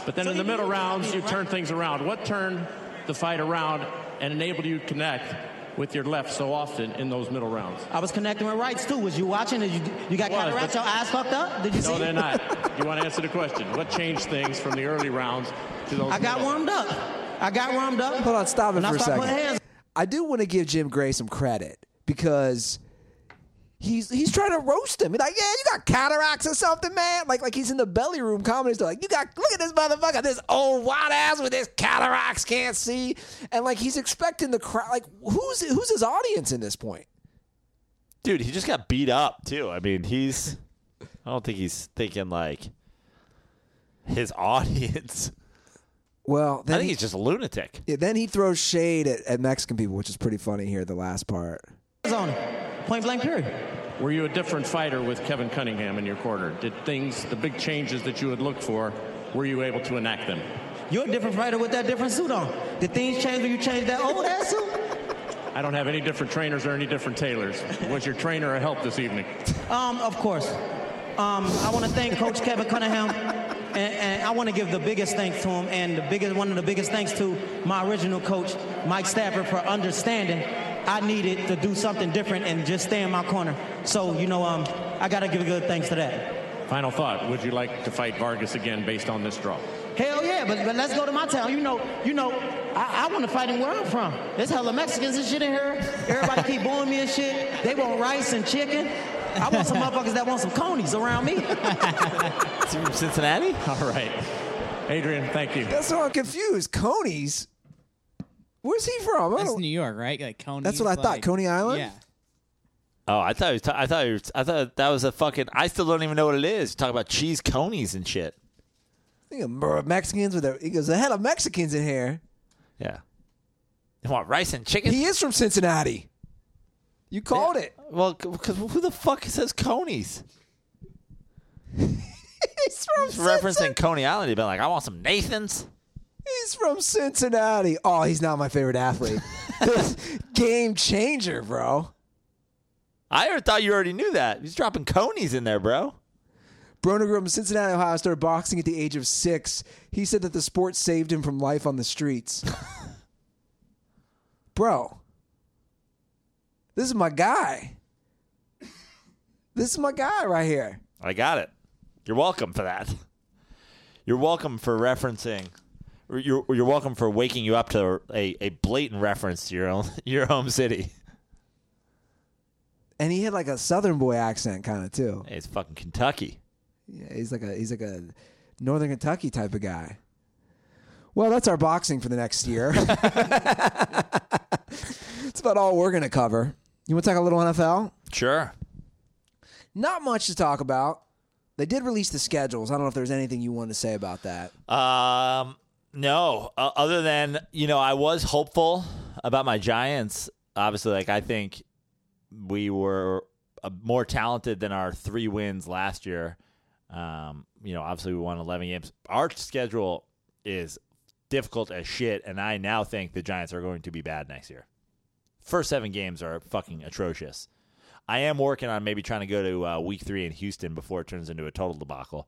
But then So in the even middle you think I beat rounds, him, you right? turn things around. What turned the fight around and enabled you to connect with your left so often in those middle rounds? I was connecting with rights too. Was you watching? Did you, you got Was, cataracts? but- Your eyes fucked up? Did you see? No, they're not. you want to answer the question? What changed things from the early rounds to those? I got middle rounds? warmed up. I got warmed up. Hold on, stop it and I for a started putting second. hands I do want to give Jim Gray some credit because he's he's trying to roast him. He's like, yeah, you got cataracts or something, man. Like like he's in the belly room comedy store. Like, you got look at this motherfucker, this old wide ass with his cataracts can't see, and like he's expecting the crowd. Like who's who's his audience in this point? Dude, he just got beat up too. I mean, he's. I don't think he's thinking like his audience. Well, I Oh, then think he, he's just a lunatic. yeah, then he throws shade at, at Mexican people, which is pretty funny here. The last part. on him. Point blank period. Were you a different fighter with Kevin Cunningham in your corner? Did things, the big changes that you would look for, were you able to enact them? You're a different fighter with that different suit on. Did things change when you changed that old ass suit? I don't have any different trainers or any different tailors. Was your trainer a help this evening? Um, of course. Um, I want to thank Coach Kevin Cunningham, and, and I want to give the biggest thanks to him, and the biggest one of the biggest thanks to my original coach, Mike Stafford, for understanding I needed to do something different and just stay in my corner. So you know, um, I gotta give a good thanks to that. Final thought: Would you like to fight Vargas again based on this draw? Hell yeah, but, but let's go to my town. You know, you know, I, I want to fight him where I'm from. There's hella Mexicans and shit in here. Everybody keep booing me and shit. They want rice and chicken. I want some motherfuckers that want some conies around me. From Cincinnati? All right, Adrian. Thank you. That's why I'm confused. Coney's. Where's he from? I That's don't, New York, right? Like Coney. That's what I thought. Coney Island? Yeah. Oh, I thought he was ta- I thought he was- I thought that was a fucking. I still don't even know what it is. Talk about cheese conies and shit. think of Mer- Mexicans with their. He goes, the hell of Mexicans in here. Yeah. You want rice and chicken? He is from Cincinnati. You called it. well, because who the fuck says conies? He's from Just referencing Coney Island, you've been like, I want some Nathan's. He's from Cincinnati. Oh, he's not my favorite athlete. Game changer, bro. I already thought you already knew that. He's dropping conies in there, bro. Broner grew up in Cincinnati, Ohio, started boxing at the age of six. He said that the sport saved him from life on the streets. bro, this is my guy. This is my guy right here. I got it. You're welcome for that. You're welcome for referencing. or You're you're welcome for waking you up to a, a blatant reference to your own your home city. And he had like a Southern boy accent, kind of too. Hey, it's fucking Kentucky. Yeah, he's like a he's like a Northern Kentucky type of guy. Well, that's our boxing for the next year. it's about all we're going to cover. You want to talk a little NFL? Sure. Not much to talk about. They did release the schedules. I don't know if there's anything you want to say about that. Um, no. Uh, other than you know, I was hopeful about my Giants. Obviously, like I think we were uh, more talented than our three wins last year. Um, you know, obviously we won eleven games. Our schedule is difficult as shit, and I now think the Giants are going to be bad next year. First seven games are fucking atrocious. I am working on maybe trying to go to uh, week three in Houston before it turns into a total debacle.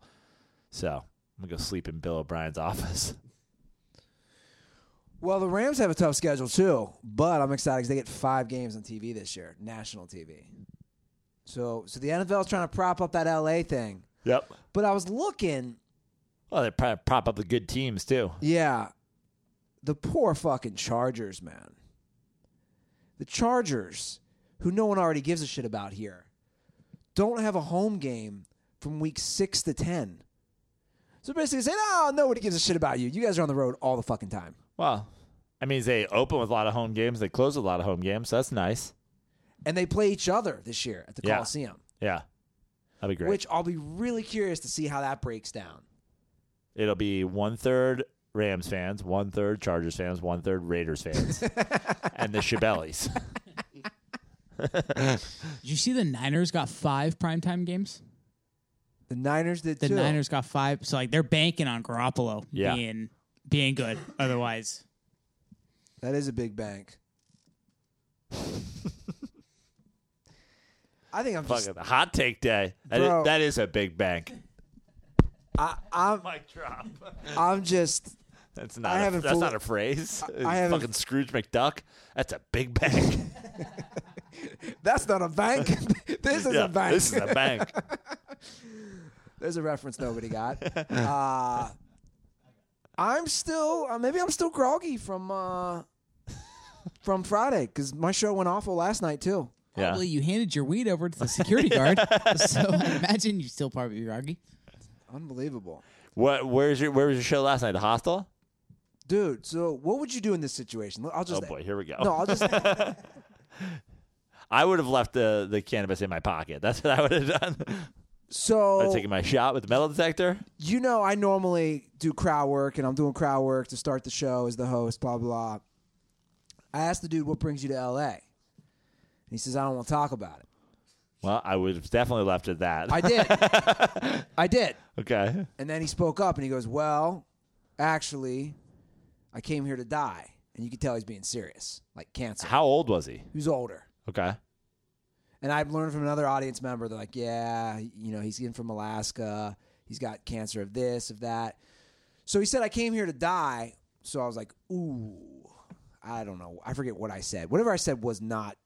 So I'm gonna go sleep in Bill O'Brien's office. Well, the Rams have a tough schedule too, but I'm excited because they get five games on TV this year, national TV. So, so the NFL is trying to prop up that LA thing. Yep. But I was looking Well, they probably prop up the good teams too. Yeah. The poor fucking Chargers, man. The Chargers, who no one already gives a shit about here, don't have a home game from week six to 10. So basically, saying, oh, nobody gives a shit about you. You guys are on the road all the fucking time. Well, I mean, they open with a lot of home games. They close with a lot of home games. So that's nice. And they play each other this year at the Yeah. Coliseum, Yeah, that'd be great. which I'll be really curious to see how that breaks down. It'll be one third Rams fans, one third Chargers fans, one third Raiders fans, and the Shebellies. Did you see the Niners got five primetime games? The Niners did The too. Niners got five, so like they're banking on Garoppolo Yeah. being being good. Otherwise, That is a big bank. I think I'm just Fucking hot take day. That is, Bro. that is a big bank. I, I'm Mic drop. I'm just That's not. I a- haven't that's fully- not a phrase. I haven't- fucking Scrooge McDuck. That's a big bank. that's not a bank. this is Yeah, a bank. This is a bank. There's a reference nobody got. uh, I'm still uh, maybe I'm still groggy from uh, from Friday because my show went awful last night too. yeah. probably you handed your weed over to the security guard, so I imagine you still part of your argument. Unbelievable, What? Where's your? Where was your show last night? The hostel? dude. So what would you do in this situation? I'll Oh just boy, here we go. no. I'll just I would have left the the cannabis in my pocket. That's what I would have done. I'd so taken my shot with the metal detector. you know, I normally do crowd work and I'm doing crowd work to start the show as the host, blah, blah. I asked the dude, what brings you to LA? And he says, I don't want to talk about it. Well, I would have definitely left it that. I did. I did. okay. And then he spoke up and he goes, Well, actually, I came here to die. And you could tell he's being serious, like cancer. How old was he? Who's older? Okay. And I've learned from another audience member, they're like, yeah, you know, he's in from Alaska. He's got cancer of this, of that. So he said, I came here to die. So I was like, ooh, I don't know. I forget what I said. Whatever I said was not,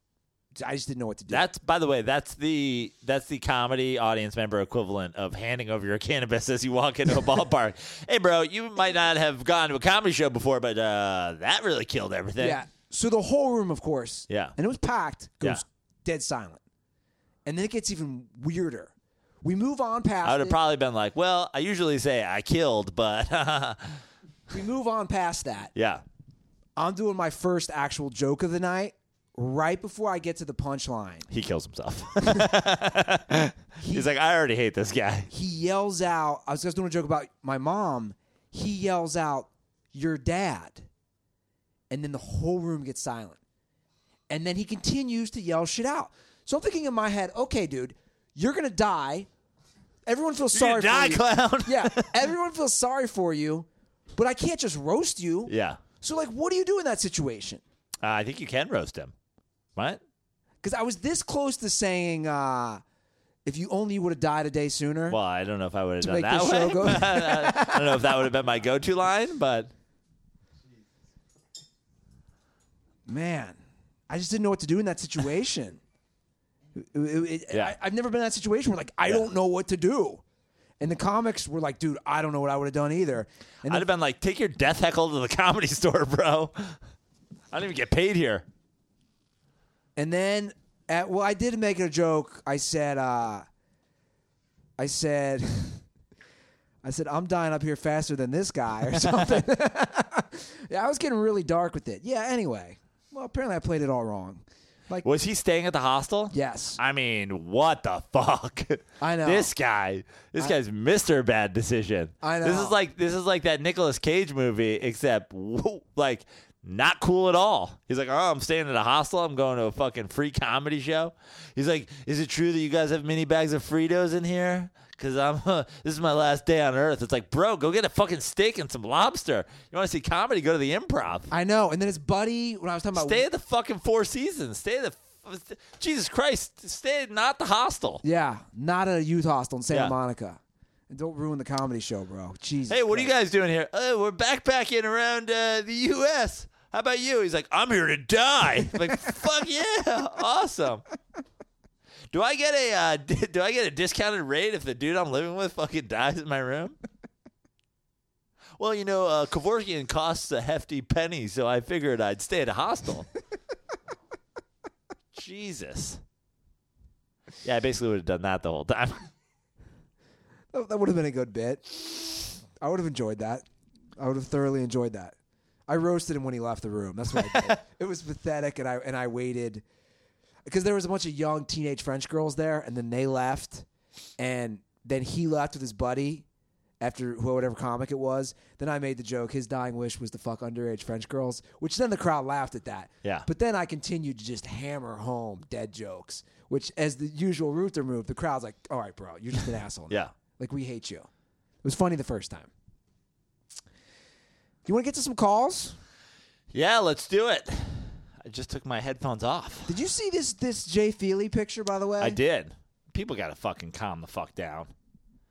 I just didn't know what to do. That's by the way, that's the that's the comedy audience member equivalent of handing over your cannabis as you walk into a ballpark. hey, bro, you might not have gone to a comedy show before, but uh, that really killed everything. yeah. So the whole room, of course, Yeah. and it was packed, goes Yeah. dead silent. And then it gets even weirder. We move on past I would it. have probably been like, well, I usually say I killed, but we move on past that. yeah, I'm doing my first actual joke of the night right before I get to the punchline. he kills himself. He's like, I already hate this guy. he yells out i was just doing a joke about my mom he yells out your dad and then the whole room gets silent and then he continues to yell shit out so i'm thinking in my head okay dude you're gonna die everyone feels sorry You're gonna die, for you clown. yeah everyone feels sorry for you but i can't just roast you yeah. so like what do you do in that situation Uh, I think you can roast him. What? because i was this close to saying uh if you only would have died a day sooner Well, I don't know if I would have done make that this show way. go- but, uh, I don't know if that would have been my go-to line, but man, I just didn't know what to do in that situation. It- it- it- Yeah. I, have never been in that situation where like I don't know what to do, and the comics were like, "Dude, I don't know what I would have done either." And I'd have been like, take your death heckle to the comedy store, bro. I don't even get paid here. And then, at, well, I did make it a joke. I said, uh, I said, I said, I'm dying up here faster than this guy or something. yeah, I was getting really dark with it. Yeah. Anyway, well, apparently I played it all wrong. Like, Was he staying at the hostel? yes, I mean, what the fuck? I know. This guy. This guy's Mr. Bad Decision. I This know. is like this is like that Nicolas Cage movie except whoa, like not cool at all. He's like, "Oh, I'm staying at a hostel. I'm going to a fucking free comedy show." He's like, "Is it true that you guys have mini bags of Fritos in here?" Cause I'm, this is my last day on Earth. It's like, bro, go get a fucking steak and some lobster. You want to see comedy? Go to the Improv. I know. And then his buddy, when I was talking about Stay at the fucking Four Seasons. Stay at the f- Jesus Christ. Stay at not the hostel. Yeah, not at a youth hostel in Santa Yeah. Monica. And don't ruin the comedy show, bro. Jesus. Hey, what are you guys doing here? Oh, we're backpacking around uh, the U.S. How about you? He's like, I'm here to die. I'm like, fuck yeah, awesome. Do I get a uh, d- do I get a discounted rate if the dude I'm living with fucking dies in my room? Well, you know, uh, Kevorkian costs a hefty penny, so I figured I'd stay at a hostel. Jesus. Yeah, I basically would have done that the whole time. That, that would have been a good bit. I would have enjoyed that. I would have thoroughly enjoyed that. I roasted him when he left the room. That's what I did. it was pathetic, and I and I waited because there was a bunch of young teenage French girls there, and then they left, and then he left with his buddy after who- whatever comic it was. Then I made the joke his dying wish was to fuck underage French girls, which then the crowd laughed at that. Yeah. But then I continued to just hammer home dead jokes, which as the usual Ruther move, the crowd's like, "All right, bro, you're just an asshole." now. Yeah. Like we hate you. It was funny the first time. You want to get to some calls? Yeah, let's do it. I just took my headphones off. Did you see this this Jay Feely picture by the way? I did. People got to fucking calm the fuck down.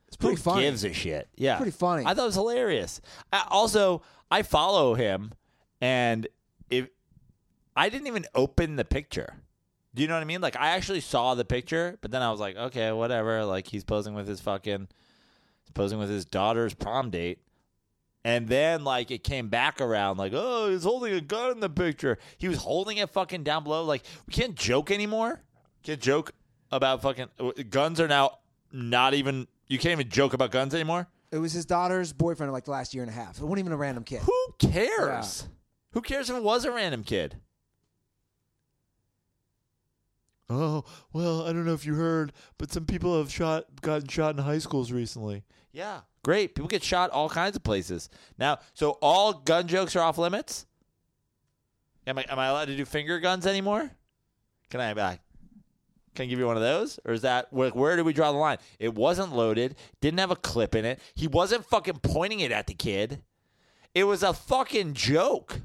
It's pretty Who funny. gives a shit? Yeah, Pretty funny. I thought it was hilarious. I, also, I follow him, and if I didn't even open the picture, do you know what I mean? Like, I actually saw the picture, but then I was like, okay, whatever. Like, he's posing with his fucking, he's posing with his daughter's prom date. And then, like, it came back around, like, oh, he's holding a gun in the picture. He was holding it fucking down below. Like, we can't joke anymore. Can't joke about fucking guns are now not even. You can't even joke about guns anymore. It was his daughter's boyfriend like the last year and a half. It wasn't even a random kid. Who cares? Who cares if it was a random kid? Oh, well, I don't know if you heard, but some people have shot gotten shot in high schools recently. Yeah. Great. People get shot all kinds of places. Now, so all gun jokes are off limits? Am I am I allowed to do finger guns anymore? Can I uh, can I give you one of those? Or is that where, where do we draw the line? It wasn't loaded, didn't have a clip in it. He wasn't fucking pointing it at the kid. It was a fucking joke.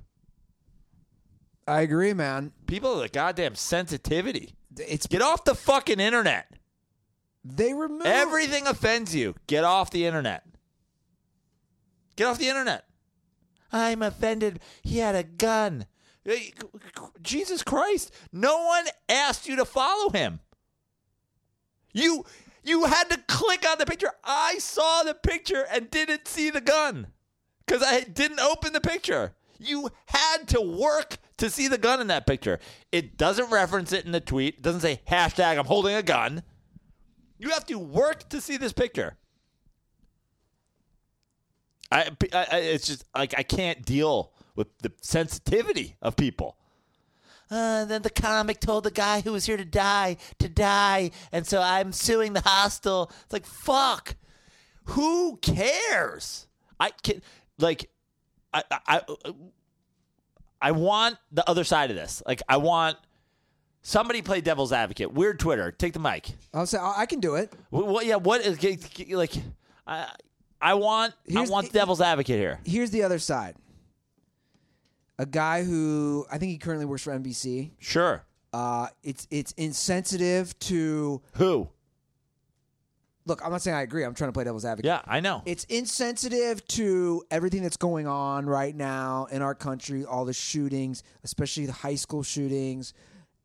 I agree, man. People are the goddamn sensitivity. It's Get off the fucking internet. they removed Everything offends you. Get off the internet. Get off the internet. I'm offended. He had a gun. Hey, Jesus Christ. No one asked you to follow him. You you had to click on the picture. I saw the picture and didn't see the gun cuz I didn't open the picture. You had to work to see the gun in that picture. It doesn't reference it in the tweet. It doesn't say hashtag I'm holding a gun. You have to work to see this picture. I, I, I- it's just like I can't deal with the sensitivity of people. Uh, then the comic told the guy who was here to die to die, and so I'm suing the hostel. It's like fuck. Who cares? I can like, I I I- I want the other side of this. Like I want somebody play devil's advocate. Weird Twitter. Take the mic. I'll say I I can do it. Wh- What? Yeah. What is g- g- like? I I want Here's- I want the devil's advocate here. Here's the other side. A guy who I think he currently works for NBC. Sure. Uh, it's it's insensitive to Who? look. I'm not saying I agree. I'm trying to play devil's advocate. Yeah, I know. It's insensitive to everything that's going on right now in our country. All the shootings, especially the high school shootings,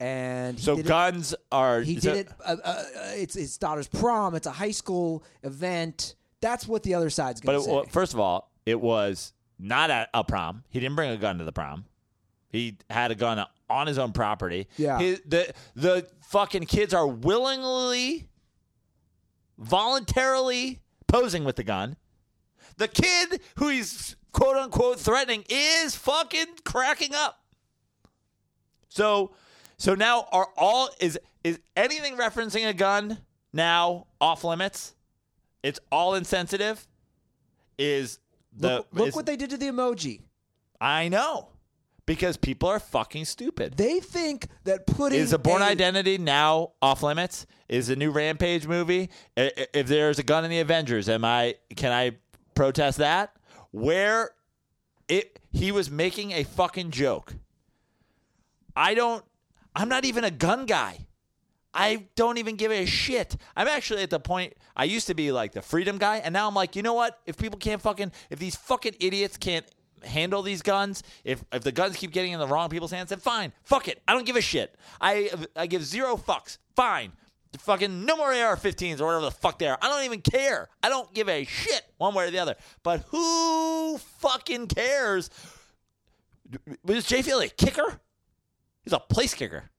and he so did it- guns are. He is did that- it. Uh, uh, uh, it's his daughter's prom. It's a high school event. That's what the other side's But going to it, say. well, first of all, it was not at a prom. He didn't bring a gun to the prom. He had a gun on his own property. Yeah. His- the the fucking kids are willingly, voluntarily posing with the gun. The kid who he's quote unquote threatening is fucking cracking up. So, so now are all is is anything referencing a gun now off limits? It's all insensitive. Is the look look is- what they did to the emoji. I know because people are fucking stupid. They think that putting Is a born a- identity now off limits? Is the new Rampage movie? i- i- If there's a gun in the Avengers, am I can I protest that? Where it he was making a fucking joke. I don't I'm not even a gun guy. I don't even give a shit. I'm actually at the point I used to be like the freedom guy and now I'm like, you know what? If people can't fucking if these fucking idiots can't handle these guns, if if the guns keep getting in the wrong people's hands, then fine. Fuck it. I don't give a shit. I I give zero fucks. Fine. Fucking no more AR-15s or whatever the fuck they are. I don't even care. I don't give a shit one way or the other. But who fucking cares? Was Jay Field a kicker? He's a place kicker.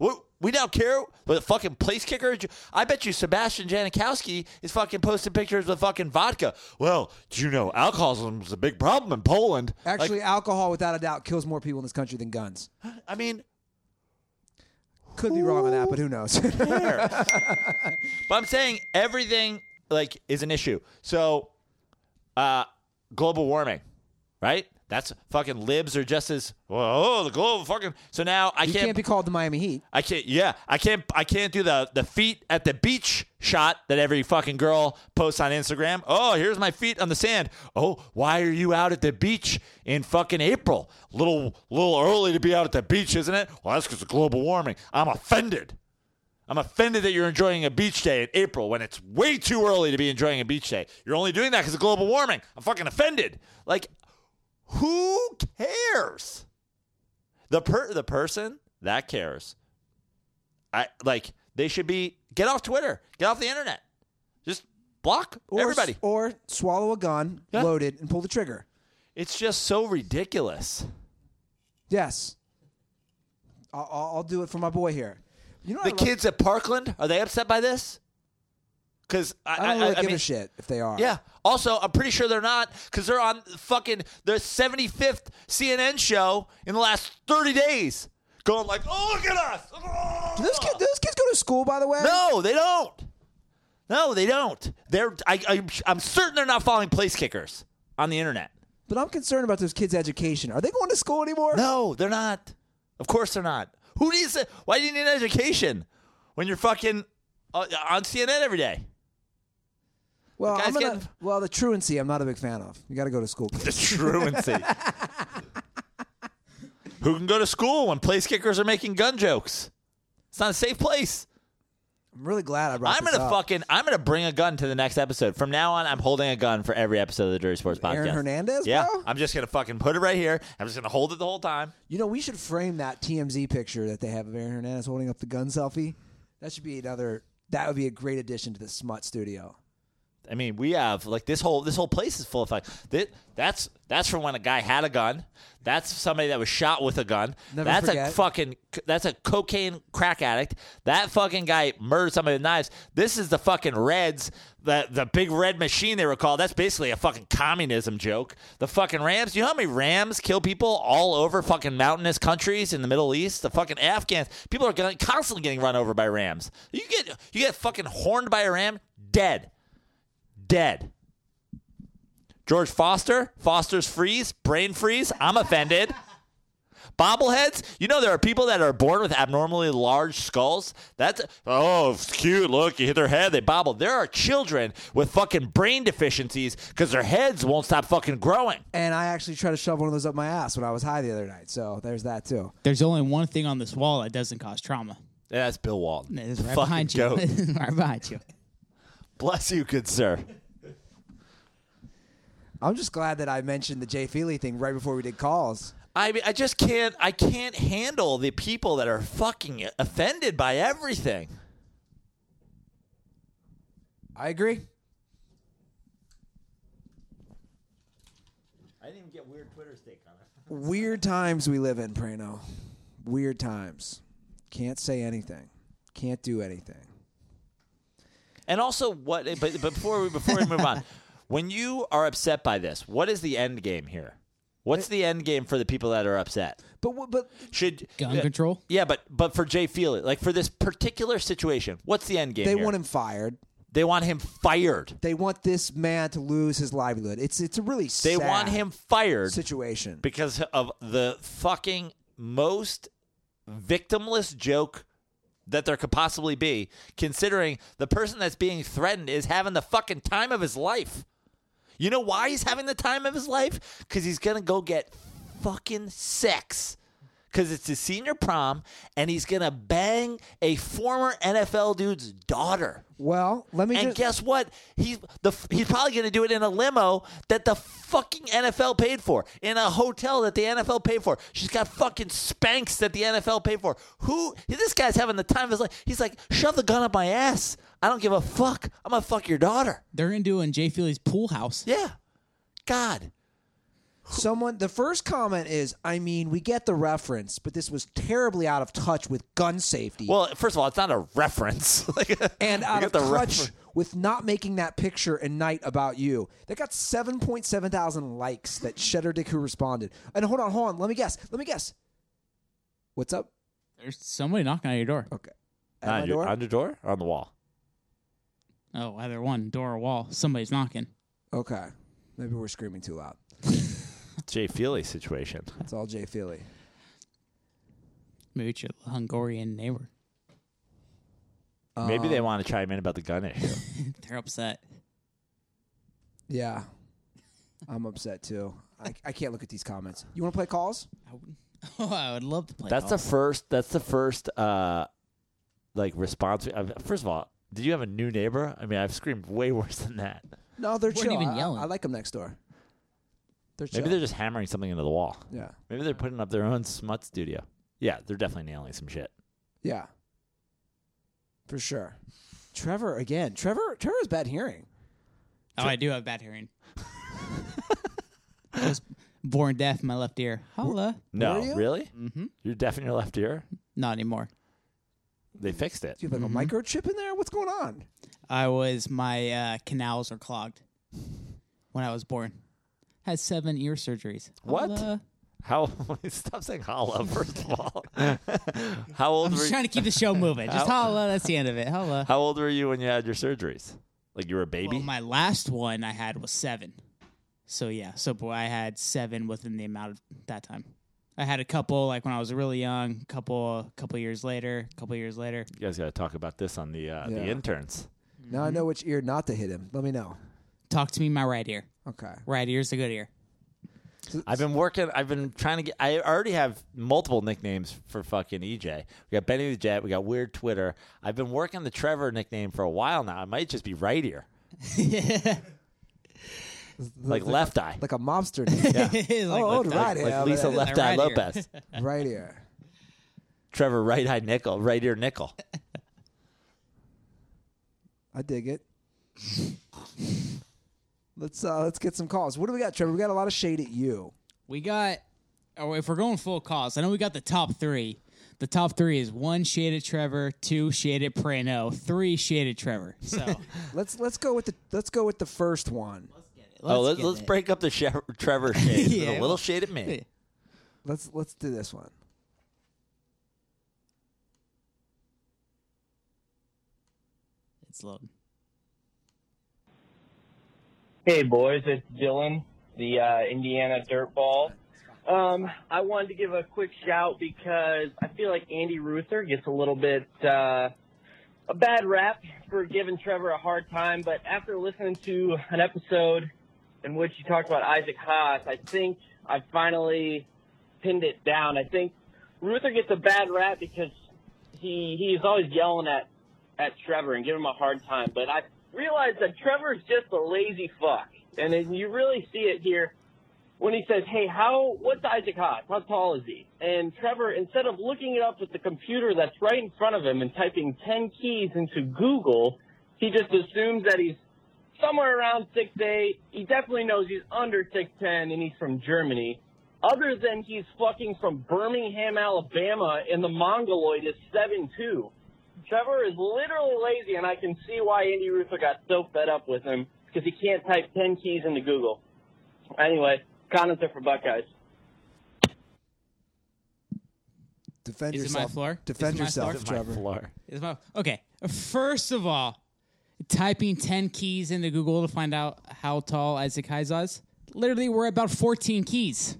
We, we now care with a fucking place kicker. I bet you Sebastian Janikowski is fucking posting pictures with fucking vodka. Well, do you know alcoholism is a big problem in Poland? Like, Actually, alcohol, without a doubt, kills more people in this country than guns. I mean, Could be wrong on that, but who knows? cares? but I'm saying everything like is an issue. So, uh, global warming, right? That's fucking libs are just as oh the global fucking. So now I you can't be called the Miami Heat. I can't. Yeah, I can't. I can't do the the feet at the beach shot that every fucking girl posts on Instagram. Oh, here's my feet on the sand. Oh, why are you out at the beach in fucking April? Little little early to be out at the beach, isn't it? Well, that's because of global warming. I'm offended. I'm offended that you're enjoying a beach day in April when it's way too early to be enjoying a beach day. You're only doing that because of global warming. I'm fucking offended. Like, who cares? The per the person that cares I like they should be get off Twitter, get off the internet, just block Or, everybody. Or swallow a gun, Yeah. load it, and pull the trigger. It's just so ridiculous. Yes. I'll, I'll I'll do it for my boy here. You know The what I love- kids at Parkland are they upset by this? Because I, I don't really give mean, a shit if they are. Yeah. Also, I'm pretty sure they're not because they're on fucking their 75th CNN show in the last 30 days, going like, "Oh, look at us!" Do those, kid, do those kids go to school, by the way? No, they don't. No, they don't. They're I, I I'm certain they're not following place kickers on the internet. But I'm concerned about those kids' education. Are they going to school anymore? No, they're not. Of course they're not. Who needs it? Why do you need an education when you're fucking uh, on CNN every day? Well, The guy's I'm gonna, getting- well, the truancy I'm not a big fan of. You got to go to school. the truancy. Who can go to school when place kickers are making gun jokes? It's not a safe place. I'm really glad I brought. I'm this gonna up. fucking I'm gonna bring a gun to the next episode. From now on, I'm holding a gun for every episode of the Dirty Sports Podcast. Aaron Hernandez, Yeah, bro? I'm just gonna fucking put it right here. I'm just gonna hold it the whole time. You know, we should frame that TMZ picture that they have of Aaron Hernandez holding up the gun selfie. That should be another. That would be a great addition to the Smut Studio. I mean, we have like this whole this whole place is full of fuck. That, that's that's from when a guy had a gun. That's somebody that was shot with a gun. Never that's a forget. fucking that's a cocaine crack addict. That fucking guy murdered somebody with knives. This is the fucking Reds, the the big red machine they were called. That's basically a fucking communism joke. The fucking Rams. You know how many Rams kill people all over fucking mountainous countries in the Middle East? The fucking Afghans. People are gonna- constantly getting run over by Rams. You get you get fucking horned by a Ram, dead dead. George Foster, Foster's freeze, brain freeze. I'm offended. Bobbleheads, you know there are people that are born with abnormally large skulls. That's oh, it's cute. Look, you hit their head, they bobble. There are children with fucking brain deficiencies because their heads won't stop fucking growing. And I actually tried to shove one of those up my ass when I was high the other night. So there's that too. There's only one thing on this wall that doesn't cause trauma. Yeah, that's Bill Walton. It's The right fucking behind you. goat. right behind you. Bless you, good sir. I'm just glad that I mentioned the Jay Feely thing right before we did calls. I mean, I just can't. I can't handle the people that are fucking offended by everything. I agree. I didn't even get weird Twitter steak on it. Weird times we live in, Prano. Weird times. Can't say anything. Can't do anything. And also, what? But, but before we before we move on, when you are upset by this, what is the end game here? What's the end game for the people that are upset? But wh- but Should Gun control? Yeah, but but for Jay Feely, like for this particular situation, what's the end game? they here? want him fired. They want him fired. They want this man to lose his livelihood. It's it's a really They sad want him fired situation. because of the fucking most victimless joke that there could possibly be, considering the person that's being threatened is having the fucking time of his life. You know why he's having the time of his life? Because he's going to go get fucking sex. Because it's his senior prom, and he's going to bang a former NFL dude's daughter. well, let me And just guess what? He's the he's probably going to do it in a limo that the fucking NFL paid for, in a hotel that the NFL paid for. She's got fucking spanks that the NFL paid for. Who? This guy's having the time of his life. He's like, shove the gun up my ass. I don't give a fuck. I'm gonna fuck your daughter. They're into in Jay Feely's pool house. Yeah. God. someone the first comment is, I mean, we get the reference, but this was terribly out of touch with gun safety. Well, first of all, it's not a reference. like, and you out get of touch refer- with not making that picture a night about you. That got 7.7 thousand likes that Shedder Dick who responded. And hold on, hold on. Let me guess. Let me guess. What's up? There's somebody knocking on your door. Okay. At Not my on your- door? on your door or on the wall. Oh, either one, door or wall. Somebody's knocking. okay. Maybe we're screaming too loud. Jay Feely situation. It's all Jay Feely. Maybe it's your Hungarian neighbor. Maybe Um, they want to chime in about the gun issue. They're upset. Yeah. I'm upset too. I, I can't look at these comments. You want to play calls? I would, oh, I would love to play. That's the golf. first. That's the first. Uh, like response. uh, First of all, did you have a new neighbor? I mean, I've screamed way worse than that. No, they're Weren't chill. even I- I- yelling. I, like them next door. They're chill. Maybe they're just hammering something into the wall. yeah. Maybe they're putting up their own smut studio. Yeah, they're definitely nailing some shit. Yeah. For sure. Trevor again. Trevor Trevor has bad hearing. Oh, I do have bad hearing. I was born deaf in my left ear. Holla. No, Were you? really? Mm-hmm. You're deaf in your left ear. Not anymore. They fixed it. Do you have Mm-hmm. like a microchip in there? What's going on? I was my uh, canals are clogged when I was born. Had seven ear surgeries. What? Holla. How? Stop saying holla. First of all, how old I'm were just you, trying to keep the show moving. Just How- holla. That's the end of it. Holla. how old were you when you had your surgeries? Like you were a baby. Well, my last one I had was seven. So yeah, so boy, I had seven within the amount of that time. I had a couple like when I was really young, couple couple years later, couple years later. you guys got to talk about this on the uh, Yeah. the interns. Now I know which ear not to hit him. Let me know. Mm-hmm. Talk to me in my right ear. Okay. Right ear's a good ear. I've been working. I've been trying to get. I already have multiple nicknames for fucking EJ. We got Benny the Jet. We got Weird Twitter. I've been working the Trevor nickname for a while now. I might just be right ear, like left eye, Like a mobster. name. Like- oh, like, right like ear. Lisa but- Left Eye Right ear. Lopez. Right ear. Trevor Right Eye Nickel. Right ear Nickel. I dig it. let's uh let's get some calls. What do we got, Trevor? We got a lot of shade at you. We got, or if we're going full cost, I know we got the top three. The top three is one shaded Trevor, two shaded Prano, three shaded Trevor. So Let's let's go with the let's go with the first one. oh, let's get let's it. break up the Shev- Trevor shade. with Yeah, a little well- shade at me. Let's let's do this one. It's loading. Hey boys, it's Dylan, the uh, Indiana Dirtball. Um, I wanted to give a quick shout because I feel like Andy Ruther gets a little bit uh, a bad rap for giving Trevor a hard time, but after listening to an episode in which you talked about Isaac Haas, I think I finally pinned it down. I think Ruther gets a bad rap because he he's always yelling at at Trevor and give him a hard time. But I realized that Trevor's just a lazy fuck, and then you really see it here when he says, "Hey, how? What's Isaac Haas? How tall is he?" And Trevor, instead of looking it up with the computer that's right in front of him and typing ten keys into Google, he just assumes that he's somewhere around six eight. He definitely knows he's under six ten, and he's from Germany. Other than he's fucking from Birmingham, Alabama, and the mongoloid is seven two. Trevor is literally lazy, and I can see why Andy Ruther got so fed up with him because he can't type 10 keys into Google. Anyway, comments are for Buckeyes. Defend Is it my yourself. floor? Defend Is it my yourself, floor? Trevor. Floor. Is my- okay. First of all, typing 10 keys into Google to find out how tall Isaac Hayes is, literally, we're about 14 keys.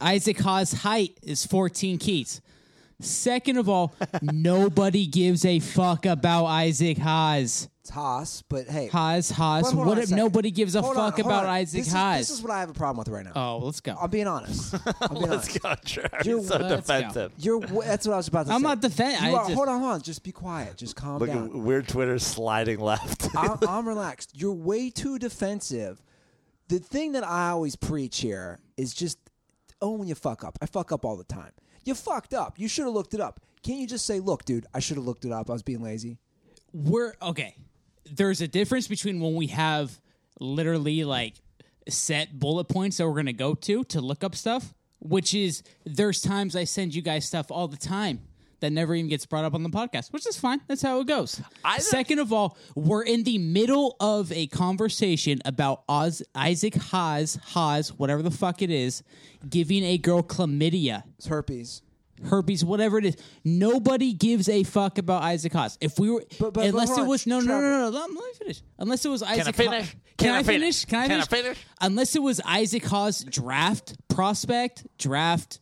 Isaac Haas' height is 14 keys. Second of all, nobody gives a fuck about Isaac Haas. It's Haas, but hey. Haas, Haas. But hold on What a if second. nobody gives a Hold on, fuck hold about on. Isaac this is, Haas? This is what I have a problem with right now. oh, let's go. I'm being honest. I'm being Let's honest. go, Trevor. You're- so let's go. defensive. You're w- that's what I was about to say. I'm not defend- You I are- just- hold on, hold on. Just be quiet. Just calm Look down. at Weird Twitter sliding left. I'm, I'm relaxed. You're way too defensive. The thing that I always preach here is just own you fuck up. I fuck up all the time. You fucked up. You should have looked it up. Can't you just say, look, dude, I should have looked it up. I was being lazy. we're okay. There's a difference between when we have literally like set bullet points that we're gonna go to to look up stuff, which is there's times I send you guys stuff all the time that never even gets brought up on the podcast, which is fine. That's how it goes. Second of all, we're in the middle of a conversation about Oz, Isaac Haas, Haas, whatever the fuck it is, giving a girl chlamydia It's herpes. herpes, whatever it is. Nobody gives a fuck about Isaac Haas. If we were, But- but- unless but hold it was on, no, no, no, Trevor. no, no, Let, let me finish. Unless it was Isaac. I Ha- finish? Can, Can I I finish? finish? Can I Can I finish? finish? Unless it was Isaac Haas draft prospect draft.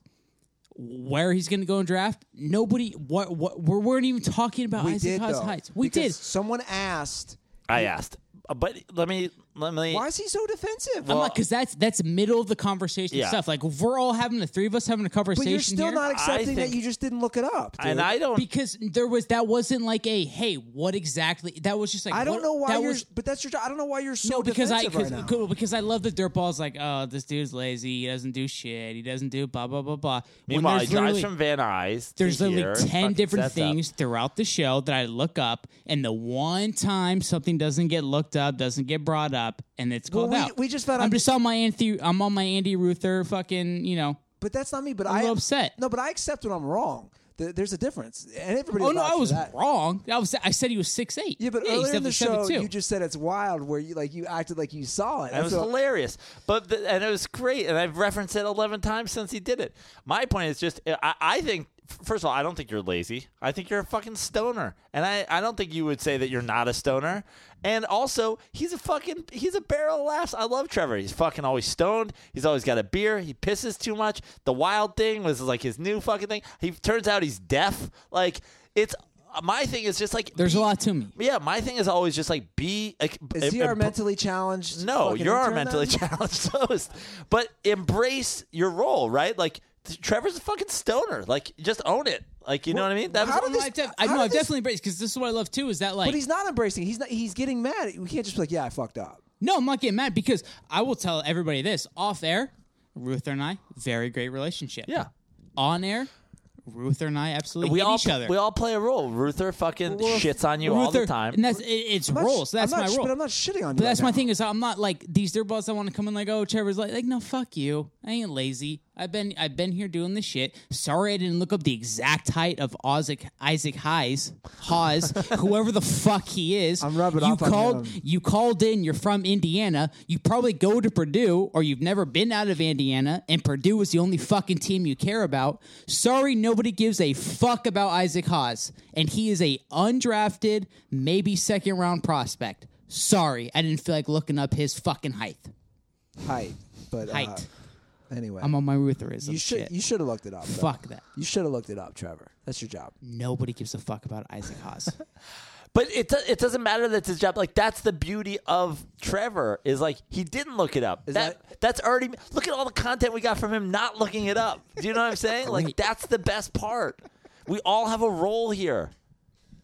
Where he's going to go in draft? Nobody. What? What? We weren't even talking about We Isaac did, Haas though, heights. We because did. Someone asked, I asked, Uh, but let me let me. why is he so defensive? I'm like, because that's that's middle of the conversation Yeah. stuff. Like if we're all having the three of us having a conversation. but you're still here- not accepting think- that you just didn't look it up. Dude. and I don't. because there was that wasn't like a hey what exactly that was just like I don't what- know why that you're, was but that's your job. I don't know why you're so no because I defensive because, right now. cool, because I love the dirt balls like oh this dude's lazy he doesn't do shit he doesn't do blah blah blah blah When Meanwhile, he there's drives literally- from Van Nuys. to there's here, literally ten fucking different sets up. things throughout the show that I look up and the one time something doesn't get looked up doesn't get brought up and it's Well, called we- out we just found I'm out- just on my Andy I'm on my Andy Ruther fucking you know But that's not me. But I'm little upset. No, but I accept when I'm wrong. Th- There's a difference, and everybody. oh no vouched I for was that. wrong I was I said he was six eight Yeah, but he's earlier in the definitely 7'2". show, you just said it's wild, where you like you acted like you saw it. That That's was what- hilarious, but the, and it was great, and I've referenced it eleven times since he did it. My point is just, I, I think first of all, I don't think you're lazy. I think you're a fucking stoner, and I, I don't think you would say that you're not a stoner. And also, he's a fucking he's a barrel of laughs. I love Trevor. He's fucking always stoned. He's always got a beer. He pisses too much. The wild thing was like his new fucking thing. He turns out he's deaf. Like it's my thing is just like There's a be- lot to me. Yeah, my thing is always just like be like. eh, Is he em- our mentally challenged? No, fucking you're our intern mentally then? challenged host. But embrace your role, right? Like th- Trevor's a fucking stoner. Like just own it. Like you know what I mean? That how was, did this- I've def- I how know did I've this- definitely embraced because this is what I love too. Is that like But he's not embracing. He's not. He's getting mad. We can't just be like, yeah, I fucked up. No, I'm not getting mad because I will tell everybody this off air. Ruther and I, very great relationship. Yeah. On air, Ruther and I absolutely we hate all each other. we all play a role. Ruther fucking shits on you all Ruther- the time. and that's it, it's I'm not- rules. That's I'm my not, sh- rule. But I'm not shitting on you. But that's right my now. thing is I'm not like these dirtballs that want to come in like oh Trevor's like like no fuck you I ain't lazy I've been I've been here doing this shit sorry I didn't look up the exact height of Isaac Isaac Hayes Hawes whoever the fuck he is I'm rubbing you off on called him. you called in you're from Indiana you probably go to Purdue or you've never been out of Indiana and Purdue is the only fucking team you care about sorry nobody gives a fuck about Isaac Hawes and he is a undrafted maybe second round prospect sorry I didn't feel like looking up his fucking height Height, but uh, height anyway, I'm on my Rutherism you should shit you should have looked it up. though. fuck that You should have looked it up, Trevor. That's your job. nobody gives a fuck about Isaac Hawes But it do- it doesn't matter that's his job. Like that's the beauty of Trevor is like he didn't look it up. That, that's already look at all the content we got from him not looking it up. Do you know what I'm saying? Like that's the best part. We all have a role here.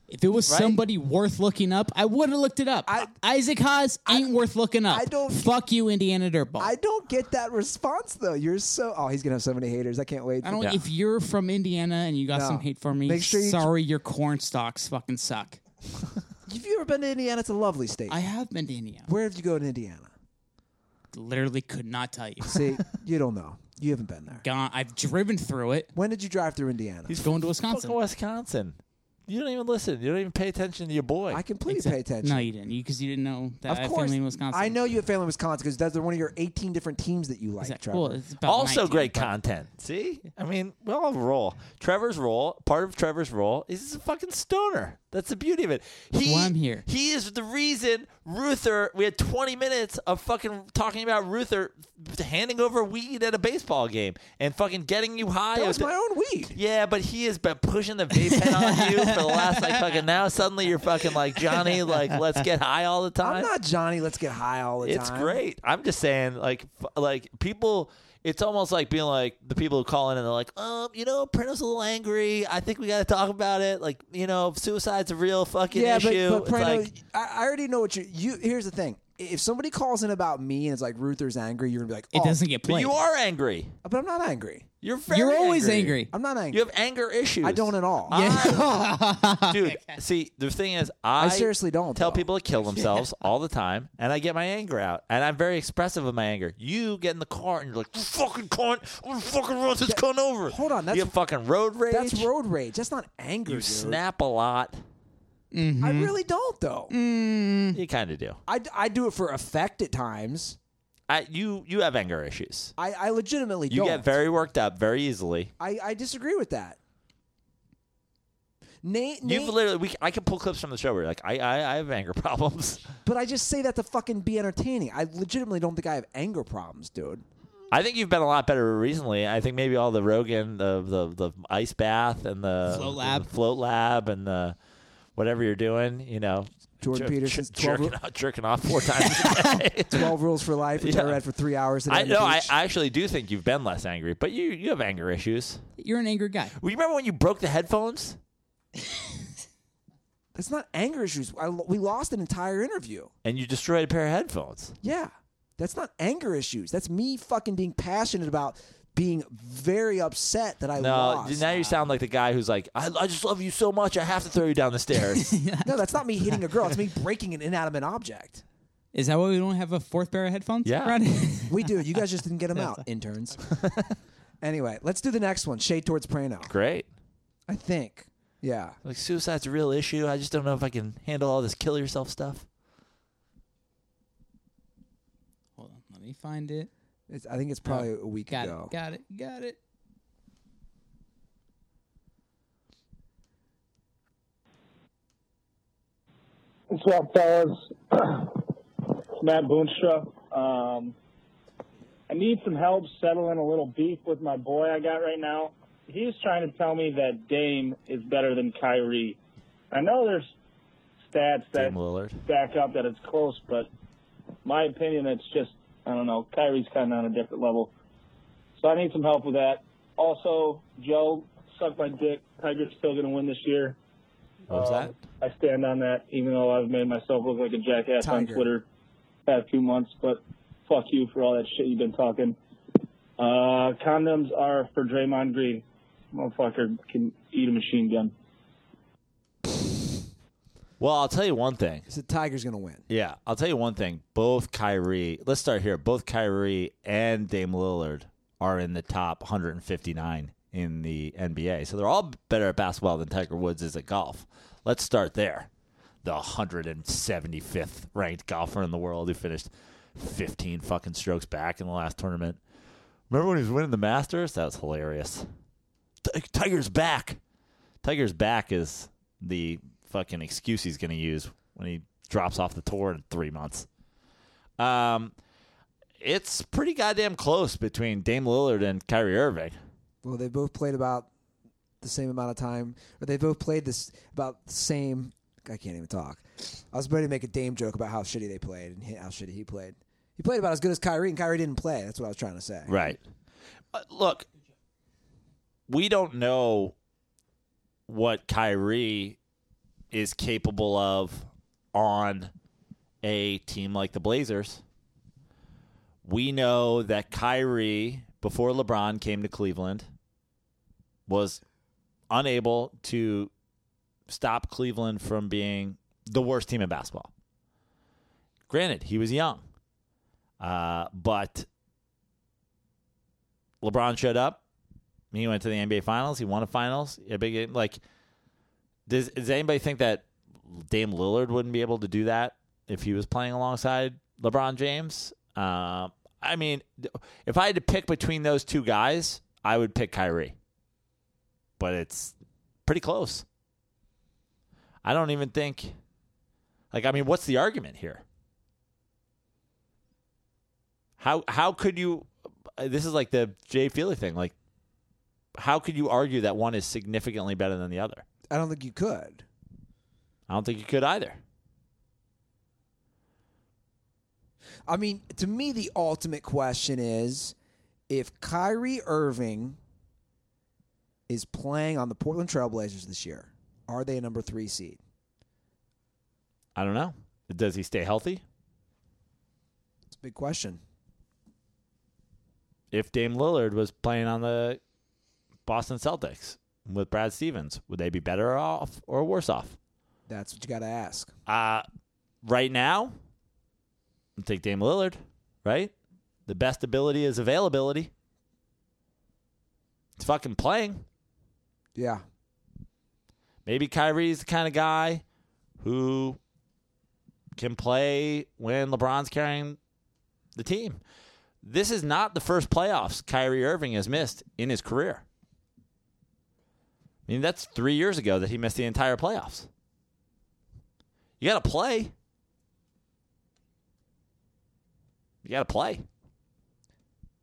if it was Right? somebody worth looking up I would have looked it up Isaac Hawes ain't worth looking up I don't- fuck you Indiana Dirtball I don't get that response though. You're so oh, he's gonna have so many haters. I can't wait. I don't. Yeah. If you're from Indiana and you got No. some hate for me, Make sure you- sorry, your corn stalks fucking suck. Have you ever been to Indiana? It's a lovely state. I have been to Indiana. Where did you go in Indiana? Literally, could not tell you. See, you don't know. You haven't been there. Gone. I've driven through it. When did you drive through Indiana? He's going to Fucking Wisconsin. Wisconsin. You don't even listen. You don't even pay attention to your boy. I completely pay attention. No, you didn't, because you, didn't know that I of had course, family in Wisconsin. I know you have family in Wisconsin because that's one of your 18 different teams that you like, Exactly. Trevor. Well, it's about also 19, great but content. See? I mean, we all have a role. Trevor's role, part of Trevor's role, is he's a fucking stoner. That's the beauty of it. He, why I'm here. He is the reason Ruther, we had 20 minutes of fucking talking about Ruther handing over weed at a baseball game and fucking getting you high. that was with my it. own weed. Yeah, but he has been pushing the vape pen on you for the last like fucking. Now suddenly you're fucking like Johnny, like let's get high all the time. I'm not Johnny. Let's get high all the It's time. great. I'm just saying, like, f- like people. It's almost like being like the people who call in and they're like, um, you know, Prano's a little angry. I think we got to talk about it. Like, you know, suicide's a real fucking Yeah, issue. but, but It's Prano, like, I, I already know what you. You here's the thing. If somebody calls in about me and it's like Ruther's angry, you're gonna be like, It oh, doesn't get but played. you are angry. But I'm not angry. You're very You're always angry. I'm not angry. You have anger issues. I don't at all. I- dude, see, the thing is, I, seriously don't, tell though. people to kill themselves all the time, and I get my anger out, and I'm very expressive with my anger. You get in the car and you're like, "You "Fucking cunt, I'm gonna fucking run this cunt over." hold on, that's- you have fucking road rage. That's road rage. That's not anger. You dude. snap a lot. I Mm. really don't though. Mm-hmm. Mm-hmm. You kind of do. I, I do it for effect at times. I, you you have anger issues. I, I legitimately You don't. get very worked up very easily. I, I disagree with that. Nate, You've literally, we, I can pull clips from the show where you're like, I, I, I have anger problems. but I just say that to fucking be entertaining. I legitimately don't think I have anger problems, dude. I think you've been a lot better recently. I think maybe all the Rogan, the the, the ice bath, and the Float lab. the float lab, and the whatever you're doing. You know, Jordan Peterson's 12 jerking, off, jerking off four times a day. Twelve Rules for Life, which I Yeah. read for three hours. Today I on the know. I, beach. I actually do think you've been less angry, but you you have anger issues. You're an angry guy. Well, you remember when you broke the headphones? It's not anger issues. I, lo- we lost an entire interview. And you destroyed a pair of headphones. Yeah, that's not anger issues. That's me fucking being passionate about being very upset that I No, lost. now you sound like the guy who's like, I, I just love you so much, I have to throw you down the stairs. no, that's not me hitting a girl. It's me breaking an inanimate object. Is that why we don't have a fourth pair of headphones? Yeah. around? We do. You guys just didn't get them out, interns. anyway, let's do the next one. Shade towards Prano. Great. I think. Yeah. Like, suicide's a real issue. I just don't know if I can handle all this kill yourself stuff. Hold on, let me find it. It's, I think it's probably a week Got ago. it. Got it. Got it. What's up, fellas? It's Matt Boonstra. Um, I need some help settling a little beef with my boy I got right now. He's trying to tell me that Dame is better than Kyrie. I know there's stats that Dame Lillard. back up that it's close, but my opinion, it's just I don't know. Kyrie's kind of on a different level, so I need some help with that. Also, Joe, suck my dick. Tiger's still going to win this year. What was that? I stand on that, even though I've made myself look like a jackass Tiger. on Twitter past few months. But fuck you for all that shit you've been talking. Uh, condoms are for Draymond Green. Motherfucker can eat a machine gun. Well, I'll tell you one thing. So Tiger's going to win. Yeah, I'll tell you one thing. Both Kyrie, let's start here. Both Kyrie and Dame Lillard are in the top 159 in the NBA. So they're all better at basketball than Tiger Woods is at golf. Let's start there. The 175th ranked golfer in the world who finished 15 fucking strokes back in the last tournament. Remember when he was winning the Masters? That was hilarious. Ti- Tiger's back. Tiger's back is the fucking excuse he's going to use when he drops off the tour in three months. Um, it's pretty goddamn close between Dame Lillard and Kyrie Irving. Well, they both played about the same amount of time, or they both played this about the same. I can't even talk. I was about to make a Dame joke about how shitty they played and how shitty he played. He played about as good as Kyrie, and Kyrie didn't play. That's what I was trying to say. Right. Uh, look, we don't know what Kyrie is capable of on a team like the Blazers. We know that Kyrie, before LeBron came to Cleveland, was unable to stop Cleveland from being the worst team in basketball. Granted, he was young, uh, but LeBron showed up. He went to the NBA Finals. He won a Finals. A big game. Like, does does anybody think that Dame Lillard wouldn't be able to do that if he was playing alongside LeBron James? Uh, I mean, th- if I had to pick between those two guys, I would pick Kyrie. But it's pretty close. I don't even think. Like, I mean, what's the argument here? How how could you? uh, This is like the Jay Feely thing. Like, how could you argue that one is significantly better than the other? I don't think you could. I don't think you could either. I mean, to me, the ultimate question is if Kyrie Irving is playing on the Portland Trailblazers this year, are they a number three seed? I don't know. Does he stay healthy? It's a big question. If Dame Lillard was playing on the Boston Celtics with Brad Stevens, would they be better off or worse off? That's what you got to ask. Uh, right now, I'll take Dame Lillard, right? The best ability is availability. It's fucking playing. Yeah. Maybe Kyrie's the kind of guy who can play when LeBron's carrying the team. This is not the first playoffs Kyrie Irving has missed in his career. I mean, that's three years ago that he missed the entire playoffs. You got to play. You got to play.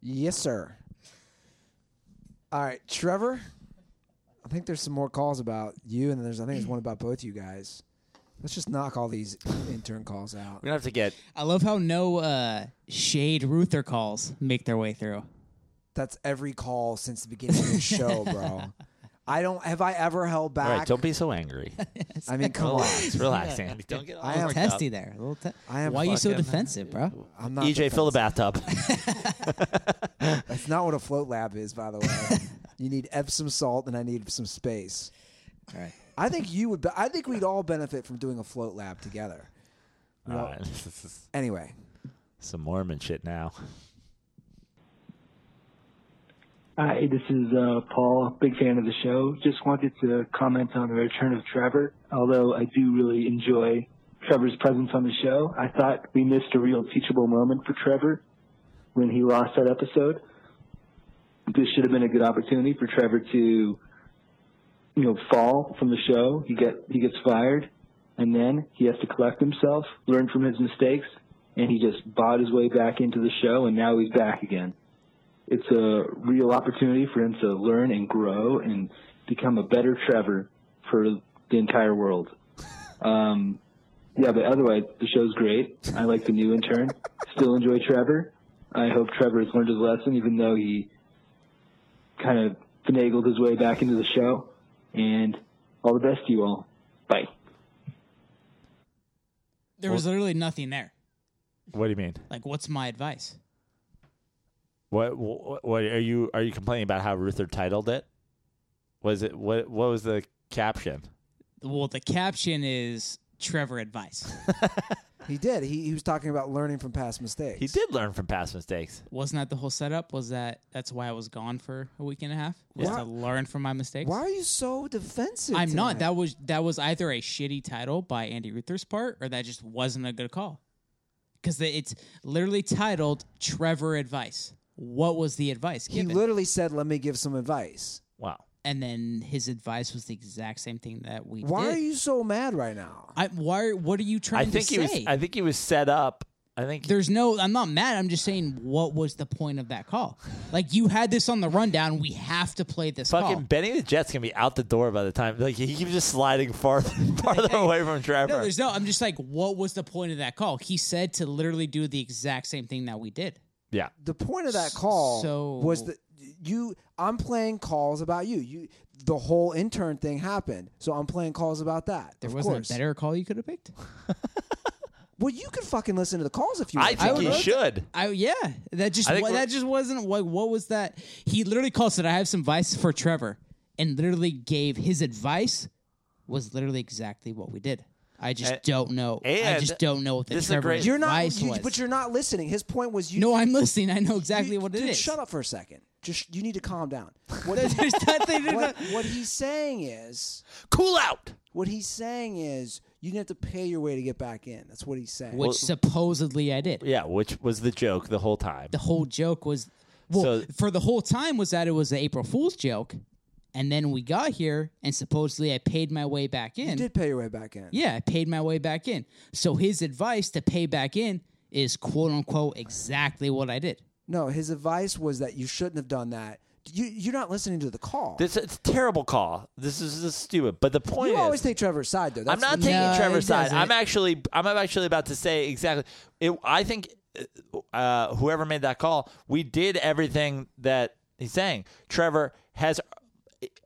Yes, sir. All right, Trevor. I think there's some more calls about you, and then there's I think there's one about both you guys. Let's just knock all these intern calls out. We're going to have to get I love how no uh, shade Ruther calls make their way through. That's every call since the beginning of the show, bro. I don't have I ever held back. All right, don't be so angry. I mean, come on. relax, relax, Andy. Don't get all I am- worked Testy up. there. A little te- I am Why are you so fucking- uh, defensive, bro? I'm not. EJ, E fill the defensive. bathtub. That's not what a float lab is, by the way. you need Epsom salt, and I need some space. All right. I think you would. Be- I think we'd all benefit from doing a float lab together. All right, this is Anyway, some Mormon shit now. Hi, this is uh, Paul, big fan of the show. Just wanted to comment on the return of Trevor, although I do really enjoy Trevor's presence on the show. I thought we missed a real teachable moment for Trevor when he lost that episode. This should have been a good opportunity for Trevor to, you know, fall from the show. He get he gets fired, and then he has to collect himself, learn from his mistakes, and he just bought his way back into the show, and now he's back again it's a real opportunity for him to learn and grow and become a better Trevor for the entire world. Um, yeah, but otherwise, the show's great. I like the new intern. Still enjoy Trevor. I hope Trevor has learned his lesson, even though he kind of finagled his way back into the show. And all the best to you all. Bye. There was literally nothing there. What do you mean? Like, what's my advice? What, what what are you are you complaining about how Ruther titled it? Was it what what was the caption? Well, the caption is Trevor advice. He did. He, he was talking about learning from past mistakes. He did learn from past mistakes. Wasn't that the whole setup? Was that that's why I was gone for a week and a half? Was Yeah. to learn from my mistakes? Why are you so defensive? I'm not. tonight? That was that was either a shitty title by Andy Ruther's part, or that just wasn't a good call. Because it's literally titled Trevor advice. What was the advice he given? literally said, "Let me give some advice." Wow. and then his advice was the exact same thing that we Why did. are you so mad right now? I, why? What are you I trying think to he was say? I think he was set up. I think There's no. I'm not mad. I'm just saying, what was the point of that call? Like you had this on the rundown. We have to play this fucking call. Benny the Jet's gonna be out the door by the time like he keeps just sliding farther farther away from Trevor. No, there's no. I'm just like, what was the point of that call? He said to literally do the exact same thing that we did. yeah. The point of that call So- was that you. I'm playing calls about you. You. The whole intern thing happened, so I'm playing calls about that. There of wasn't course. a better call you could have picked. Well, you could fucking listen to the calls if you. I want to. think would he love to- should. I yeah. That just I think wa- we're- that just wasn't what. What was that? He literally calls it. I have some advice for Trevor, and literally gave his advice was literally exactly what we did. I just And- don't know. I and just don't know what the this is a Trevor great- You're not. advice You, was. but you're not listening. His point was you. no, I'm listening. I know you- exactly what it is. dude, Shut up for a second. Just you need to calm down. What, There's nothing to- what, what he's saying is, Cool out. what he's saying is, you have to pay your way to get back in. That's what he's saying. which supposedly I did. Yeah, which was the joke the whole time. The whole joke was well So- for the whole time was that it was an April Fool's joke, and then we got here and supposedly I paid my way back in. you did pay your way back in. Yeah, I paid my way back in. So his advice to pay back in is quote unquote exactly what I did. No, his advice was that you shouldn't have done that. You you're not listening to the call. This it's a terrible call. This is just stupid. But the point you is, always take Trevor's side though. I'm That's not the- taking No, Trevor's it side. I'm doesn't. actually I'm actually about to say exactly. It, I think uh, whoever made that call, we did everything that he's saying. Trevor has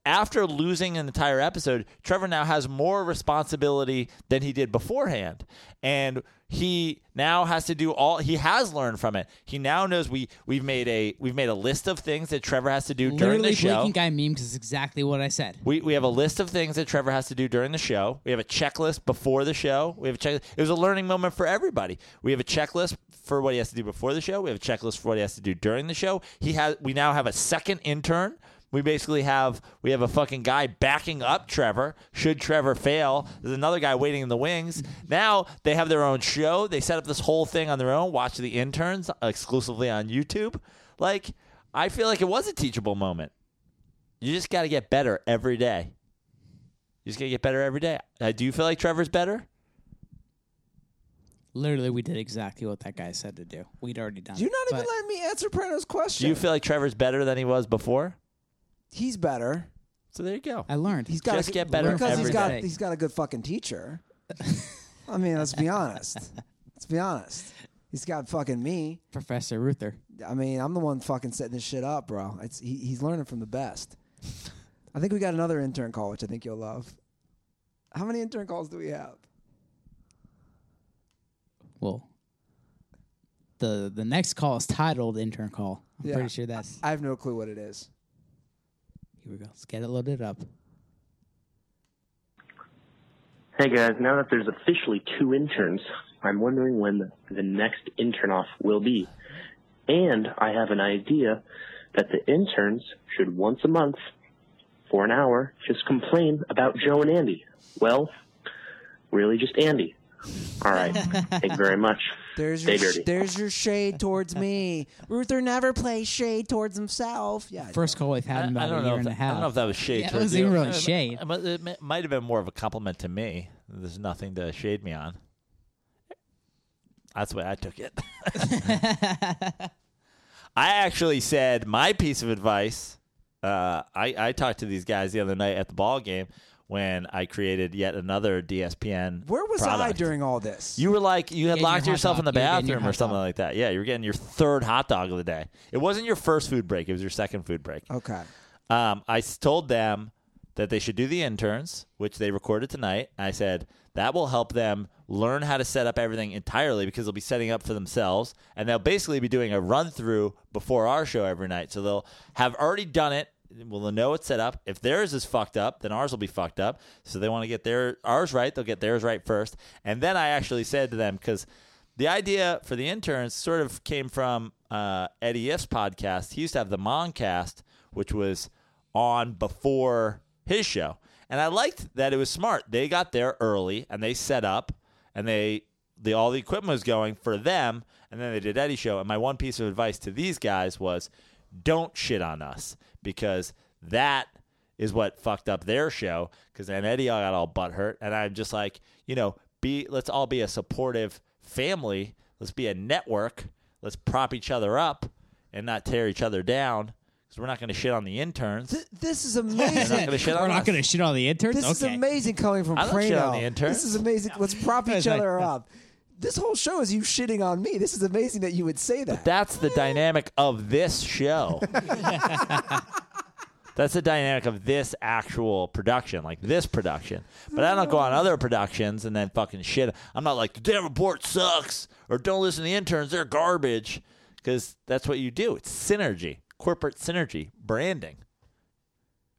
after losing an entire episode, Trevor now has more responsibility than he did beforehand. And he now has to do all he has learned from it. He now knows we we've made a we've made a list of things that Trevor has to do during Literally the show. blinking guy meme because it's exactly what I said. We, we have a list of things that Trevor has to do during the show. We have a checklist before the show. We have a checklist. It was a learning moment for everybody. We have a checklist for what he has to do before the show. We have a checklist for what he has to do during the show. He has. We now have a second intern. We basically have we have a fucking guy backing up Trevor. Should Trevor fail, there's another guy waiting in the wings. Now they have their own show. They set up this whole thing on their own. Watch the interns exclusively on YouTube. Like I feel like it was a teachable moment. You just got to get better every day. You just got to get better every day. Uh, do you feel like Trevor's better? Literally, we did exactly what that guy said to do. We'd already done. You're it, not even but- letting me answer Prano's Do question. you feel like Trevor's better than he was before? he's better. So there you go. I learned. He's got Just a, get better because he's every got day. he's got a good fucking teacher. I mean, let's be honest. Let's be honest. He's got fucking me. Professor Ruther. I mean, I'm the one fucking setting this shit up, bro. It's he, he's learning from the best. I think we got another intern call, which I think you'll love. How many intern calls do we have? Well, the the next call is titled intern call. I'm Yeah. pretty sure that's. I have no clue what it is. Here we go. Let's get it loaded up. Hey guys, now that there's officially two interns, I'm wondering when the, the next intern off will be. And I have an idea that the interns should once a month, for an hour, just complain about Joe and Andy. Well, really just Andy. All right. Thank you very much. There's Stay your dirty. there's your shade towards me. Ruther never plays shade towards himself. Yeah. I First call we've had in about a year know. If and that, a half. I don't know if that was shade. Yeah, it towards wasn't you. even really Uh, shade. uh, It mi- might have been more of a compliment to me. There's nothing to shade me on. That's the way I took it. I actually said my piece of advice. Uh, I I talked to these guys the other night at the ball game when I created yet another DSPN. Where was I product. during all this? You were like you had Getting your locked hot yourself dog. in You the were getting your bathroom or hot something like that. Yeah, you were getting your third hot dog of the day. It wasn't your first food break; it was your second food break. Okay. Um, I s- told them that they should do the interns, which they recorded tonight. I said that will help them learn how to set up everything entirely because they'll be setting up for themselves, and they'll basically be doing a run through before our show every night. So they'll have already done it. Well, they'll know it's set up. If theirs is fucked up, then ours will be fucked up. So they want to get their ours right. They'll get theirs right first, and then I actually said to them because the idea for the interns sort of came from uh, Eddie Iff's podcast. He used to have the Moncast, which was on before his show. And I liked that it was smart. They got there early and they set up and they the all the equipment was going for them and then they did Eddie's show. And my one piece of advice to these guys was don't shit on us because that is what fucked up their show because then Eddie got all butt hurt and I'm just like, you know, be let's all be a supportive family. Let's be a network. Let's prop each other up and not tear each other down because we're not going to shit on the interns. This is We're not amazing. going to shit on We're not us. going to shit on the interns. This is okay. amazing coming from I'm not shitting on Prano. the intern. This is amazing. Let's prop That's each right. other up. This whole show is you shitting on me. This is amazing that you would say that. That's the dynamic of this show. That's the dynamic of this actual production, like this production. But I don't go on other productions and then fucking shit. I'm not like the damn report sucks or don't listen to the interns; they're garbage. Because that's what you do. It's synergy, corporate synergy, branding.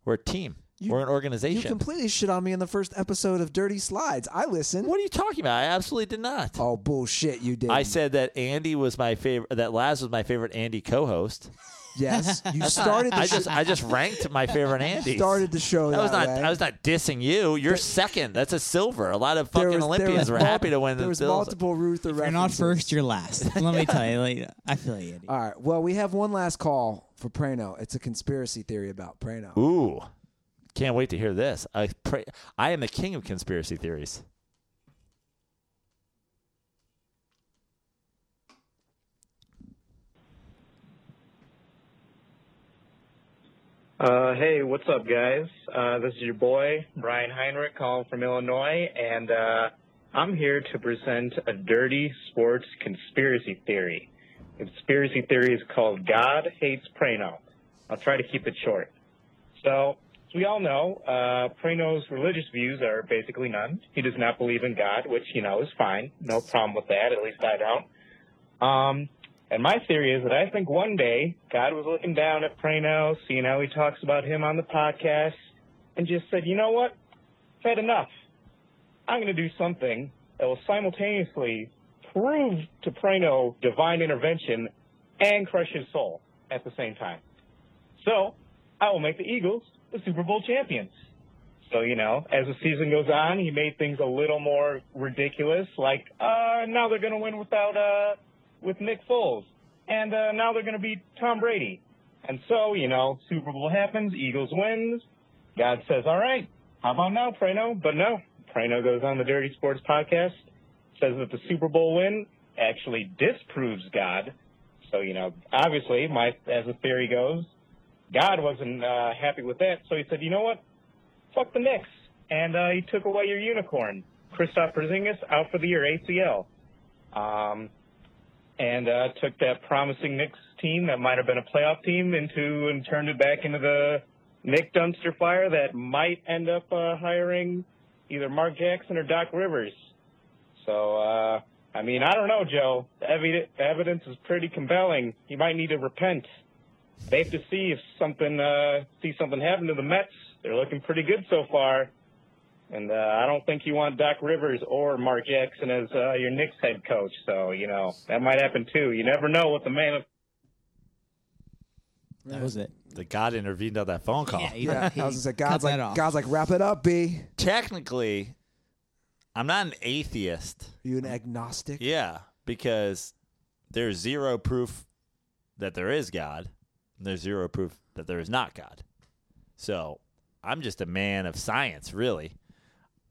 We're a team. We're an You organization. completely shit on me in the first episode of Dirty Slides. I listened. What are you talking about? I absolutely did not. Oh bullshit! You did. I said that Andy was my favorite. That Laz was my favorite Andy co-host. yes. You started. The I sh- just I just ranked my favorite Andy. started the show. I That, was not way. I was not dissing you. You're second. That's a silver. A lot of There fucking was- there Olympians was were mul- happy to win There the was silver. multiple Ruther You're not first, you're last. Let me tell you, like, I feel you. Andy. All right. Well, we have one last call for Prano. It's a conspiracy theory about Prano. Ooh. Can't wait to hear this. I pray I am the king of conspiracy theories. Uh, hey, what's up, guys? Uh, this is your boy, Brian Heinrich, calling from Illinois, and uh, I'm here to present a dirty sports conspiracy theory. Conspiracy theory is called God Hates Prano. I'll try to keep it short. So, as we all know, uh, Prano's religious views are basically none. He does not believe in God, which, you know, is fine. No problem with that. At least I don't. Um, and my theory is that I think one day God was looking down at Prano, seeing how he talks about him on the podcast, and just said, you know what? I've had enough. I'm going to do something that will simultaneously prove to Prano divine intervention and crush his soul at the same time. So I will make the Eagles the Super Bowl champions. So, you know, as the season goes on, he made things a little more ridiculous, like, uh, now they're going to win without, uh, with Nick Foles. And, uh, now they're going to beat Tom Brady. And so, you know, Super Bowl happens, Eagles wins. God says, all right, how about now, Prano? But no, Prano goes on the Dirty Sports podcast, says that the Super Bowl win actually disproves God. So, you know, obviously, my, as the theory goes, God wasn't, uh, happy with that. So he said, you know what? fuck the Knicks. And uh, he took away your unicorn. Christoph Porzingis out for the year, ACL. Um, and uh, took that promising Knicks team that might have been a playoff team into and turned it back into the Nick dumpster fire that might end up uh, hiring either Mark Jackson or Doc Rivers. So, uh, I mean, I don't know, Joe. The evi- evidence is pretty compelling. You might need to repent. They have to see if something uh, see something happen to the Mets. They're looking pretty good so far, and uh, I don't think you want Doc Rivers or Mark Jackson as uh, your Knicks head coach. So you know that might happen too. You never know with the man of That was it. The God intervened on that phone call. Yeah, I was gonna say God's that like God's like wrap it up, B. Technically, I'm not an atheist. Are you an agnostic? Yeah, because there's zero proof that there is God, and there's zero proof that there is not God. So I'm just a man of science, really.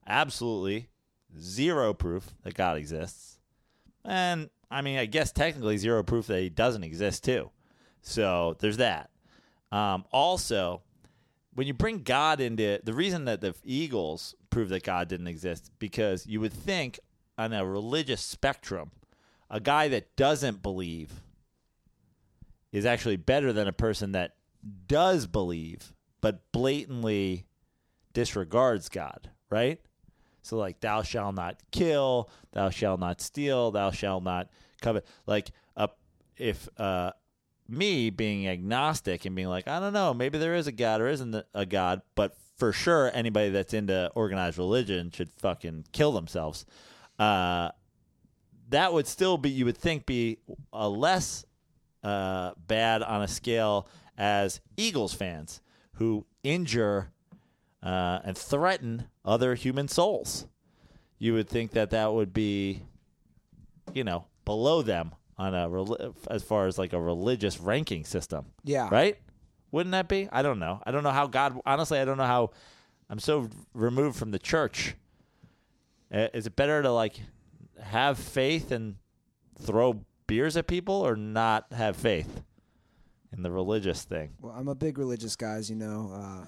Absolutely zero proof that God exists. And I mean, I guess technically zero proof that he doesn't exist, too. So there's that. Um, also, when you bring God into the reason that the Eagles prove that God didn't exist because you would think on a religious spectrum, a guy that doesn't believe is actually better than a person that does believe but blatantly disregards God, right? So like thou shalt not kill, thou shalt not steal, thou shalt not covet. Like a if uh me being agnostic and being like, I don't know, maybe there is a God or isn't a God, but for sure anybody that's into organized religion should fucking kill themselves. Uh that would still be you would think be a less uh, bad on a scale as Eagles fans who injure uh, and threaten other human souls. You would think that that would be, you know, below them on a rel- as far as like a religious ranking system. Yeah. Right? Wouldn't that be? I don't know. I don't know how God. Honestly, I don't know how. I'm so removed from the church. Uh, Is it better to like have faith and throw beers at people, or not have faith in the religious thing? Well, I'm a big religious guy, as you know.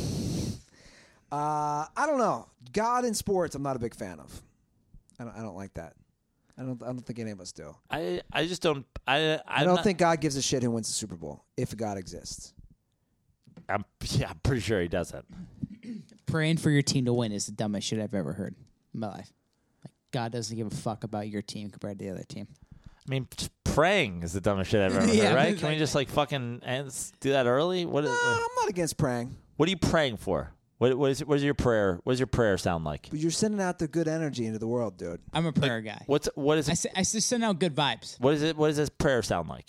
Uh, uh, I don't know. God in sports, I'm not a big fan of. I don't, I don't like that. I don't. I don't think any of us do. I I just don't. I I'm I do not not- think God gives a shit who wins the Super Bowl if God exists. I'm yeah. I'm pretty sure he doesn't. Praying for your team to win is the dumbest shit I've ever heard in my life. Like God doesn't give a fuck about your team compared to the other team. I mean, just praying is the dumbest shit I've ever heard. Yeah, right? it's Can we just like fucking end, do that early? What? Is, uh, I'm not against praying. what are you praying for? What what is what is your prayer? What does your prayer sound like? But you're sending out the good energy into the world, dude. I'm a prayer guy. What's what is I, s- I just send out good vibes. What is it? What does this prayer sound like?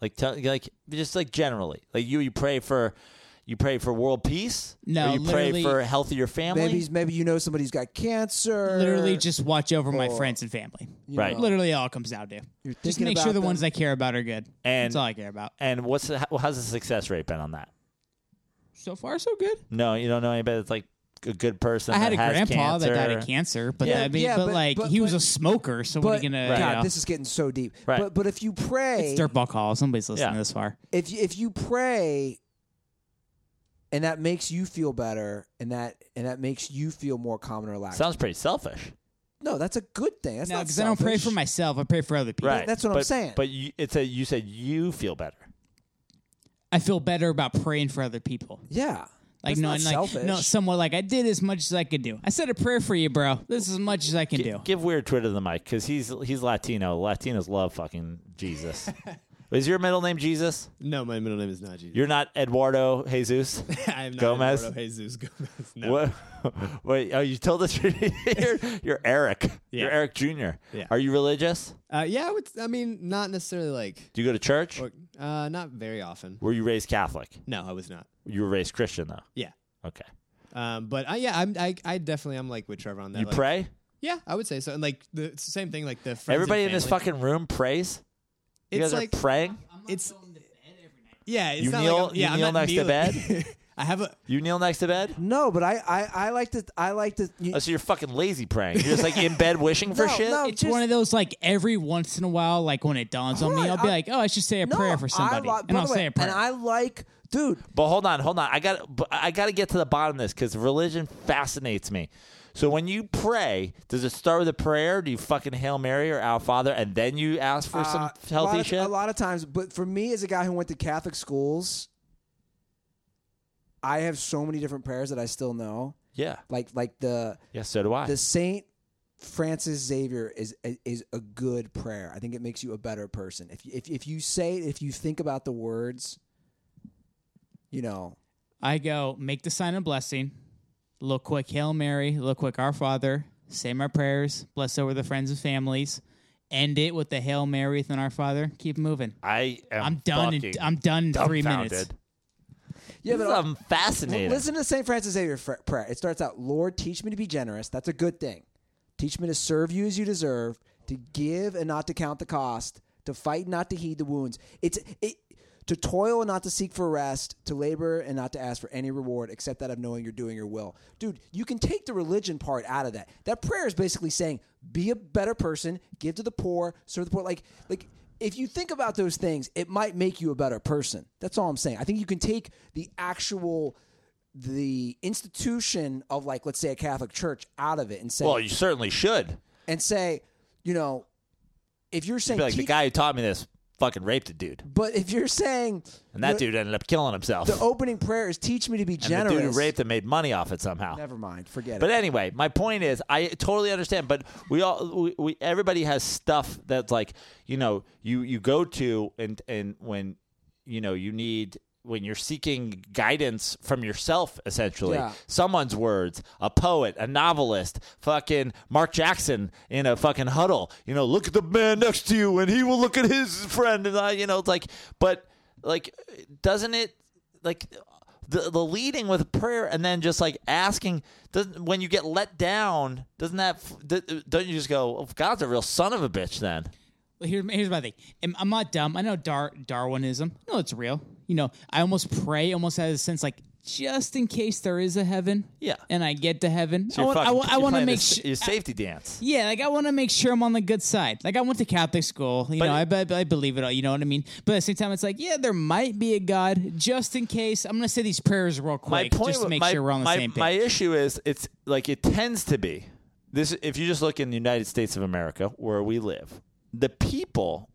Like tell like just like generally. Like you you pray for you pray for world peace. No, or you pray literally- for a healthier family. Maybe he's- maybe you know somebody's got cancer. Literally, just watch over my Or- friends and family. You Right. know. Literally, all it comes down to. Just thinking make sure about the ones I care about are good. and That's all I care about. And what's the, how- how's the success rate been on that? So far, so good. No, you don't know anybody that's like a good person. I had a that has grandpa that died cancer. of cancer, but Yeah, I mean, yeah, but, but- like but- he was a smoker, so what are But you gonna? God, you know, this is getting so deep. Right. But but if you pray, it's dirtball call. Somebody's listening Yeah. this far. if you, if you pray and that makes you feel better and that and that makes you feel more calm and relaxed Sounds pretty selfish. no that's a good thing that's No, not because I don't pray selfish. for myself. I pray for other people. Right. but, But you, it's a you said you feel better. I feel better about praying for other people. yeah Like That's no, not and like selfish. no, somewhat like I did as much as I could do. I said a prayer for you, bro. This is as much as I can do. Give weird Twitter the mic because he's he's Latino. Latinos love fucking Jesus. is your middle name Jesus? No, my middle name is not Jesus. You're not Eduardo Jesus. I'm not Gomez. Eduardo Jesus Gomez. No. What? Wait, oh, you told us you're, you're Eric. You're Eric Jr. Yeah. Are you religious? Uh, yeah, I, would, I mean, not necessarily like, Do you go to church? or, uh, not very often. Were you raised Catholic? No, I was not. You were raised Christian though. Yeah. Okay. Um, but I, yeah, I'm, I, I definitely am like with Trevor on that. You like- pray? Yeah, I would say so. And like the it's the same thing, like the friends and Everybody in this family. fucking room prays. You It's guys like- are praying. It's yeah, it's You not kneel- Like I'm- yeah, you I'm kneel not next to kneeling. I have a You kneel next to bed. no but i i, I like to i like to you, Oh, so you're fucking lazy praying. You're just like in bed wishing for shit. it's one of those like every once in a while, like when it dawns on me, I'll be like, oh, I should say a prayer for somebody, I li- and by I'll the way, say a prayer. and i like dude But hold on, hold on. I got I got to get to the bottom of this because religion fascinates me. So when you pray, does it start with a prayer? Do you fucking Hail Mary or Our Father, and then you ask for uh, some a lot healthy of- shit? a lot of times but for me as a guy who went to catholic schools i have so many different prayers that i still know Yeah. like like the Yeah, so do I. The Saint Francis Xavier is is a good prayer. I think it makes you a better person. If you- if if you say it, if you think about the words, you know, I go make the sign of blessing, look quick Hail Mary, look quick Our Father, say my prayers, bless over the friends and families, end it with the Hail Mary with an Our Father. Keep moving. I am I'm done in- fucking I'm done in three dumbfounded. minutes. yeah, This is- I'm fascinated. Listen to Saint Francis Xavier fr- prayer. It starts out, "Lord, teach me to be generous." That's a good thing. Teach me to serve you as you deserve, to give and not to count the cost, to fight and not to heed the wounds. It's it to toil and not to seek for rest, to labor and not to ask for any reward except that of knowing you're doing your will. Dude, you can take the religion part out of that. That prayer is basically saying, be a better person, give to the poor, serve the poor. Like, like if you think about those things, it might make you a better person. That's all I'm saying. I think you can take the actual the institution of like let's say a Catholic church out of it and say well, you certainly should. and say, you know, if you're You'd saying be like the teach- guy who taught me this fucking raped a dude, but if you're saying and that the- dude ended up killing himself. the opening prayer is teach me to be and the generous. dude who raped him made money off it somehow. Never mind, forget But it. anyway, my point is, I totally understand. But we all, we, we everybody has stuff that's like, you know, you you go to and and when, you know, you need when you're seeking guidance from yourself, essentially, Yeah. someone's words, a poet, a novelist, fucking Mark Jackson in a fucking huddle. You know, look at the man next to you, and he will look at his friend, and I, you know, it's like, but like, doesn't it like the the leading with prayer and then just like asking? Doesn't when you get let down, doesn't that f- d- don't you just go, oh, God's a real son of a bitch then? Well, Here, here's my thing. Am- I'm not dumb. I know Dar- Darwinism. No, it's real. You know, I almost pray, almost has a sense like just in case there is a heaven. Yeah. And I get to heaven. So I you're want, I, fucking- wa- I you're want to playing make this- sure. your safety dance. Yeah, like I want to make sure I'm on the good side. Like I went to Catholic school, you know. I, be- I believe it all. You know what I mean. But at the same time, it's like, yeah, there might be a God. Just in case, I'm gonna say these prayers real quick, just to wa- make sure we're on the my, same page. My issue is it's like it tends to be this. If you just look in the United States of America, where we live, the people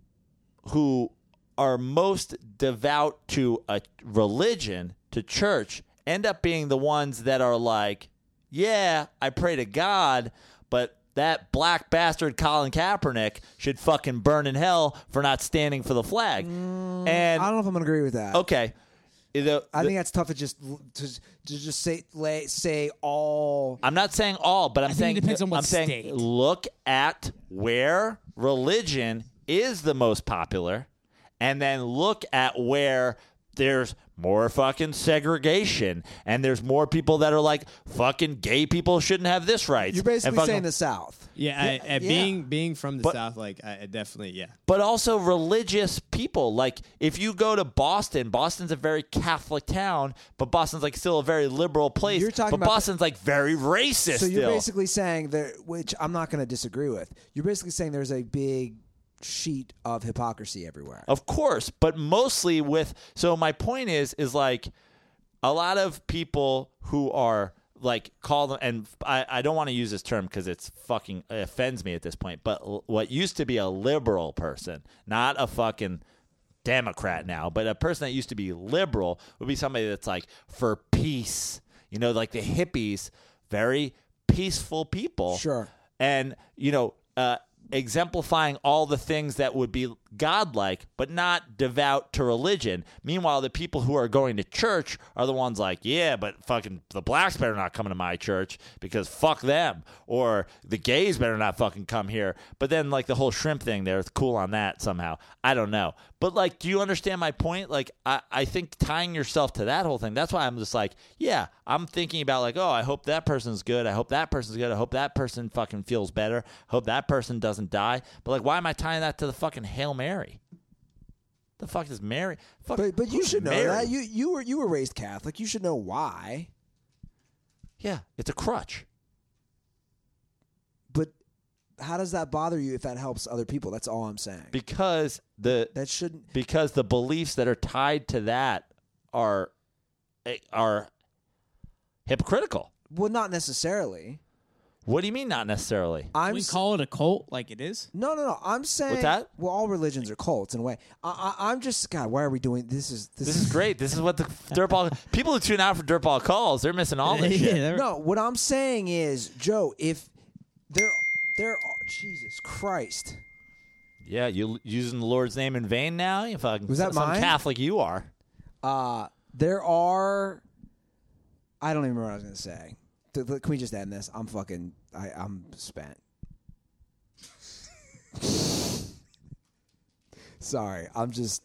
who are most devout to a religion, to church, end up being the ones that are like, yeah, I pray to God, but. That black bastard Colin Kaepernick should fucking burn in hell for not standing for the flag. and Mm, I don't know if I'm gonna agree with that. okay, the, I the- think that's tough to just to, to just say lay, say all. I'm not saying all, but I'm think it saying depends on what I'm saying state. look at where religion is the most popular, and then look at where there's more fucking segregation and there's more people that are like fucking gay people shouldn't have this right. You're basically saying the South. Yeah, I, I, Yeah. being being from the But- south, like I, I definitely, yeah. but also religious people. Like if you go to Boston, Boston's a very Catholic town, but Boston's like still a very liberal place. You're talking but about- Boston's like very racist. So you're still. basically saying that, which I'm not going to disagree with. You're basically saying there's a big sheet of hypocrisy everywhere. Of course, but mostly with so my point is is like a lot of people who are like call them and I, I don't want to use this term because it's fucking it offends me at this point but l- what used to be a liberal person not a fucking democrat now but a person that used to be liberal would be somebody that's like for peace you know like the hippies very peaceful people Sure. and you know uh, exemplifying all the things that would be godlike but not devout to religion meanwhile the people who are going to church are the ones like yeah but fucking the blacks better not come to my church because fuck them or the gays better not fucking come here but then like the whole shrimp thing there it's cool on that somehow i don't know but like do you understand my point like i, I think tying yourself to that whole thing that's why i'm just like yeah i'm thinking about like oh i hope that person's good i hope that person's good i hope that person fucking feels better hope that person doesn't die but like why am i tying that to the fucking hail mary the fuck is mary fuck, But but you who's should know Mary? that you you were you were raised Catholic. You should know why. yeah it's a crutch But how does that bother you if that helps other people? That's all I'm saying. because the that shouldn't because the beliefs that are tied to that are eh, are hypocritical Well, not necessarily. what do you mean not necessarily I'm we call it a cult, like it is. No, no, no. I'm saying that? Well, all religions are cults in a way. I, I, I'm just God. Why are we doing this? Is this, This is great. This is what the dirtball people who tune out for dirtball calls. They're missing all this shit. no, what I'm saying is, Joe, if there, there, are- Jesus Christ, Yeah, you l- using the Lord's name in vain now. You fucking Was that some mine? Catholic you are. uh, there are. I don't even remember what I was going to say. Th- th- Can we just end this? I'm fucking. I, I'm spent. Sorry, I'm just.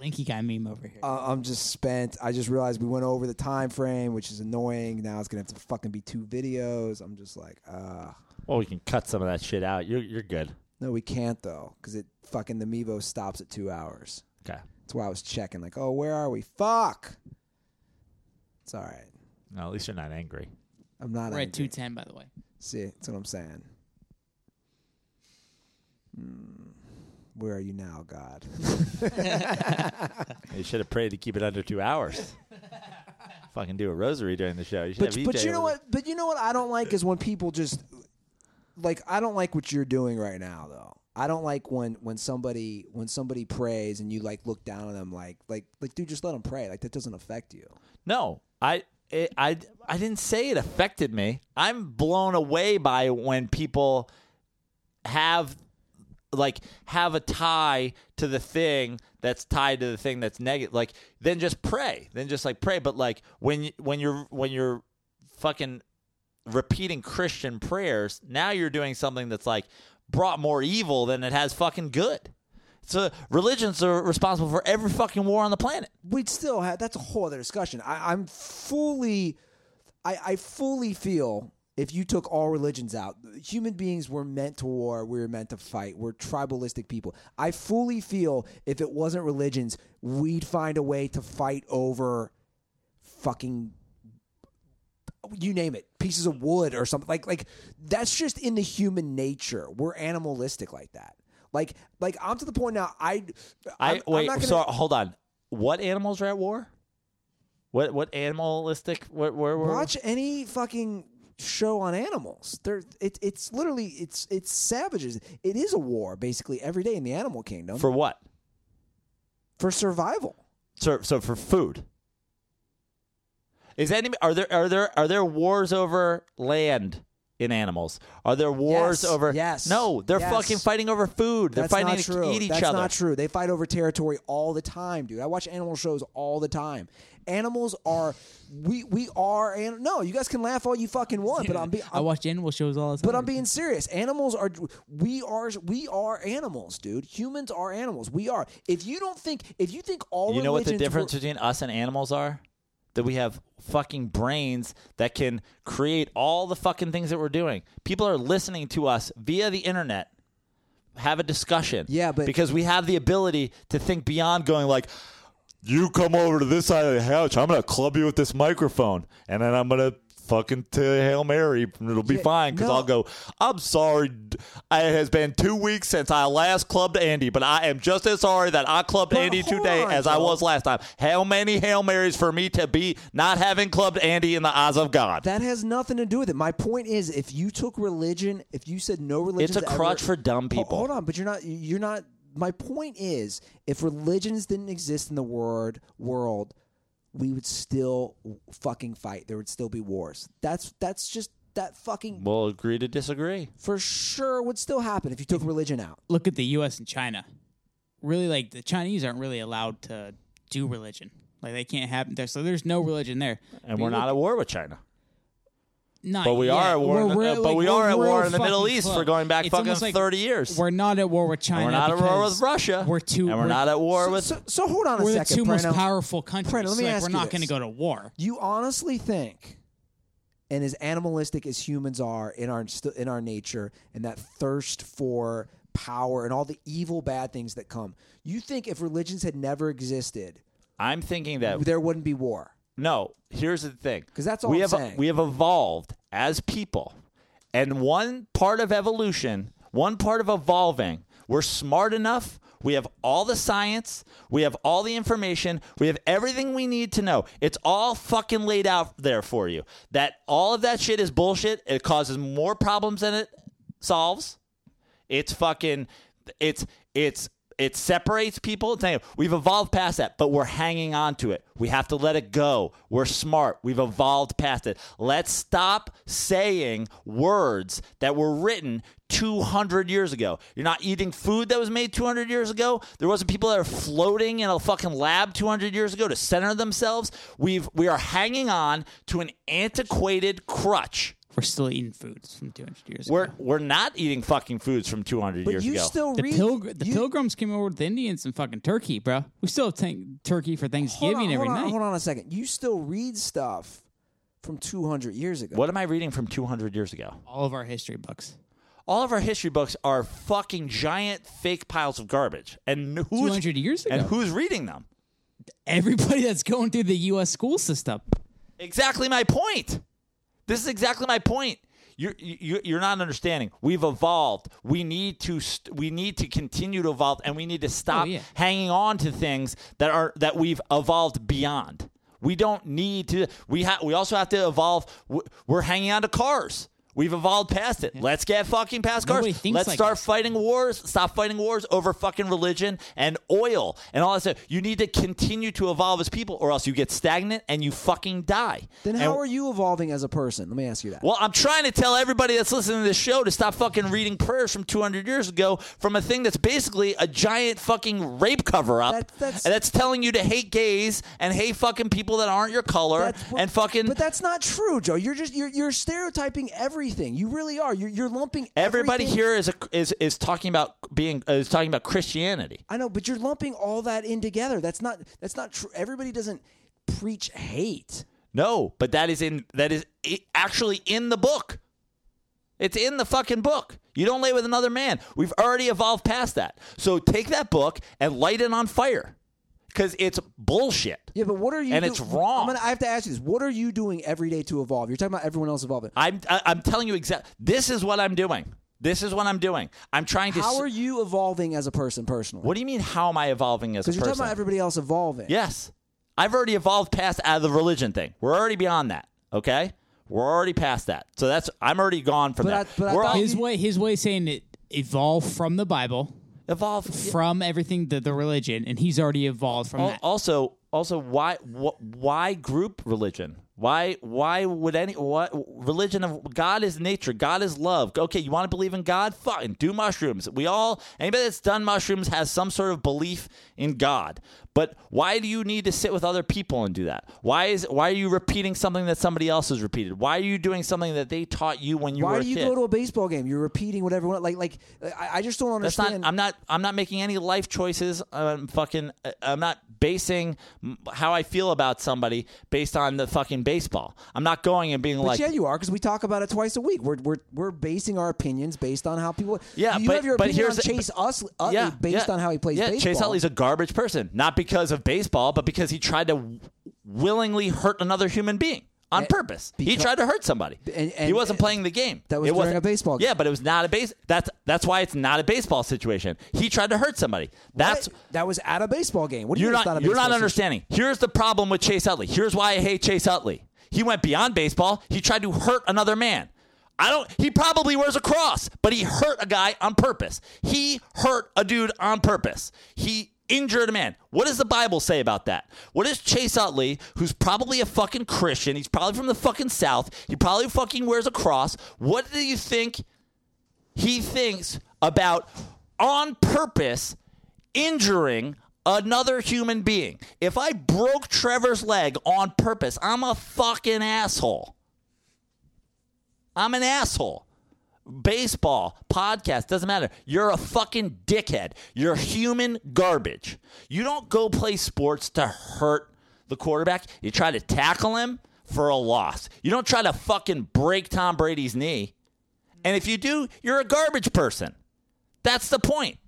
Linky guy meme over here. Uh, I'm just spent. I just realized we went over the time frame, which is annoying. Now it's gonna have to fucking be two videos. I'm just like, uh Well, we can cut some of that shit out. You're you're good. no, we can't though, because it fucking the Mevo stops at two hours. Okay. That's why I was checking, like, oh, where are we? Fuck. It's all right. No, at least you're not angry. I'm not. We're at angry. 210, by the way. See, that's what I'm saying. Hmm. Where are you now, God? You should have prayed to keep it under two hours. Fucking do a rosary during the show. You should but have E but EJ you know with- what? But you know what I don't like is when people just like I don't like what you're doing right now though. I don't like when when somebody when somebody prays and you like look down on them like like like dude just let them pray like that doesn't affect you. No, I, it, I, I didn't say it affected me. I'm blown away by when people have, like, have a tie to the thing that's tied to the thing that's negative. Like, then just pray. Then just like pray. But like when y- when you're when you're fucking repeating Christian prayers, now you're doing something that's like brought more evil than it has fucking good. So religions are responsible for every fucking war on the planet. We'd still have that's a whole other discussion. I, I'm fully I, I fully feel if you took all religions out, human beings were meant to war, we were meant to fight, we're tribalistic people. I fully feel if it wasn't religions, we'd find a way to fight over fucking you name it pieces of wood or something like like that's just in the human nature we're animalistic like that like like i'm to the point now i I I'm- I'm wait. not gonna- So hold on. What animals are at war? What what animalistic? Where where were? watch any fucking show on animals there it, it's literally it's it's savages it is a war basically every day in the animal kingdom for what? for survival So so for food. Is any are there are there are there wars over land in animals? Are there wars Yes, over? yes, No, they're yes. fucking fighting over food. They're That's fighting not true. to eat each That's other. not true. They fight over territory all the time, dude. I watch animal shows all the time. Animals are we we are and no, you guys can laugh all you fucking want, but I'm, be, I watch animal shows all the time. but I'm being serious. Animals are we are we are animals, dude. Humans are animals. We are. If you don't think if you think all you know what the religions difference were- between us and animals are? That we have fucking brains that can create all the fucking things that we're doing. People are listening to us via the internet. Have a discussion. Yeah, but because we have the ability to think beyond going like you come over to this side of the couch, I'm gonna club you with this microphone, and then I'm gonna fucking t- hail mary. and It'll be Yeah, fine because no. I'll go. I'm sorry, d- I- it has been two weeks since I last clubbed Andy, but I am just as sorry that I clubbed Andy today on, as I Joe. was last time. How many hail marys for me to be not having clubbed Andy in the eyes of God? that has nothing to do with it. My point is, if you took religion, if you said no religion, It's a crutch for dumb people. Hold on, but you're not. You're not. My point is, if religions didn't exist in the word world, we would still fucking fight. There would still be wars. That's that's just that fucking we'll agree to disagree. for sure would still happen if you took religion out. Look at the U.S. and China. Really, like the Chinese aren't really allowed to do religion. Like they can't have there, so there's no religion there. And we're not at war with China. Not But we yet. are at war We're in the- uh, real- but we we're are at war real in the Middle fucking East for close. going back It's fucking almost like 30 years. We're not at war with China. we're not at war because with Russia. We're too. And we're not at war with- So, so hold on a we're second. the two most Prano. powerful countries. Prano, let me like, ask we're you not going to this. go to war. You honestly think, and as animalistic as humans are in our st- in our nature, and that thirst for power and all the evil bad things that come, you think if religions had never existed, I'm thinking that there wouldn't be war. No, here's the thing. Because that's all we I'm have. saying. We have evolved as people, and one part of evolution, one part of evolving, we're smart enough. We have all the science. We have all the information. We have everything we need to know. It's all fucking laid out there for you. That all of that shit is bullshit. It causes more problems than it solves. It's fucking it's it's it separates people. It's like, We've evolved past that, but we're hanging on to it. We have to let it go. We're smart. We've evolved past it. Let's stop saying words that were written 200 years ago. You're not eating food that was made 200 years ago. There wasn't people that are floating in a fucking lab 200 years ago to center themselves. We've we are hanging on to an antiquated crutch. We're still eating foods from 200 years we're, ago. We're not eating fucking foods from 200 years ago. the, pilgr- the pilgrims came over with the Indians and fucking Turkey, bro. We still have tank- Turkey for Hold Thanksgiving on, every hold on, night. hold on a second. You still read stuff from two hundred years ago. What am I reading from 200 years ago? All of our history books. All of our history books are fucking giant fake piles of garbage. And who's 200 years And ago. who's reading them? Everybody that's going through the U.S. school system. Exactly my point. This is exactly my point. You're you- you're not understanding. We've evolved. We need to st- we need to continue to evolve, and we need to stop Oh, yeah. hanging on to things that are that we've evolved beyond. We don't need to. We ha- we also have to evolve. W- We're hanging on to cars. We've evolved past it. Let's get fucking past cars. Nobody thinks Let's like start fighting wars. Stop fighting wars over fucking religion and oil and all that stuff. You need to continue to evolve as people, or else you get stagnant and you fucking die. Then And- how are you evolving as a person? Let me ask you that. well, I'm trying to tell everybody that's listening to this show to stop fucking reading prayers from 200 years ago from a thing that's basically a giant fucking rape cover up. that's- and that's telling you to hate gays and hate fucking people that aren't your color and fucking But that's not true, Joe. You're just you're, you're stereotyping everything. You really are. You're, you're lumping everybody everything- here is a, is is talking about being uh, is talking about Christianity. I know, but you're lumping all that in together. That's not that's not true. Everybody doesn't preach hate. No, but that is in that is i actually in the book. It's in the fucking book. You don't lay with another man. We've already evolved past that. So take that book and light it on fire, because it's bullshit. Yeah, but what are you? And do- it's wrong. I'm gonna, I have to ask you this: What are you doing every day to evolve? You're talking about everyone else evolving. I'm I, I'm telling you exactly. This is what I'm doing. This is what I'm doing. I'm trying to. How are you evolving as a person personally? What do you mean? How am I evolving as a Because person? you're talking about everybody else evolving. Yes. I've already evolved past out of the religion thing. We're already beyond that. Okay? We're already past that. So that's I'm already gone from that. We're all- his way, his way, of saying it evolve from the Bible, evolve from everything the, the religion, and he's already evolved from Al- that. Also, also, why, wh- why group religion? Why, why would any what religion of God is nature? God is love. Okay, you want to believe in God? Fine, do mushrooms. We all anybody that's done mushrooms has some sort of belief in God. But why do you need to sit with other people and do that? Why is why are you repeating something that somebody else has repeated? Why are you doing something that they taught you when you Why were a do you kid? go to a baseball game? You're repeating what everyone like. Like I, I just don't That's understand. not. I'm not. I'm not making any life choices. I'm fucking. I'm not basing m- how I feel about somebody based on the fucking baseball. I'm not going and being but like, yeah, you are because we talk about it twice a week. We're, we're we're basing our opinions based on how people. Yeah, you but- have your but opinion here's on the- Chase Us Utley based yeah, on how he plays yeah, baseball. Chase Utley's a garbage person, not because of baseball, but because he tried to w- willingly hurt another human being on purpose. he because- tried to hurt somebody. And- he and- wasn't playing the game. That was It during wasn't- a baseball game. Yeah, but it was not a base. That's that's why it's not a baseball situation. He tried to hurt somebody. That's that was at a baseball game. What do you you're mean it's not, not a you're not baseball season? understanding. Here's the problem with Chase Utley. Here's why I hate Chase Utley. He went beyond baseball. He tried to hurt another man. I don't. He probably wears a cross, but he hurt a guy on purpose. He hurt a dude on purpose. He injured a man. What does the Bible say about that? What does Chase Utley, who's probably a fucking Christian, he's probably from the fucking South, he probably fucking wears a cross. What do you think he thinks about on purpose injuring another human being. If I broke Trevor's leg on purpose, I'm a fucking asshole. I'm an asshole. Baseball, podcast, doesn't matter. You're a fucking dickhead. You're human garbage. You don't go play sports to hurt the quarterback. You try to tackle him for a loss. You don't try to fucking break Tom Brady's knee. And if you do, you're a garbage person. That's the point.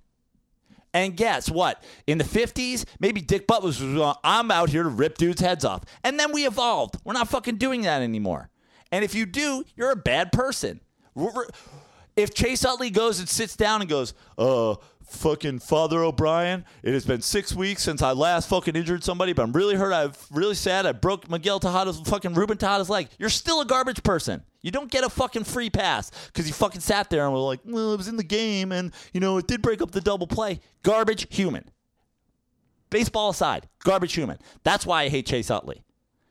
And guess what? In the 50s, maybe Dick Butt was, uh, I'm out here to rip dudes' heads off. And then we evolved. We're not fucking doing that anymore. And if you do, you're a bad person. We're- we're- If Chase Utley goes and sits down and goes, uh, fucking Father O'Brien, it has been six weeks since I last fucking injured somebody, but I'm really hurt. I'm really sad. I broke Miguel Tejada's fucking Ruben Tejada's leg. You're still a garbage person. You don't get a fucking free pass because you fucking sat there and were like, well, it was in the game and, you know, it did break up the double play. Garbage human. Baseball aside, garbage human. That's why I hate Chase Utley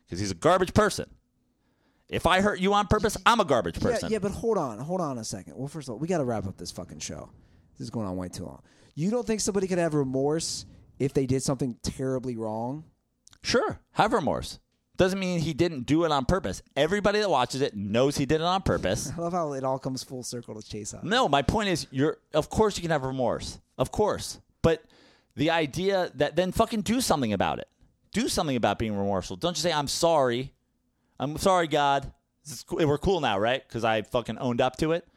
because he's a garbage person. If I hurt you on purpose, I'm a garbage person. Yeah, yeah, but hold on, hold on a second. Well, first of all, we got to wrap up this fucking show. This is going on way too long. You don't think somebody could have remorse if they did something terribly wrong? Sure, have remorse. Doesn't mean he didn't do it on purpose. Everybody that watches it knows he did it on purpose. I love how it all comes full circle to Chase Utley. No, my point is, you're of course you can have remorse, of course, but the idea that then fucking do something about it, do something about being remorseful. Don't just say I'm sorry, I'm sorry, God. This is cool. We're cool now, right? Because I fucking owned up to it.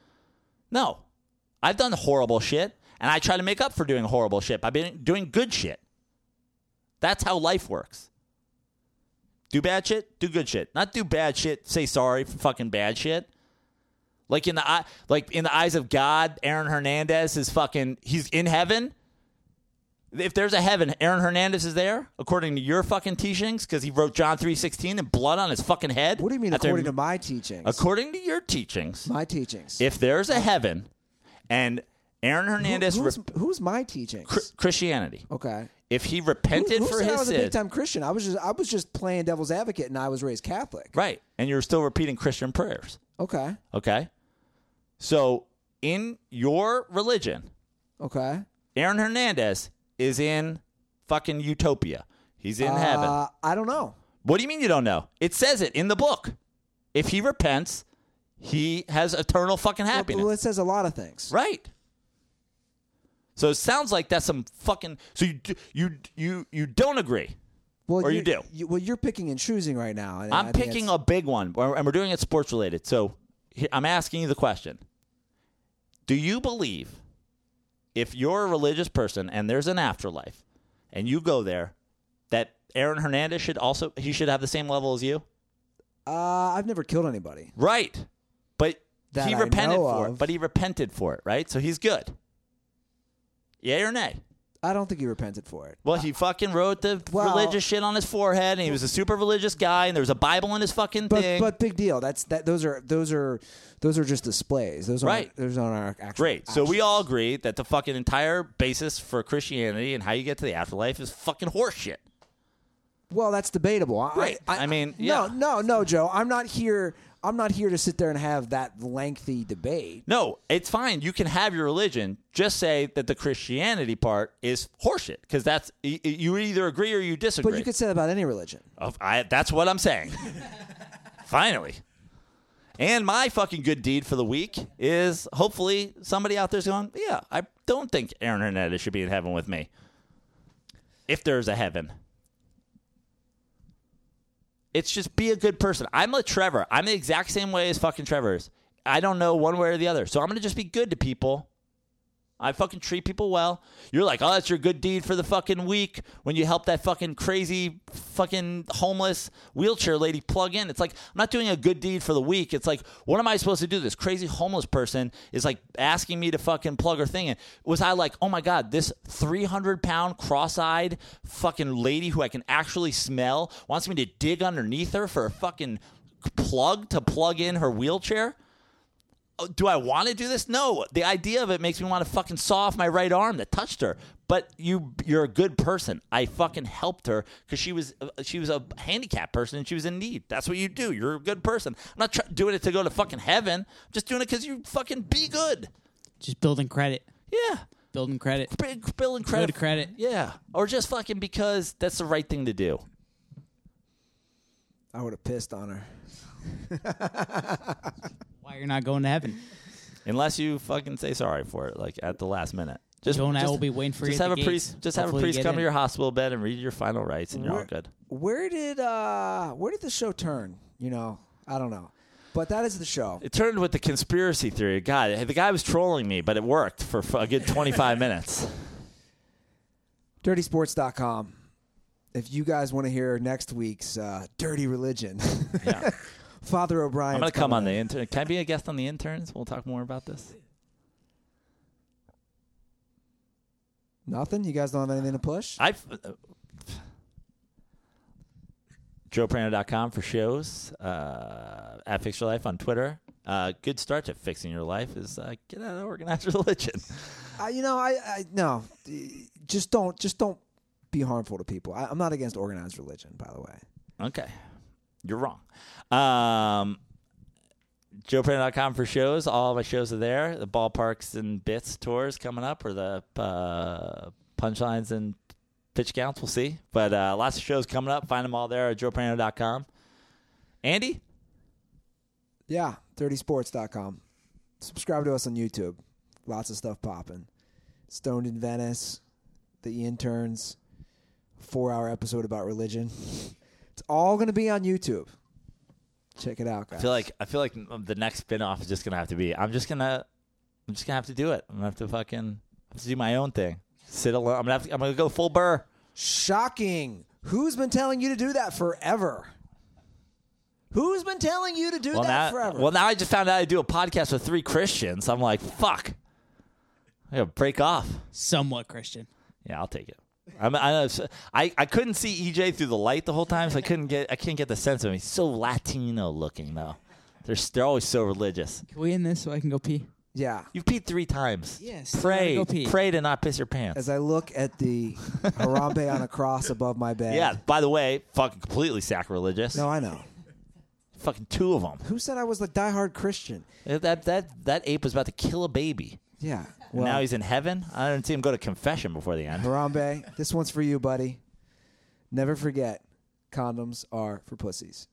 No, I've done horrible shit, and I try to make up for doing horrible shit by being, doing good shit. That's how life works. Do bad shit, do good shit. Not do bad shit, say sorry for fucking bad shit. Like in the eye, like in the eyes of God, Aaron Hernandez is fucking. He's in heaven. If there's a heaven, Aaron Hernandez is there, according to your fucking teachings, because he wrote John three sixteen and blood on his fucking head. What do you mean, according to my teachings? According to your teachings, my teachings. If there's a heaven, and Aaron Hernandez who's, rep- who's my teachings? Chr- Christianity, okay, if he repented who, who for said I his was a sin, big time Christian. I was just I was just playing devil's advocate, and I was raised Catholic. right, and you're still repeating Christian prayers, Okay, okay, so in your religion, okay. Aaron Hernandez is in fucking utopia. He's in heaven. Uh, I don't know. What do you mean you don't know? It says it in the book. If he repents, he has eternal fucking happiness. Well, it says a lot of things. Right. So it sounds like that's some fucking. So you d- you you you don't agree, Well, or you, you're- do. well, you're picking and choosing right now. and I'm I think picking it's- a big one, or- and we're doing it sports related. So he- I'm asking you the question: Do you believe if you're a religious person and there's an afterlife, and you go there, that Aaron Hernandez should also he should have the same level as you? Uh, I've never killed anybody. Right. But That he I repented know for it. of. But he repented for it, right? So he's good. Yay or nay? I don't think he repented for it. Well, he fucking wrote the Uh, Well- religious shit on his forehead, and he was a super religious guy, and there was a Bible in his fucking But thing. but big deal. That's that. Those are those are those are just displays. Those aren't Right. Those aren't our actual. Great. So we all agree that the fucking entire basis for Christianity and how you get to the afterlife is fucking horseshit. Well, that's debatable. I, Right. I mean, No, yeah. no, no, Joe. I'm not here. I'm not here to sit there and have that lengthy debate. No, it's fine. You can have your religion. Just say that the Christianity part is horseshit because that's y- y- you either agree or you disagree. But you could say that about any religion. Of- I, that's what I'm saying. Finally. And my fucking good deed for the week is hopefully somebody out there's going, yeah, I don't think Aaron Hernandez should be in heaven with me. If there's a heaven. It's just be a good person. I'm a Trevor. I'm the exact same way as fucking Trevor's. I don't know one way or the other. So I'm going to just be good to people. I fucking treat people well. You're like, oh, that's your good deed for the fucking week when you help that fucking crazy fucking homeless wheelchair lady plug in. It's like, I'm not doing a good deed for the week. It's like, what am I supposed to do? This crazy homeless person is like asking me to fucking plug her thing in. Was I like, oh my God, this 300 pound cross eyed fucking lady who I can actually smell wants me to dig underneath her for a fucking plug to plug in her wheelchair? Oh, do I want to do this? No. The idea of it makes me want to fucking saw off my right arm that touched her. But you, you're a good person. I fucking helped her because she was uh, she was a handicapped person and she was in need. That's what you do. You're a good person. I'm not try- doing it to go to fucking heaven. I'm just doing it because you fucking be good. Just building credit. Yeah, Building credit. Big building Go to credit. credit. Yeah, or just fucking because that's the right thing to do. I would have pissed on her. Why you're not going to heaven? Unless you fucking say sorry for it, like at the last minute. Just Joe and I just- will be waiting for you Just at have the a priest. gates. Just have Hopefully you a priest get come to in. your hospital bed and read your final rites, and you're all Where- good. Where did uh where did the show turn? You know, I don't know. But that is the show. It turned with the conspiracy theory. God, the guy was trolling me, but it worked for f- a good 25 minutes. Dirtysports.com. If you guys want to hear next week's uh, dirty religion, Father O'Brien. I'm going to come on the intern. Can I be a guest on the interns? We'll talk more about this. Nothing. You guys don't have anything to push. I uh, JoePrano.com for shows. Uh, at Fix Your Life on Twitter. Uh, good start to fixing your life is uh, get out of organized religion. I, you know, I, I no, D- just don't, just don't be harmful to people. I, I'm not against organized religion, by the way. Okay. You're wrong. Um, JoePrano.com for shows. All my shows are there. The Ballparks and Bits tours coming up, or the uh, Punchlines and Pitch Counts. We'll see. But uh, lots of shows coming up. Find them all there at JoePrano.com. Andy? Yeah, dirtysports.com. Subscribe to us on YouTube. Lots of stuff popping. Stoned in Venice, the interns, four-hour episode about religion. It's all going to be on YouTube. Check it out, I guys. feel like I feel like the next spin off is just gonna have to be. I'm just gonna, I'm just gonna have to do it. I'm gonna have to fucking have to do my own thing. Sit alone. I'm gonna have to, I'm gonna go full burr. Shocking. Who's been telling you to do that forever? Who's been telling you to do well, that now, forever? well, now I just found out I do a podcast with three Christians. I'm like, fuck. I gotta break off. Somewhat Christian. Yeah, I'll take it. I'm, I, I I couldn't see EJ through the light the whole time, so I couldn't get I can't get the sense of him. He's so Latino looking though. They're they're always so religious. Can we end this so I can go pee? Yeah. You've peed three times. Yes. Pray, Go pee. pray to not piss your pants. As I look at the Harambe on a cross above my bed. Yeah. By the way, fucking completely sacrilegious. No, I know. Fucking two of them. Who said I was the diehard Christian? That that that ape was about to kill a baby. Yeah. And now he's in heaven. I didn't see him go to confession before the end. Harambe, this one's for you, buddy. Never forget, condoms are for pussies.